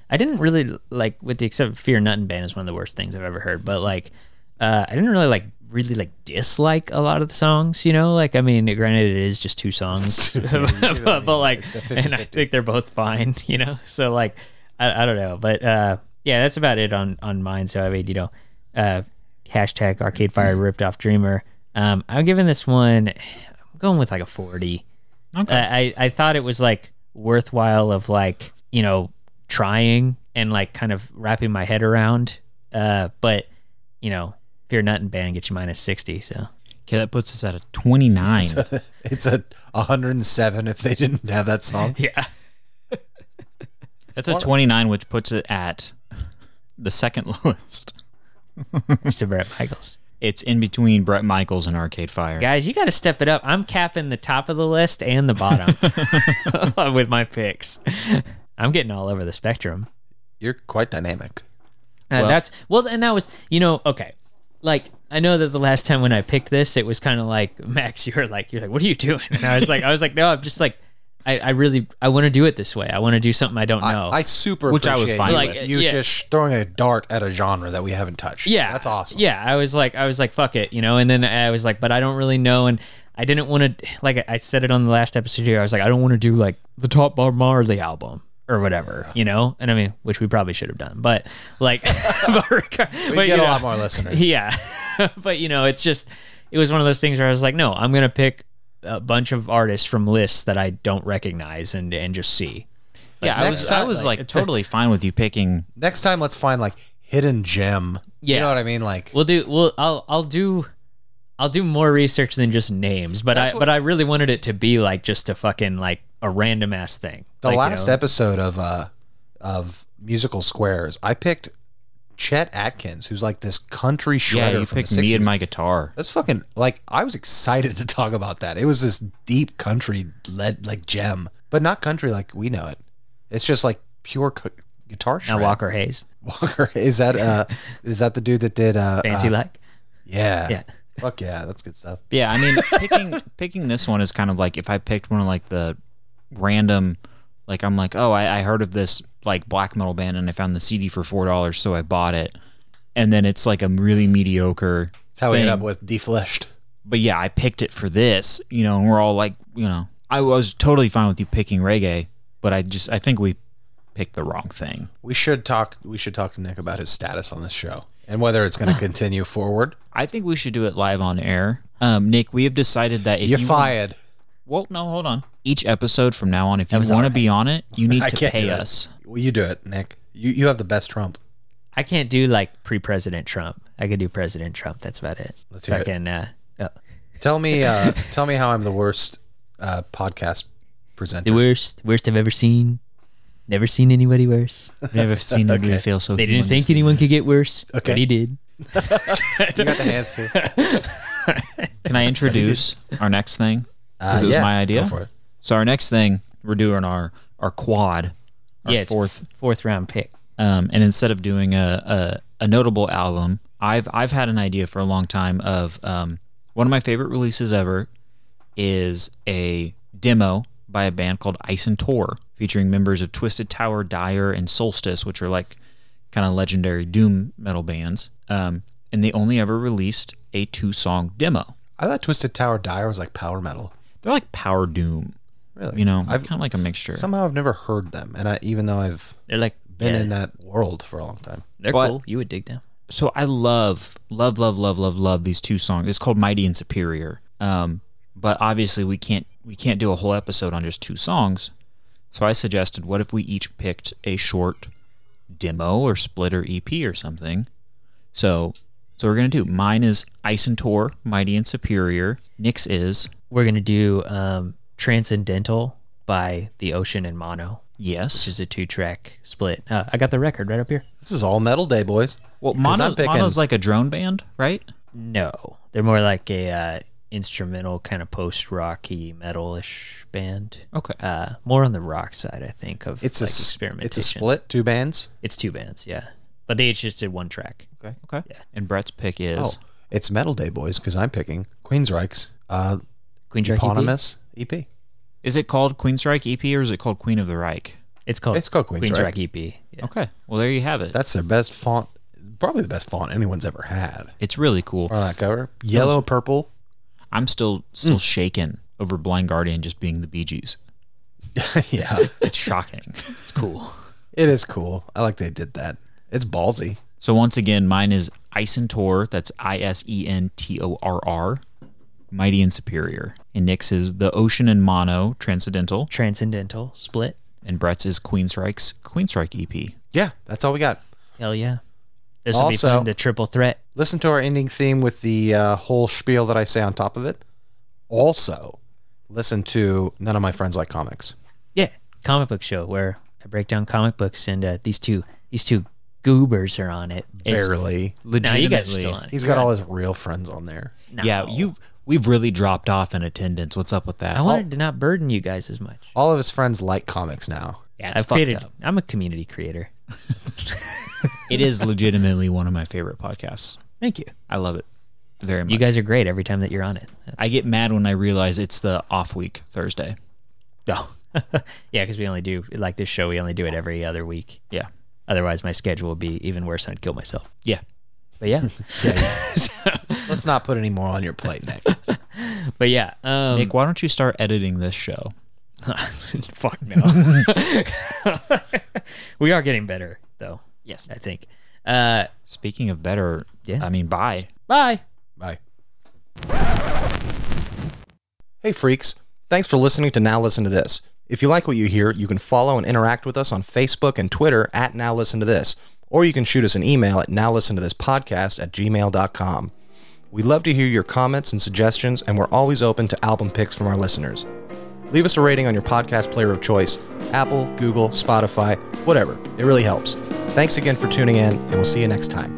Speaker 2: I didn't really like, with the except of Fear Nuttin' Band is one of the worst things I've ever heard. But like, uh, I didn't really like, really like dislike a lot of the songs. You know, like I mean, granted, it is just two songs, but, but like, and I think they're both fine. You know, so like, I, I don't know, but uh, yeah, that's about it on on mine. So I mean, you know, uh, hashtag Arcade Fire ripped off Dreamer. Um, I'm giving this one, I'm going with like a forty. Uh, I, I thought it was like worthwhile of like you know trying and like kind of wrapping my head around uh but you know fear nut and ban gets you minus 60 so
Speaker 3: Okay, that puts us at a twenty nine.
Speaker 1: It's a 107 if they didn't have that song.
Speaker 2: yeah
Speaker 3: That's a twenty nine, which puts it at the second lowest.
Speaker 2: Mr. brett michaels
Speaker 3: It's in between Brett Michaels and Arcade Fire.
Speaker 2: guys you got to step it up i'm capping the top of the list and the bottom with my picks i'm getting all over the spectrum
Speaker 1: You're quite dynamic.
Speaker 2: Uh, that's well, and that was you know okay, like I know that the last time when I picked this, it was kind of like Max, you were like you're like what are you doing? And I was like I was like no, I'm just like I, I really I want to do it this way. I want to do something I don't know.
Speaker 1: I, I super
Speaker 3: Which I was
Speaker 1: appreciate
Speaker 3: fine
Speaker 1: you,
Speaker 2: with.
Speaker 1: you
Speaker 2: Yeah.
Speaker 1: just throwing a dart at a genre that we haven't touched.
Speaker 2: yeah,
Speaker 1: that's awesome.
Speaker 2: Yeah, I was like I was like fuck it, you know. And then I was like, but I don't really know, and I didn't want to like I said it on the last episode here. I was like I don't want to do like the top Bob Marley album. Or whatever, you know, and I mean, which we probably should have done, but like, but,
Speaker 1: we
Speaker 2: you
Speaker 1: get a
Speaker 2: know.
Speaker 1: lot more listeners.
Speaker 2: Yeah. but you know, it's just it was one of those things where I was like, no, I'm going to pick a bunch of artists from lists that I don't recognize and and just see.
Speaker 3: yeah, I
Speaker 1: next
Speaker 3: was I
Speaker 1: time,
Speaker 3: was
Speaker 2: like,
Speaker 3: like,
Speaker 2: it's a-
Speaker 3: totally fine with you picking.
Speaker 1: Next time, let's find like hidden gem.
Speaker 2: Yeah.
Speaker 1: you know what I mean. Like
Speaker 2: We'll do we'll I'll I'll do I'll do more research than just names, but I but I really wanted it to be like just a fucking like a random ass thing.
Speaker 1: the
Speaker 2: Like, you
Speaker 1: last
Speaker 2: know,
Speaker 1: episode of uh of musical squares, I picked Chet Atkins, who's like this country shredder
Speaker 3: Yeah, you
Speaker 1: from
Speaker 3: picked
Speaker 1: the 60s.
Speaker 3: me and my guitar.
Speaker 1: That's fucking like I was excited to talk about that. It was this deep country led like gem, but not country like we know it. It's just like pure cu- guitar shred.
Speaker 2: now Walker Hayes,
Speaker 1: Walker is that uh is that the dude that did uh
Speaker 2: fancy
Speaker 1: uh,
Speaker 2: like.
Speaker 1: yeah
Speaker 2: Yeah.
Speaker 1: fuck yeah that's good stuff
Speaker 3: Yeah, I mean, picking picking this one is kind of like if I picked one of like the random, like I'm like, oh, I, I heard of this like black metal band and I found the CD for four dollars, so I bought it, and then it's like a really mediocre.
Speaker 1: that's how we end
Speaker 3: thing.
Speaker 1: up with defleshed
Speaker 3: But yeah, I picked it for this, you know, and we're all like, you know, I was totally fine with you picking reggae, but I just I think we picked the wrong thing.
Speaker 1: we should talk we should talk to nick about his status on this show and whether it's going to continue forward
Speaker 3: I think we should do it live on air. Um, Nick, we have decided that if
Speaker 1: you're
Speaker 3: you
Speaker 1: fired
Speaker 3: well, no, hold on. Each episode from now on, if you want to be on it, you need
Speaker 1: I
Speaker 3: to
Speaker 1: can't do
Speaker 3: pay
Speaker 1: it.
Speaker 3: us.
Speaker 1: well you do it nick you you have the best trump
Speaker 2: I can't do like pre-president Trump. I could do President Trump. That's about it.
Speaker 1: Let's hear it.
Speaker 2: Fucking, Uh, oh,
Speaker 1: tell me uh tell me how i'm the worst uh podcast presenter
Speaker 2: the worst, worst I've ever seen. Never seen anybody worse.
Speaker 3: I've never seen anybody feel so.
Speaker 2: They didn't think anyone could get worse, but he did.
Speaker 1: you got the hands too Uh,
Speaker 3: Can I introduce our next thing? Because it was
Speaker 1: Uh, yeah,
Speaker 3: my idea.
Speaker 1: go for it.
Speaker 3: So our next thing we're doing our our quad, our
Speaker 2: yeah, it's
Speaker 3: fourth,
Speaker 2: fourth round pick.
Speaker 3: um, and instead of doing a, a a notable album, I've I've had an idea for a long time of um, one of my favorite releases ever is a demo by a band called Ice and Tor, featuring members of Twisted Tower, Dire, and Solstice, which are like kind of legendary doom metal bands. Um, and they only ever released a two song demo.
Speaker 1: i thought twisted tower dire was like power metal
Speaker 3: They're like power doom,
Speaker 1: really
Speaker 3: you know,
Speaker 1: I've-
Speaker 3: kind of like a mixture.
Speaker 1: somehow i've never heard them and i even though i've
Speaker 2: They're like
Speaker 1: been in that world for a long time.
Speaker 2: They're
Speaker 3: But-
Speaker 2: cool. You would dig them.
Speaker 3: so I love, love, love, love, love, love these two songs. It's called Mighty and Superior. Um, but obviously we can't we can't do a whole episode on just two songs. So I suggested, what if we each picked a short demo or split or EP or something? So, so we're gonna do. Mine is Ice and Tor, Mighty and Superior. Nick's is
Speaker 2: We're gonna do um, Transcendental by The Ocean and Mono,
Speaker 3: yes.
Speaker 2: which is a two-track split. Uh, I got the record right up here.
Speaker 1: This is all metal day, boys.
Speaker 3: Well,
Speaker 1: 'Cause
Speaker 3: Mono,
Speaker 1: I'm picking-
Speaker 3: Mono's like a drone band, right?
Speaker 2: No, they're more like a uh, instrumental kind of post-rocky metalish band.
Speaker 3: Okay.
Speaker 2: Uh, more on the rock side, I think. Of
Speaker 1: It's
Speaker 2: like
Speaker 1: a s-
Speaker 2: experimentation.
Speaker 1: It's a split, two bands.
Speaker 2: It's two bands, yeah. But they each just did one track.
Speaker 3: Okay. And Brett's pick is
Speaker 1: It's metal day, boys, because I'm picking Queensryche's uh,
Speaker 2: Queen Track EP?
Speaker 1: eponymous EP.
Speaker 3: is it called Queensryche EP or is it called Queen of the Reich?
Speaker 2: It's called.
Speaker 1: It's called Queen
Speaker 2: Queen
Speaker 1: Track.
Speaker 2: Track EP. Yeah.
Speaker 3: Okay. Well, there you have it.
Speaker 1: That's their best font, probably the best font anyone's ever had
Speaker 3: It's really cool.
Speaker 1: on that cover. Yellow, purple.
Speaker 3: I'm still still shaken over Blind Guardian just being the Bee Gees.
Speaker 1: yeah,
Speaker 3: It's shocking. it's cool.
Speaker 1: it is cool. I like they did that. It's ballsy.
Speaker 3: So once again, mine is Isentor. That's I S E N T O R R. Mighty and Superior. And Nick's is The Ocean and Mono, Transcendental.
Speaker 2: Transcendental split.
Speaker 3: And Brett's is Queensryche's Queensryche EP.
Speaker 1: Yeah, that's all we got.
Speaker 2: Hell yeah. This will be
Speaker 1: Also-
Speaker 2: fun. The triple threat.
Speaker 1: Listen to our ending theme with the uh, whole spiel that I say on top of it. Also, listen to None of My Friends Like Comics.
Speaker 2: Yeah, comic book show where I break down comic books and uh, these two these two goobers are on it.
Speaker 1: Barely.
Speaker 2: Now you guys are
Speaker 3: Legitimately.
Speaker 2: still on it.
Speaker 1: He's got all his real friends on there.
Speaker 2: No.
Speaker 3: Yeah, you've we've really dropped off in attendance. What's up with that?
Speaker 2: I wanted to not burden you guys as much.
Speaker 1: All of his friends like comics now.
Speaker 3: yeah, it's
Speaker 2: I've
Speaker 3: fucked
Speaker 2: created.
Speaker 3: up.
Speaker 2: I'm a community creator.
Speaker 3: It is legitimately one of my favorite podcasts.
Speaker 2: Thank you.
Speaker 3: I love it very much.
Speaker 2: You guys are great every time that you're on it.
Speaker 3: I get mad when I realize it's the off week Thursday.
Speaker 2: Oh. yeah, because we only do like this show. We only do it every other week.
Speaker 3: Yeah.
Speaker 2: Otherwise, my schedule would be even worse, and I'd kill myself.
Speaker 3: Yeah.
Speaker 2: But yeah,
Speaker 1: Let's not put any more on your plate, Nick.
Speaker 2: but yeah. Um,
Speaker 3: Nick, why don't you start editing this show?
Speaker 2: Fuck no. we are getting better though.
Speaker 3: Yes.
Speaker 2: I think. Uh,
Speaker 3: Speaking of better,
Speaker 2: Yeah.
Speaker 3: I mean, bye.
Speaker 2: bye.
Speaker 1: Bye. Hey, freaks. Thanks for listening to Now Listen to This. If you like what you hear, you can follow and interact with us on Facebook and Twitter at Now Listen to This, or you can shoot us an email at nowlistentothispodcast at gmail.com. We love to hear your comments and suggestions, and we're always open to album picks from our listeners. Leave us a rating on your podcast player of choice Apple, Google, Spotify, whatever. It really helps. Thanks again for tuning in, and we'll see you next time.